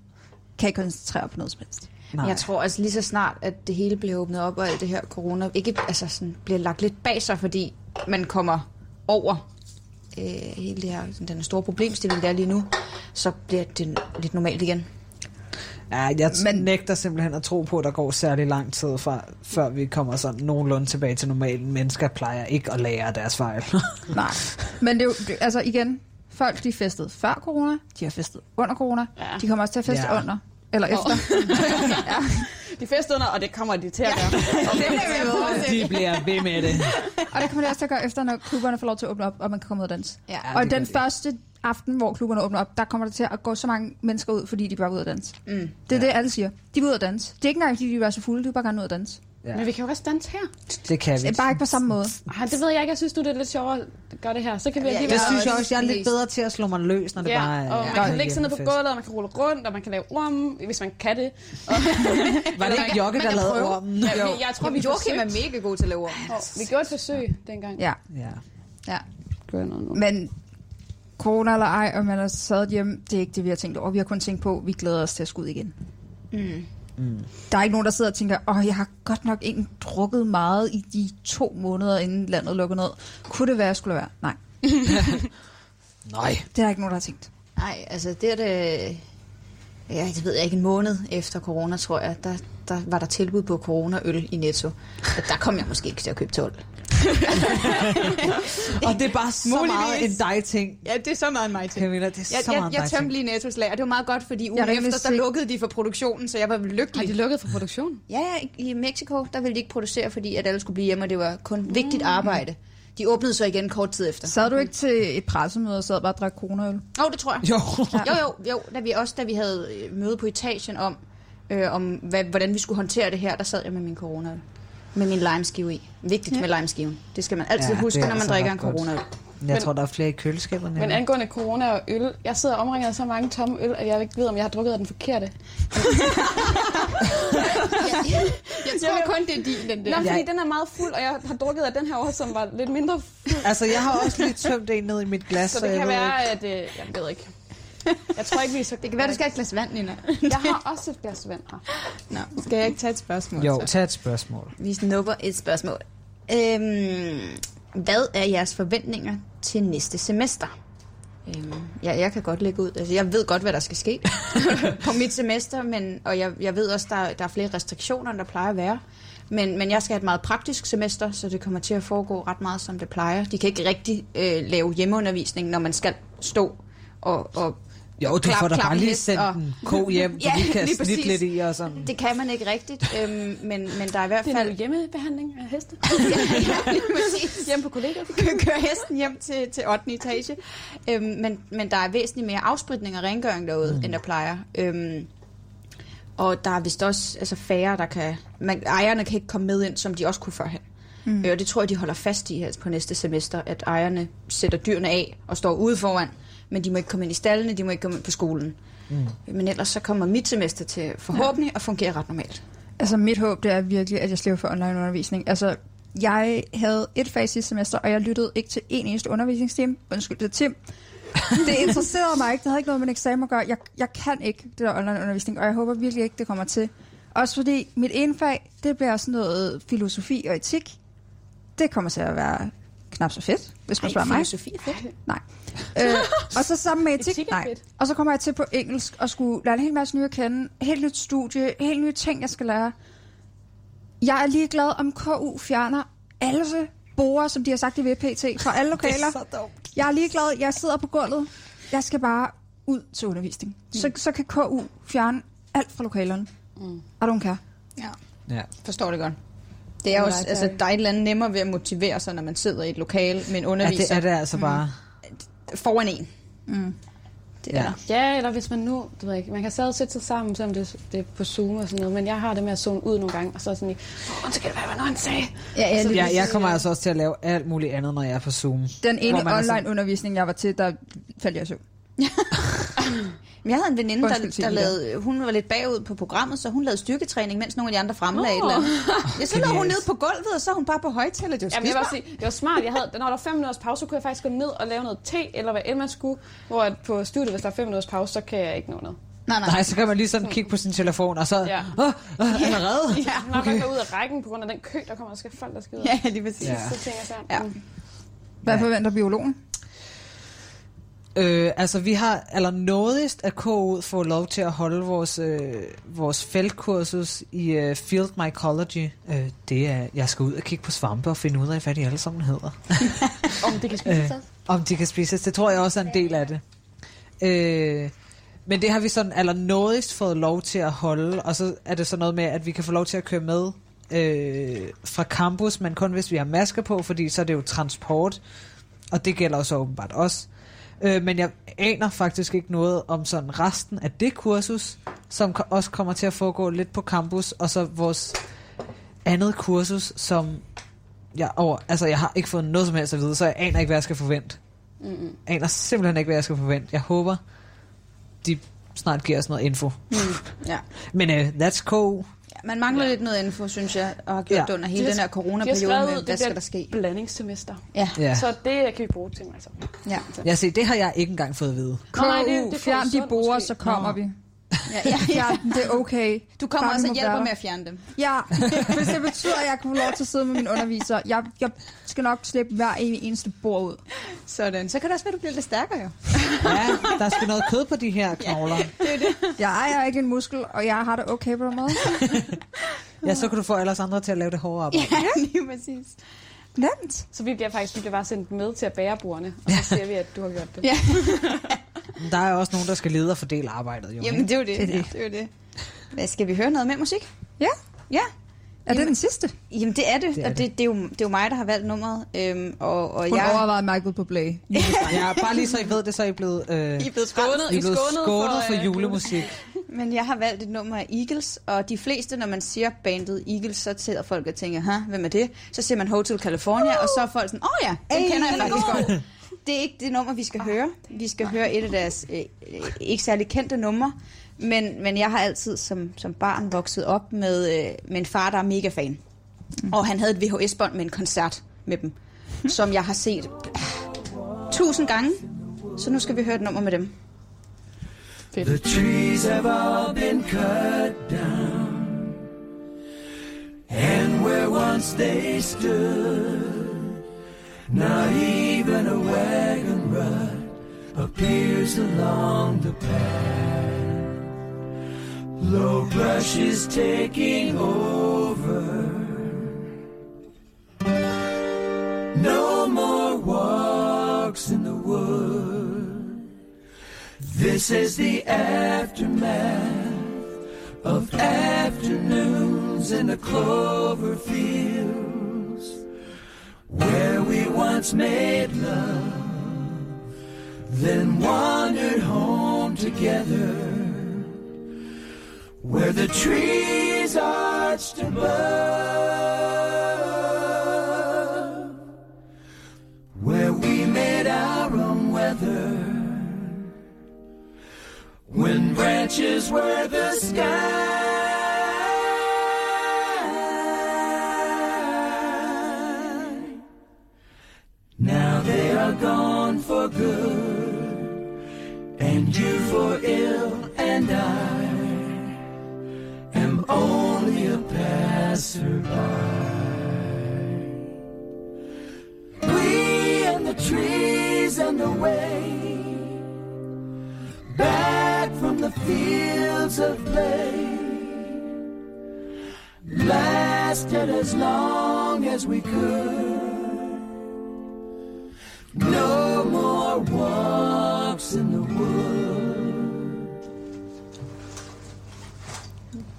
kan ikke koncentrere mig på noget som helst. Nej. Jeg tror altså lige så snart, at det hele bliver åbnet op, og alt det her corona ikke altså sådan, bliver lagt lidt bag sig, fordi man kommer over øh, hele det her, sådan, den store problemstilling, der er lige nu, så bliver det lidt normalt igen. Ja, jeg Men... nægter simpelthen at tro på, at der går særlig lang tid, fra, før vi kommer sådan nogenlunde tilbage til normalen. Mennesker plejer ikke at lære af deres fejl. *laughs* Nej. Men det er jo, det, altså igen, folk de festede før corona, de har festet under corona, ja. de kommer også til at feste Ja. ja. under, eller Nå. efter. De fester under, og det kommer de til at *laughs* gøre. det bliver vi ved. De bliver ved med det. Og det kommer det også til at gøre efter, når klubberne får lov til at åbne op, og man kan komme ud og danse. Ja, og det gør den de. første aften, hvor klubberne åbner op, der kommer der til at gå så mange mennesker ud, fordi de bare vil ud og danse. Mm. Det er ja. det, alle siger. De vil ud og danse. Det er ikke engang, fordi de vil være så fulde, de vil bare gerne ud og danse. Ja. Men vi kan jo også danse her. Det kan vi. Det er bare ikke på samme måde. Ej, det ved jeg ikke. Jeg synes nu, det er lidt sjovere at gøre det her. Så kan vi alligevel... Det synes jeg også, jeg er lidt bedre til at slå mig løs, når det Ja, bare er... og man kan ligge sig ned på gulvet, og man kan rulle rundt, og man kan lave orm, hvis man kan det. Og *laughs* Var det ikke Jokke, der lavede ormen? Ja, vi- jeg tror, vi Joachim er forsøgte. mega god til at lave orm. Vi gjorde et forsøg dengang. Ja. Ja. ja. noget Men corona eller ej, og man er sad hjemme, det er ikke det, vi har tænkt over. Vi har kun tænkt på, at vi glæder os til at skulle ud igen. Mm. Mm. Der er ikke nogen, der sidder og tænker, åh, jeg har godt nok ikke drukket meget i de to måneder, inden landet lukker ned. Kunne det være, jeg skulle lade være? Nej. Nej. Det er der ikke nogen, der har tænkt. Nej, altså det er det... Ja, det ved jeg ikke, en måned efter corona, tror jeg, der, der var der tilbud på coronaøl i Netto. Og der kom jeg måske ikke til at købe 12. Og det er bare så Muligvis. meget en dig-ting. Ja, det er så meget en mig ting. Camilla, det er Jeg, så jeg, meget en jeg dig-ting. tømte lige Nettos lager. Det var meget godt, fordi ugen Jeg er da efter, ikke så sikker- lukkede de for produktionen, så jeg var lykkelig. Har de lukket for produktionen? Ja, ja, i Mexico, der ville de ikke producere, fordi at alle skulle blive hjemme, og det var kun vigtigt arbejde. De åbnede så igen kort tid efter. Mm. Sad du ikke til et pressemøde og sad bare og drak coronaøl? Jo, det tror jeg. Jo. jo, jo, jo. Da vi også, da vi havde øh, møde på etagen om, øh, om hvad, hvordan vi skulle håndtere det her, der sad jeg med min corona. Med min limeskive i. Vigtigt ja. Ja. med limeskiven. Det skal man altid Ja, ja, det huske, er når man altså drikker en ret corona. godt. Jeg tror, der er flere i køleskaberne. Men angående corona og øl, jeg sidder omringet af så mange tomme øl, at jeg ikke ved, om jeg har drukket af den forkerte. *laughs* Jeg tror kun, det er din, den Nå, der. men fordi Jeg- den er meget fuld, og jeg har drukket af den her også, som var lidt mindre fuld. Altså, jeg har også lige tømt en ned i mit glas, Så det jeg kan ved være, ikke. at... Øh, jeg ved ikke. Jeg tror ikke, vi er så... Det kan være, du skal have et glas vand, Nina. Jeg har også et glas vand her. Nå. Skal jeg ikke tage et spørgsmål? Jo, tag et spørgsmål. Vi snupper et spørgsmål. Øhm, hvad er jeres forventninger til næste semester? Øhm, ja, jeg kan godt lægge ud. Altså, jeg ved godt, hvad der skal ske *laughs* på mit semester, men, og jeg, jeg ved også, der, der er flere restriktioner, end der plejer at være. Men, men jeg skal have et meget praktisk semester, så det kommer til at foregå ret meget, som det plejer. De kan ikke rigtig øh, lave hjemmeundervisning, når man skal stå og, og Jo, du klap- får da klappe bare lige hest sendt en ko *laughs* hjem, så vi kan lige snitte præcis. lidt i og sådan. Det kan man ikke rigtigt, øhm, men, men der er i hvert Det er fald... noget hjemmebehandling af *laughs* heste. Hjem på *laughs* kollegaer. Kører hesten hjem til, til 8. etage. Øhm, men, men der er væsentligt mere afspritning og rengøring derude, mm. end der plejer. Øhm, og der er vist også altså færre, der kan... Man, ejerne kan ikke komme med ind, som de også kunne førhen. Mm. Mm. Øh, og det tror jeg, de holder fast i her på næste semester, at ejerne sætter dyrene af og står ude foran, men de må ikke komme ind i stallene, de må ikke komme ind på skolen. Mm. Men ellers så kommer mit semester til forhåbentlig at fungere ret normalt. Altså mit håb, det er virkelig, at jeg slipper for online undervisning. Altså, jeg havde et fag sidste semester, og jeg lyttede ikke til en eneste undervisningsteam. Undskyld, det er Tim. Det interesserede mig ikke. Det havde ikke noget med en eksamen at gøre. Jeg, jeg kan ikke det der online undervisning, og jeg håber virkelig ikke, det kommer til. Også fordi mit ene fag, det bliver sådan noget filosofi og etik. Det kommer til at være knap så fedt, hvis man Ej, spørger mig. filosofi er fedt. Nej. Øh, og så sammen med etik, nej. Og så kommer jeg til på engelsk og skulle lære en hel masse nye at kende. Helt nyt studie, helt nye ting, jeg skal lære. Jeg er ligeglad, om KU fjerner alle borer, som de har sagt i VPT, fra alle lokaler. Det er så Jeg er ligeglad, jeg sidder på gulvet. Jeg skal bare ud til undervisning. Mm. Så, så kan KU fjerne alt fra lokalerne. Mm. Og du kan. Ja. Forstår det godt. Det er Nej, også, tak. altså, der er et eller andet nemmere ved at motivere sig, når man sidder i et lokale med en Ja, det underviser. Mm. er det altså bare. Foran en. Mm. Det Ja. Ja. ja, eller hvis man nu, det ved jeg ikke, man kan stadig sætte sig sammen, selvom det, det er på Zoom og sådan noget, men jeg har det med at zone ud nogle gange, og så er sådan lige, åh, så kan det være, hvornår han sagde. Ja, Og så- Ja, jeg kommer altså også til at lave alt muligt andet, når jeg er på Zoom. Den ene Hvor man er sådan- online-undervisning, jeg var til, der faldt jeg i søvn. Men jeg havde en veninde, der, Undskyld, der Signe. lavede, hun var lidt bagud på programmet, så hun lavede styrketræning, mens nogle af de andre fremlagde Nå. et eller andet. Ja, så lå hun Genialt. nede på gulvet, og så er hun bare på højtaler. Det var Jamen, jeg vil skidesmart. bare sige, det var smart. Jeg havde, når der var fem minutters pause, så kunne jeg faktisk gå ned og lave noget te, eller hvad end man skulle. Hvor at på studiet, hvis der er fem minutters pause, så kan jeg ikke nå noget. Nej, så kan man lige sådan kigge på sin telefon, og så... Ja. Åh, åh, allerede? Ja, når okay. man går ud af rækken på grund af den kø, der kommer, der skal folk, der skal ud. Ja, lige præcis. Ja. Så tænker jeg sådan, mm. ja. Hvad forventer biologen? Øh, altså, vi har allernådigst at KU få lov til at holde vores, øh, vores feltkursus i øh, Field Mycology. Øh, det er, jeg skal ud og kigge på svampe og finde ud af, hvad de alle sammen hedder. *laughs* om det kan spises. Øh. Om de kan spises. Det tror jeg også er en del af det. Øh, men det har vi sådan allernådigst fået lov til at holde, og så er det sådan noget med, at vi kan få lov til at køre med øh, fra campus, men kun hvis vi har masker på, fordi så er det jo transport, og det gælder jo så åbenbart også. Øh, men jeg aner faktisk ikke noget om sådan resten af det kursus, som ko- også kommer til at foregå lidt på campus, og så vores andet kursus, som jeg, over, altså jeg har ikke fået noget som helst at vide, så jeg aner ikke, hvad jeg skal forvente. Mm-mm. aner simpelthen ikke, hvad jeg skal forvente. Jeg håber, de snart giver os noget info. Mm. ja. Men uh, that's cool. Man mangler ja. lidt noget info, synes jeg, og har gjort Ja. ja. det under hele De har- den her de har coronaperiode skrevet med, ud, hvad det skal bliver der ske? Blandingssemester. Ja. Ja. Så det kan vi bruge til, altså. Ja. Jeg ser, det har jeg ikke engang fået at vide. Nå, nej, det- KU, det får fjern du de sundt borer, måske. så kommer Nå. vi. Ja, ja, *laughs* ja. det er okay. Du kommer Bare også den må og hjælper være med at fjerne dem. Ja, *laughs* hvis det betyder, at jeg kan få lov til at sidde med min underviser. Jeg, jeg skal nok slippe hver evig eneste bord ud. Sådan. Så kan det også være, du bliver lidt stærkere, jo. Ja, der er sgu noget kød på de her *laughs* knogler. *laughs* Jeg ejer ikke en muskel, og jeg har det okay på den måde. Ja, så kan du få alle os andre til at lave det hårdere arbejde. Ja, *laughs* lige præcis. Nemt. Så vi bliver faktisk vi bliver bare sendt med til at bære bordene, og så ser vi, at du har gjort det. *laughs* Ja. Men Der er også nogen, der skal lede og fordele arbejdet. Jo, Jamen, det er jo det. ikke? det, er jo det. Hvad, skal vi høre noget med musik? Ja. Ja. Er det den sidste? Jamen, det er det, Det det er er og det, det, er jo, det er jo mig, der har valgt nummeret. Øhm, og, og Hun jeg... *laughs* overvejede Michael på play. Ja, bare lige så I ved det, så er I blevet, øh, I I er blevet skånet, øh, I er blevet skånet for, julemusik. Men jeg har valgt et nummer af Eagles, og de fleste, når man siger bandet Eagles, så sidder folk og tænker, Hæ, hvem er det? Så ser man Hotel California, og så er folk sådan, åh oh, ja, den Ey, kender jeg den er faktisk god." Ah, godt. Det er ikke det nummer, vi skal høre. Vi skal høre et af deres øh, øh, ikke særlig kendte numre, men, men jeg har altid som, som barn vokset op med, øh, med en far, der er mega fan. Mm. Og han havde et VHS-bånd med en koncert med dem, Hmm? som jeg har set ah, tusind gange. Så nu skal vi høre et nummer med dem. The trees have all been cut down. And where once they stood, not even a wagon rut appears along the path. Low brush is taking over. No more walks in the wood. This is the aftermath of afternoons in the clover fields where we once made love, then wandered home together. Where the trees arched above, where we made our own weather, when branches were the sky. Now they are gone for good, and you for ill, and I am only a passerby. We and the trees and the way, back from the fields of play, lasted as long as we could. No more walks in the wood.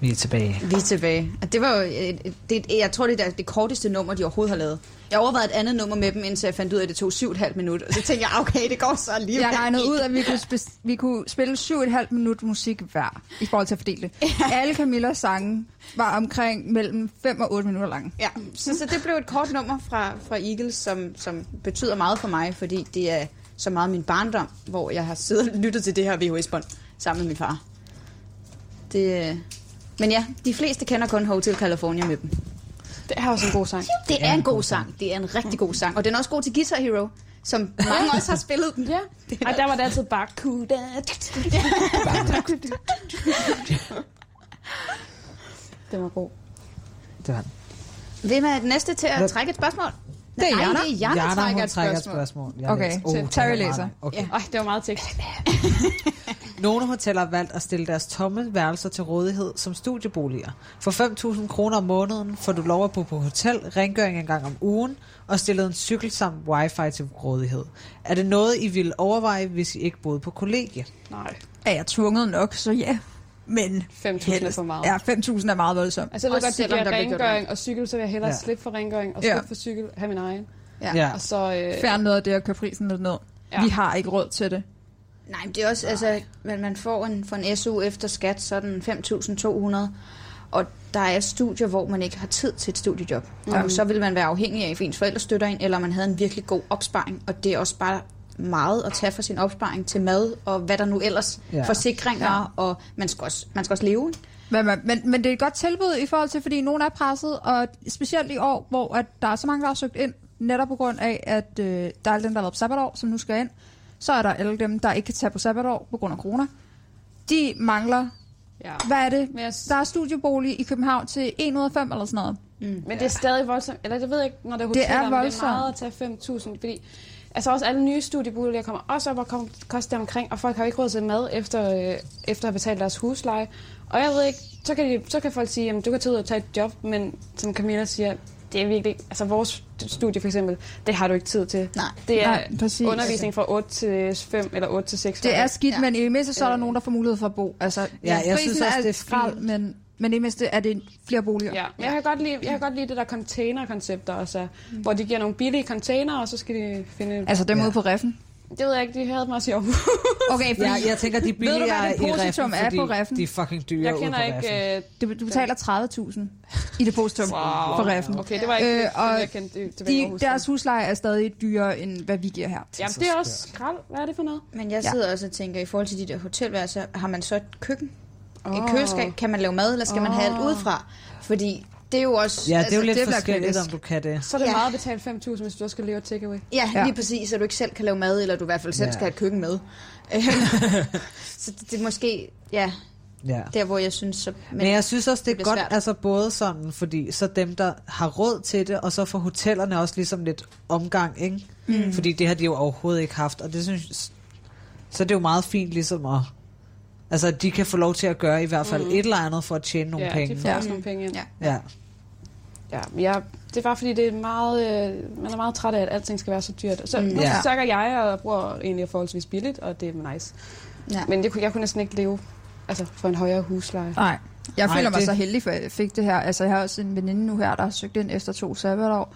Vi er tilbage. Vi er tilbage. Og det var jo, et, et, det, jeg tror, det er det korteste nummer, de overhovedet har lavet. Jeg overvejede et andet nummer med dem, indtil jeg fandt ud af, at det tog syv og et halvt minut. Og så tænkte jeg, okay, det går så lige. Jeg regnede ud, at vi kunne, spe- vi kunne spille 7,5 minut musik hver, i forhold til at fordele det. Alle Camillas sange var omkring mellem 5 og 8 minutter lange. Ja, så, så det blev et kort nummer fra, fra Eagles, som, som betyder meget for mig, fordi det er så meget min barndom, hvor jeg har siddet og lyttet til det her VHS-bånd sammen med min far. Det, øh, men ja, de fleste kender kun Hotel California med dem. Det er også en god sang. Det er en god sang. Det er en rigtig god sang. Og den er også god til Guitar Hero, som mange også har spillet den. Ja. Og der var det altid bare *laughs* kuda. Den var god. Det var den. Hvem er den næste til at trække et spørgsmål? Det er Nej, Jana. det er Jana, Jana, der trækker hun et trækker et spørgsmål. spørgsmål. Jeg Okay, læser. så det Terry var meget læser. langt. Okay. Øj, det var meget tekst. Altså, Nogle hoteller har valgt at stille deres tomme værelser til rådighed som studieboliger. For 5.000 kroner om måneden får du lov at bo på hotel, rengøring en gang om ugen og stillet en cykel samt wifi til rådighed. Er det noget, I ville overveje, hvis I ikke boede på kollegie? Nej. Er jeg tvunget nok, så ja. Men 5.000 er for meget. Ja, 5.000 er meget voldsomt. Altså, jeg ved godt, det giver rengøring og cykel, så vil jeg hellere Ja. ja. slippe for rengøring og Ja. slippe for cykel, have min egen. Ja. Ja. Og så, øh, Færre noget af det og køre prisen lidt ned. Ja. Vi har ikke råd til det. Nej, men det er også, altså, man, man får en, for en SU efter skat, så er den 5.200, og der er studier, hvor man ikke har tid til et studiejob. Ja. Mm. Og så vil man være afhængig af, at ens forældre støtter en, eller man havde en virkelig god opsparing, og det er også bare meget at tage for sin opsparing til mad, og hvad der nu ellers, Ja. ja. forsikringer, ja. og man skal også, man skal også leve. ikke? Men, men, men, men det er et godt tilbud i forhold til, fordi nogen er presset, og specielt i år, hvor at der er så mange, der har søgt ind, netop på grund af, at øh, der er alle dem, der har været på sabbatår, som nu skal ind. Så er der alle dem, der ikke kan tage på sabbatår på grund af corona. De mangler, ja. hvad er det? Der er studiebolig i København til 1 ud af 5 eller sådan noget. Mm. Men det er stadig voldsomt. Eller det ved jeg ikke, når det er Det er hoteller, men det voldsomt. er meget at tage 5.000, fordi altså også alle nye studieboliger kommer også op og kom, koster omkring, og folk har jo ikke råd til mad efter, øh, efter at have betalt deres husleje. Og jeg ved ikke, så kan, de, så kan folk sige, at du kan tage ud og tage et job, men som Camilla siger, det er virkelig ikke- altså vores studie for eksempel, det har du ikke tid til. Nej, det er Nej, præcis. undervisning fra 8 til 5 eller 8 til Øh, 6. Det er skidt, ja. men i det mindste så er der nogen, der får mulighed for at bo. Altså, ja, jeg synes også, det er fint. men, men i det mindste er det flere boliger. Ja, men jeg kan godt lide, jeg kan godt lide det der containerkoncept, der også er, mm. hvor de giver nogle billige container, og så skal de finde... Altså dem ja. ude på Reffen. Det ved jeg ikke, de havde dem også i Aarhus. *laughs* Okay, fordi- Ja, jeg tænker, de Ved du, hvad det billigere positum i er Reffen, på fordi Reffen? de er fucking dyre Jeg ude kender på ikke, øh, Reffen. Du, du betaler 30.000 i depositum wow. for Reffen. Øh, Okay, det var ikke det, og jeg kendte det- tilbage i de, Aarhus. deres husleje er stadig dyrere, end hvad vi giver her. Jamen, det er også skrald. Hvad er det for noget? Men jeg Ja. sidder også og tænker, i forhold til de der hotelværelser, har man så et køkken? Oh. Et Åh. køleskab? Kan man lave mad, eller skal oh. man have alt Åh. udefra? Fordi det er jo også... altså, Ja, det Altså, er jo lidt bliver forskelligt, kritisk. om du kan det. Så er det Ja. ja. meget at betale 5.000, hvis du også skal leve af takeaway. Ja, ja, lige præcis, så du ikke selv kan lave mad, eller du i hvert fald selv Ja. ja. skal have et køkken *laughs* med. Øh, så det, det er måske, ja, Ja. der hvor jeg synes... Så, Men, men jeg synes også, det er bliver godt, svært. altså både sådan, fordi så dem, der har råd til det, og så får hotellerne også ligesom lidt omgang, ikke? Mm. Mm. Fordi det har de jo overhovedet ikke haft, og det synes så det er jo meget fint ligesom at, altså at de kan få lov til at gøre i hvert fald mm. Mm. et eller andet for at tjene nogle ja, penge. de får ja. også nogle penge ind. Ja. Ja. Ja, men jeg, det er bare fordi, det er meget, øh, man er meget træt af, at alting skal være så dyrt. Så Mm. mm. nu Ja. ja. snakker jeg og bruger egentlig forholdsvis billigt, og det er nice. Ja. Ja. Men jeg, kunne- jeg kunne næsten ikke leve altså, for en højere husleje. Nej. Jeg Nej, føler mig det- så heldig, for jeg fik det her. Altså, jeg har også en veninde nu her, der har søgt ind efter to sabbatår.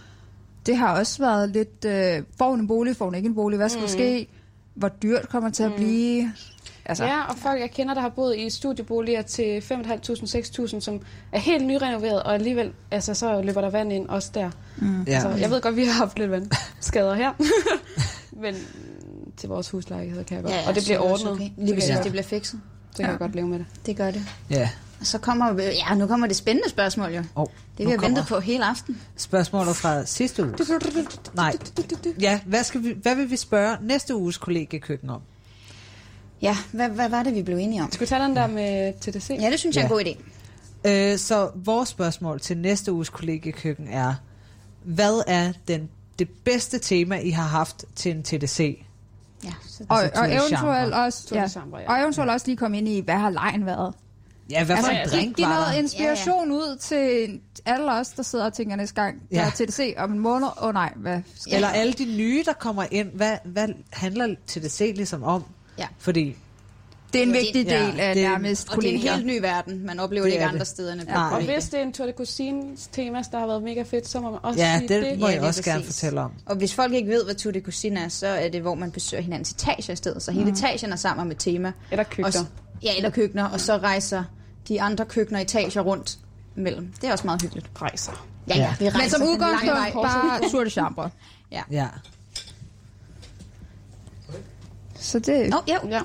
Det har også været lidt, øh, får hun en bolig, får hun ikke en bolig, hvad skal der Mm. ske? Hvor dyrt kommer det Mm. til at blive? Altså, Altså. Ja, og folk, jeg kender, der har boet i studieboliger til 5.500-6.000, som er helt nyrenoveret, og alligevel altså, så løber der vand ind også der. Mm. Ja. Ja. Så jeg ved godt, vi har haft lidt vandskader her, *laughs* men til vores huslejlighed kan jeg godt. Ja, Ja, ja, ja, og det så bliver er det også ordnet. okay. Okay. Lige præcis, det bliver fikset. Så kan Ja. jeg godt leve med det. Det gør det. Ja. Og så kommer, ja, nu kommer det spændende spørgsmål jo. Oh, Det vi har ventet på hele aften. Spørgsmålet fra sidste uge. Nej. Ja, hvad, skal vi, hvad vil vi spørge næste uges kollegekøkken om? Ja, hvad, hvad var det, vi blev enige om? Skal vi tage den der med TDC? Ja, det synes jeg er en god idé. Øh, så vores spørgsmål til næste uges kollegekøkken er, hvad er den, det bedste tema, I har haft til en TDC? Ja, så og, Altså, Tour og de eventuelt Chambre. også, Tour de ja, Chambre, ja. og eventuelt også lige komme ind i, hvad har lejen været? Altså, Ja, hvad for en giv- drink giv var noget der? inspiration ud til alle os, der sidder og tænker næste gang, der Ja. er TDC om en måned. Åh oh, nej, hvad skal Eller alle de nye, der kommer ind, hvad, hvad handler TDC ligesom om? Ja. Fordi Det er en Ja, vigtig det- del af det- nærmest Og det er en kolleger. helt ny verden. Man oplever det, Det ikke er det. andre steder end på Ja, og kollegiet. hvis det er en Tour de Cousines tema, der har *laughs* været mega fedt, så må man også Ja, sige det. det må jeg lige også gerne præcis. fortælle om. Og hvis folk ikke ved, hvad Tour de Cuisine er, så er det, hvor man besøger hinandens etager i stedet. Så hele Mm. etagen er sammen om et tema. Eller Og, s- køkkener. ja, eller køkkener. Og så rejser de andre køkkener og etager rundt mellem. Det er også meget hyggeligt. Rejser. Ja, ja. Ja. Vi Men rejser Men som den lange udgangspunkt vej. bare Tour de Chambre. Ja. Ja. Så det... Nå, jo. Ja.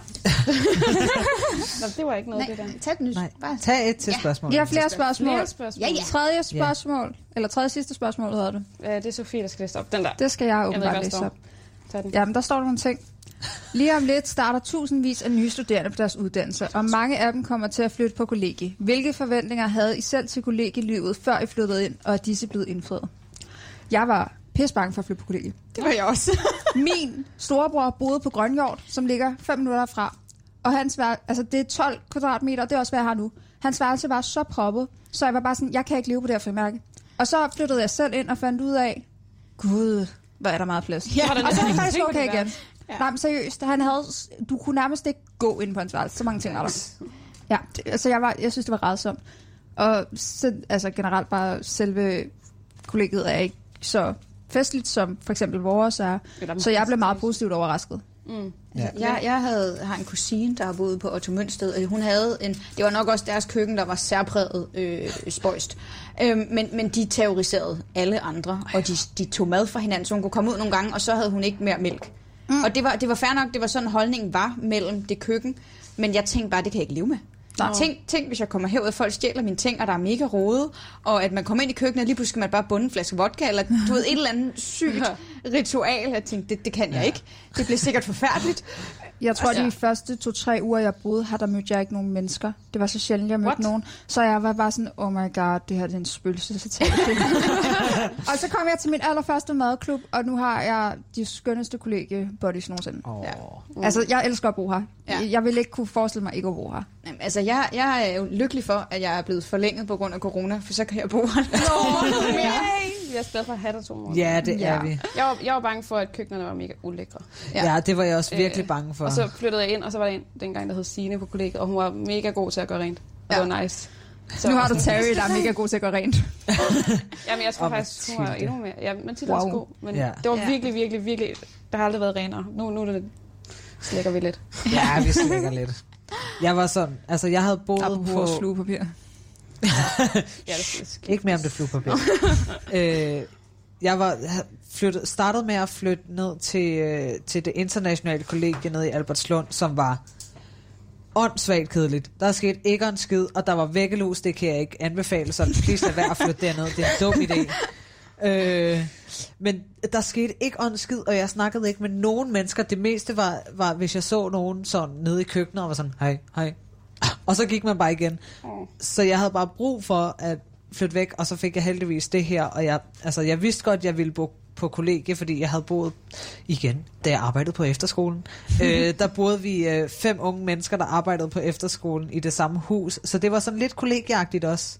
Nå, det var ikke noget, Nej, det der. Tag et nyt. Nej, tag et til spørgsmål. Vi har flere spørgsmål. Flere spørgsmål. Ja, ja. Tredje spørgsmål. Eller tredje sidste spørgsmål, hedder det. Ja, det er Sofie, der skal læse op. Den der. Det skal jeg ved ikke, åbenbart hvad der læse står. op. Tag den. Jamen, der står nogle ting. Lige om lidt starter tusindvis af nye studerende på deres uddannelse, og mange af dem kommer til at flytte på kollegie. Hvilke forventninger havde I selv til kollegielivet, før I flyttede ind, og er disse blevet indfriet? Jeg var pissebange for at flytte på kollegie. Det var jeg også. *laughs* Min storebror boede på Grønjord, som ligger 5 minutter fra. Og hans vær- altså det er 12 kvadratmeter, og det er også, hvad jeg har nu. Hans værelse var så proppet, så jeg var bare sådan, jeg kan ikke leve på det her frimærke. Og så flyttede jeg selv ind og fandt ud af, gud, hvor er der meget plads. Ja, hvordan og så er er det det faktisk ting på okay det igen. værelse? Ja. Nej, men seriøst, han havde, s- du kunne nærmest ikke gå ind på hans værelse, så mange ting var der. Ja, det, altså jeg, var, jeg synes, det var rædsomt. Og så, altså generelt bare selve kollegiet er ikke så festligt, som for eksempel vores er. Eller Så jeg blev meget positivt overrasket. Mm. Ja. Jeg, jeg havde, har en kusine, der har boet på Otto Mønsted, og hun havde en... Det var nok også deres køkken, der var særpræget øh, spøjst. Øhm, men, men de terroriserede alle andre, og de, de tog mad fra hinanden, så hun kunne komme ud nogle gange, og så havde hun ikke mere mælk. Mm. Og det var, det var fair nok, det var sådan holdningen var mellem det køkken, men jeg tænkte bare, det kan jeg ikke leve med. Nej. Tænk, tænk, hvis jeg kommer herud, og folk stjæler mine ting, og der er mega rode, og at man kommer ind i køkkenet, og lige pludselig skal man bare bunde en flaske vodka, eller du ved, et eller andet sygt ritual. Jeg tænkte, det, det kan jeg ikke. Det bliver sikkert forfærdeligt. Jeg tror, Altså- de første to-tre uger, jeg boede her, der mødte jeg ikke nogen mennesker. Det var så sjældent, jeg mødte What? nogen. Så jeg var bare sådan, oh my god, det her det er en spøgelse. Så tænkte jeg *laughs* det. og så kom jeg til min allerførste madklub, og nu har jeg de skønneste kollegie-buddies nogensinde. Oh. Ja. Altså, jeg elsker at bo her. Ja. Ja. Jeg vil ikke kunne forestille mig ikke at bo her. Jamen, altså, jeg, jeg er jo lykkelig for, at jeg er blevet forlænget på grund af corona, for så kan jeg *laughs* bo her. *laughs* Jeg er så glad for at have dig to måneder. Ja, det er vi. Jeg var, jeg var bange for, at køkkenerne var mega ulækre. Øh, Ja, det var jeg også virkelig bange for. Og så flyttede jeg ind, og så var der en dengang, der hed Signe på kollegiet, og hun var mega god til at gøre rent. Og ja. det var nice. Så nu har du Terry, der er mega god til at gøre rent. Jamen, jeg tror Og faktisk, hun var Mathilde. endnu mere... Ja, Mathilde wow. er også Wow. god, men Ja. ja. det var Ja. virkelig, virkelig, virkelig... Der har aldrig været renere. Nu, nu er det, slækker vi lidt. Ja, vi slækker lidt. Jeg var sådan, altså jeg havde boet på... slugepapir. Ja, det er skidt. Ikke mere om det flyvepapir. øh, jeg var ha- flyttet, startede med at flytte ned til, øh, til det internationale kollegie nede i Albertslund, som var åndssvagt kedeligt. Der skete ikke en skid, og der var væggelus, det kan jeg ikke anbefale, så please lad være at flytte derned, det er en dum idé. Øh, men der skete ikke en skid, og jeg snakkede ikke med nogen mennesker. Det meste var, var hvis jeg så nogen sådan nede i køkkenet og var sådan, hej, hej. Og så gik man bare igen. Så jeg havde bare brug for at flytte væk, og så fik jeg heldigvis det her. Og jeg, altså, jeg vidste godt, jeg ville bo på kollegie, fordi jeg havde *laughs* boet igen, da jeg arbejdede på efterskolen. øh, der boede vi øh, fem unge mennesker, der arbejdede på efterskolen i det samme hus. Så det var sådan lidt kollegieagtigt også.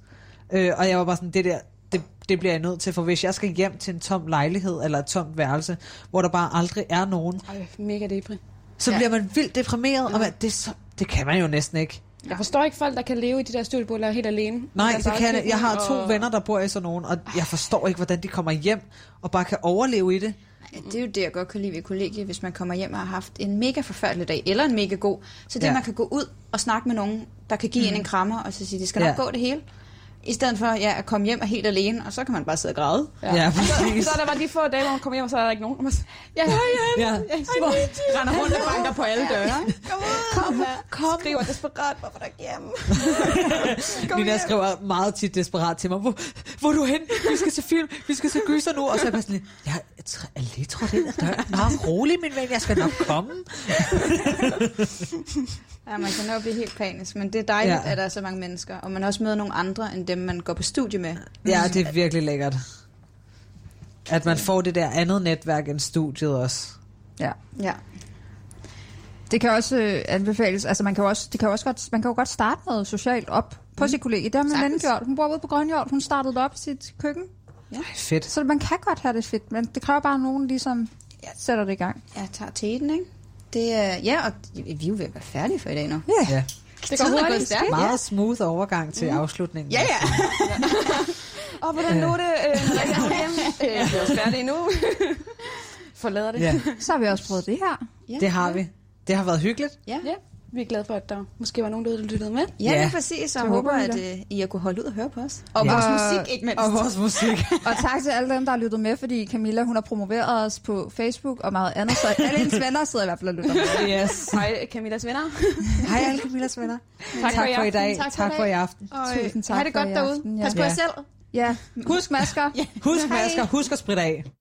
Øh, og jeg var bare sådan, det der, det det bliver jeg nødt til, for hvis jeg skal hjem til en tom lejlighed eller et tomt værelse, hvor der bare aldrig er nogen, Ej, mega depri. så Ja. ja. bliver man vildt deprimeret, og man, det, er så, det kan man jo næsten ikke. Jeg forstår ikke folk, der kan leve i de der studieboliger helt alene. Nej, Deres det kan jeg. eget Jeg har køkken, to og- venner, der bor i sådan nogen, og jeg forstår ikke, hvordan de kommer hjem og bare kan overleve i *laughs* det. Det er jo det, jeg godt kan lide ved kollegiet, hvis man kommer hjem og har haft en mega forfærdelig dag, eller en mega god. Så det, ja. Ja. man kan gå ud og snakke med nogen, der kan give mm. en en krammer, og så sige, det skal nok Ja. gå det hele. I stedet for ja, at komme hjem og helt alene, og så kan man bare sidde og græde. Ja, Ja, præcis. Så er der bare de få dage, hvor hun kommer hjem, og så er der ikke nogen. Og man s- Ja, ja, ja. Ja. ja. Så render rundt og banker på alle døre. *laughs* Kom ud, kom, kom. Skriver desperat, hvorfor der ikke hjemme? Nina skriver meget tit desperat til mig, hvor, hvor er du hen? Vi skal se film, vi skal se gyser nu. Og så er jeg bare sådan lidt, jeg er tr- er lidt trådt ind ad døren. Nå, rolig min ven, jeg skal nok komme. *laughs* Ja, man kan nå at blive helt panisk, men det er dejligt, ja. Ja. at der er så mange mennesker, og man også møder nogle andre, end dem, man går på studie med. Ja, det er virkelig lækkert. At man får det der andet netværk end studiet også. Ja. ja. Det kan også øh, anbefales, altså man kan jo også, det kan jo også godt, man kan jo godt starte noget socialt op på mm. sit kollega. Det har min veninde gjort. Hun bor ude på Grønhjort, hun startede det op i sit køkken. Ja. Ej, fedt. Så man kan godt have det fedt, men det kræver bare, at nogen ligesom sætter det i gang. Jeg tager teten, ikke? Det er, ja, og vi er jo ved at være færdige for i dag nu. Ja. ja. Det går hurtigt. stærkt. Meget smooth overgang til Mm. afslutningen. Ja, ja. *laughs* Og på den Øh. note, øh, ringer hun *laughs* hjem. Øh, vi er også færdige nu. *laughs* Forlader det. Ja. *laughs* Så har vi også prøvet det her. Ja. Det har vi. Det har været hyggeligt. Ja. ja. Vi er glade for, at der måske var nogen, der lyttede med. Ja, lige præcis, og Det håber, vi at da. øh, I har kunne holde ud og høre på os. Og Og Ja. vores vores musik, ikke mindst. og vores musik. Og tak til alle dem, der har lyttet med, fordi Camilla, hun har promoveret os på Facebook og meget andet, så alle hendes venner sidder i hvert fald og lytter med. Yes. Hej, Camillas venner. Hej alle Camillas venner. Tak for i for i aften. dag. Tak for Tak i for i dag. aften. Og, øh, Tusind tak. ha' det for godt i derude. aften, Pas på jer selv. Ja, husk masker. Husk masker. Husk at spritte af.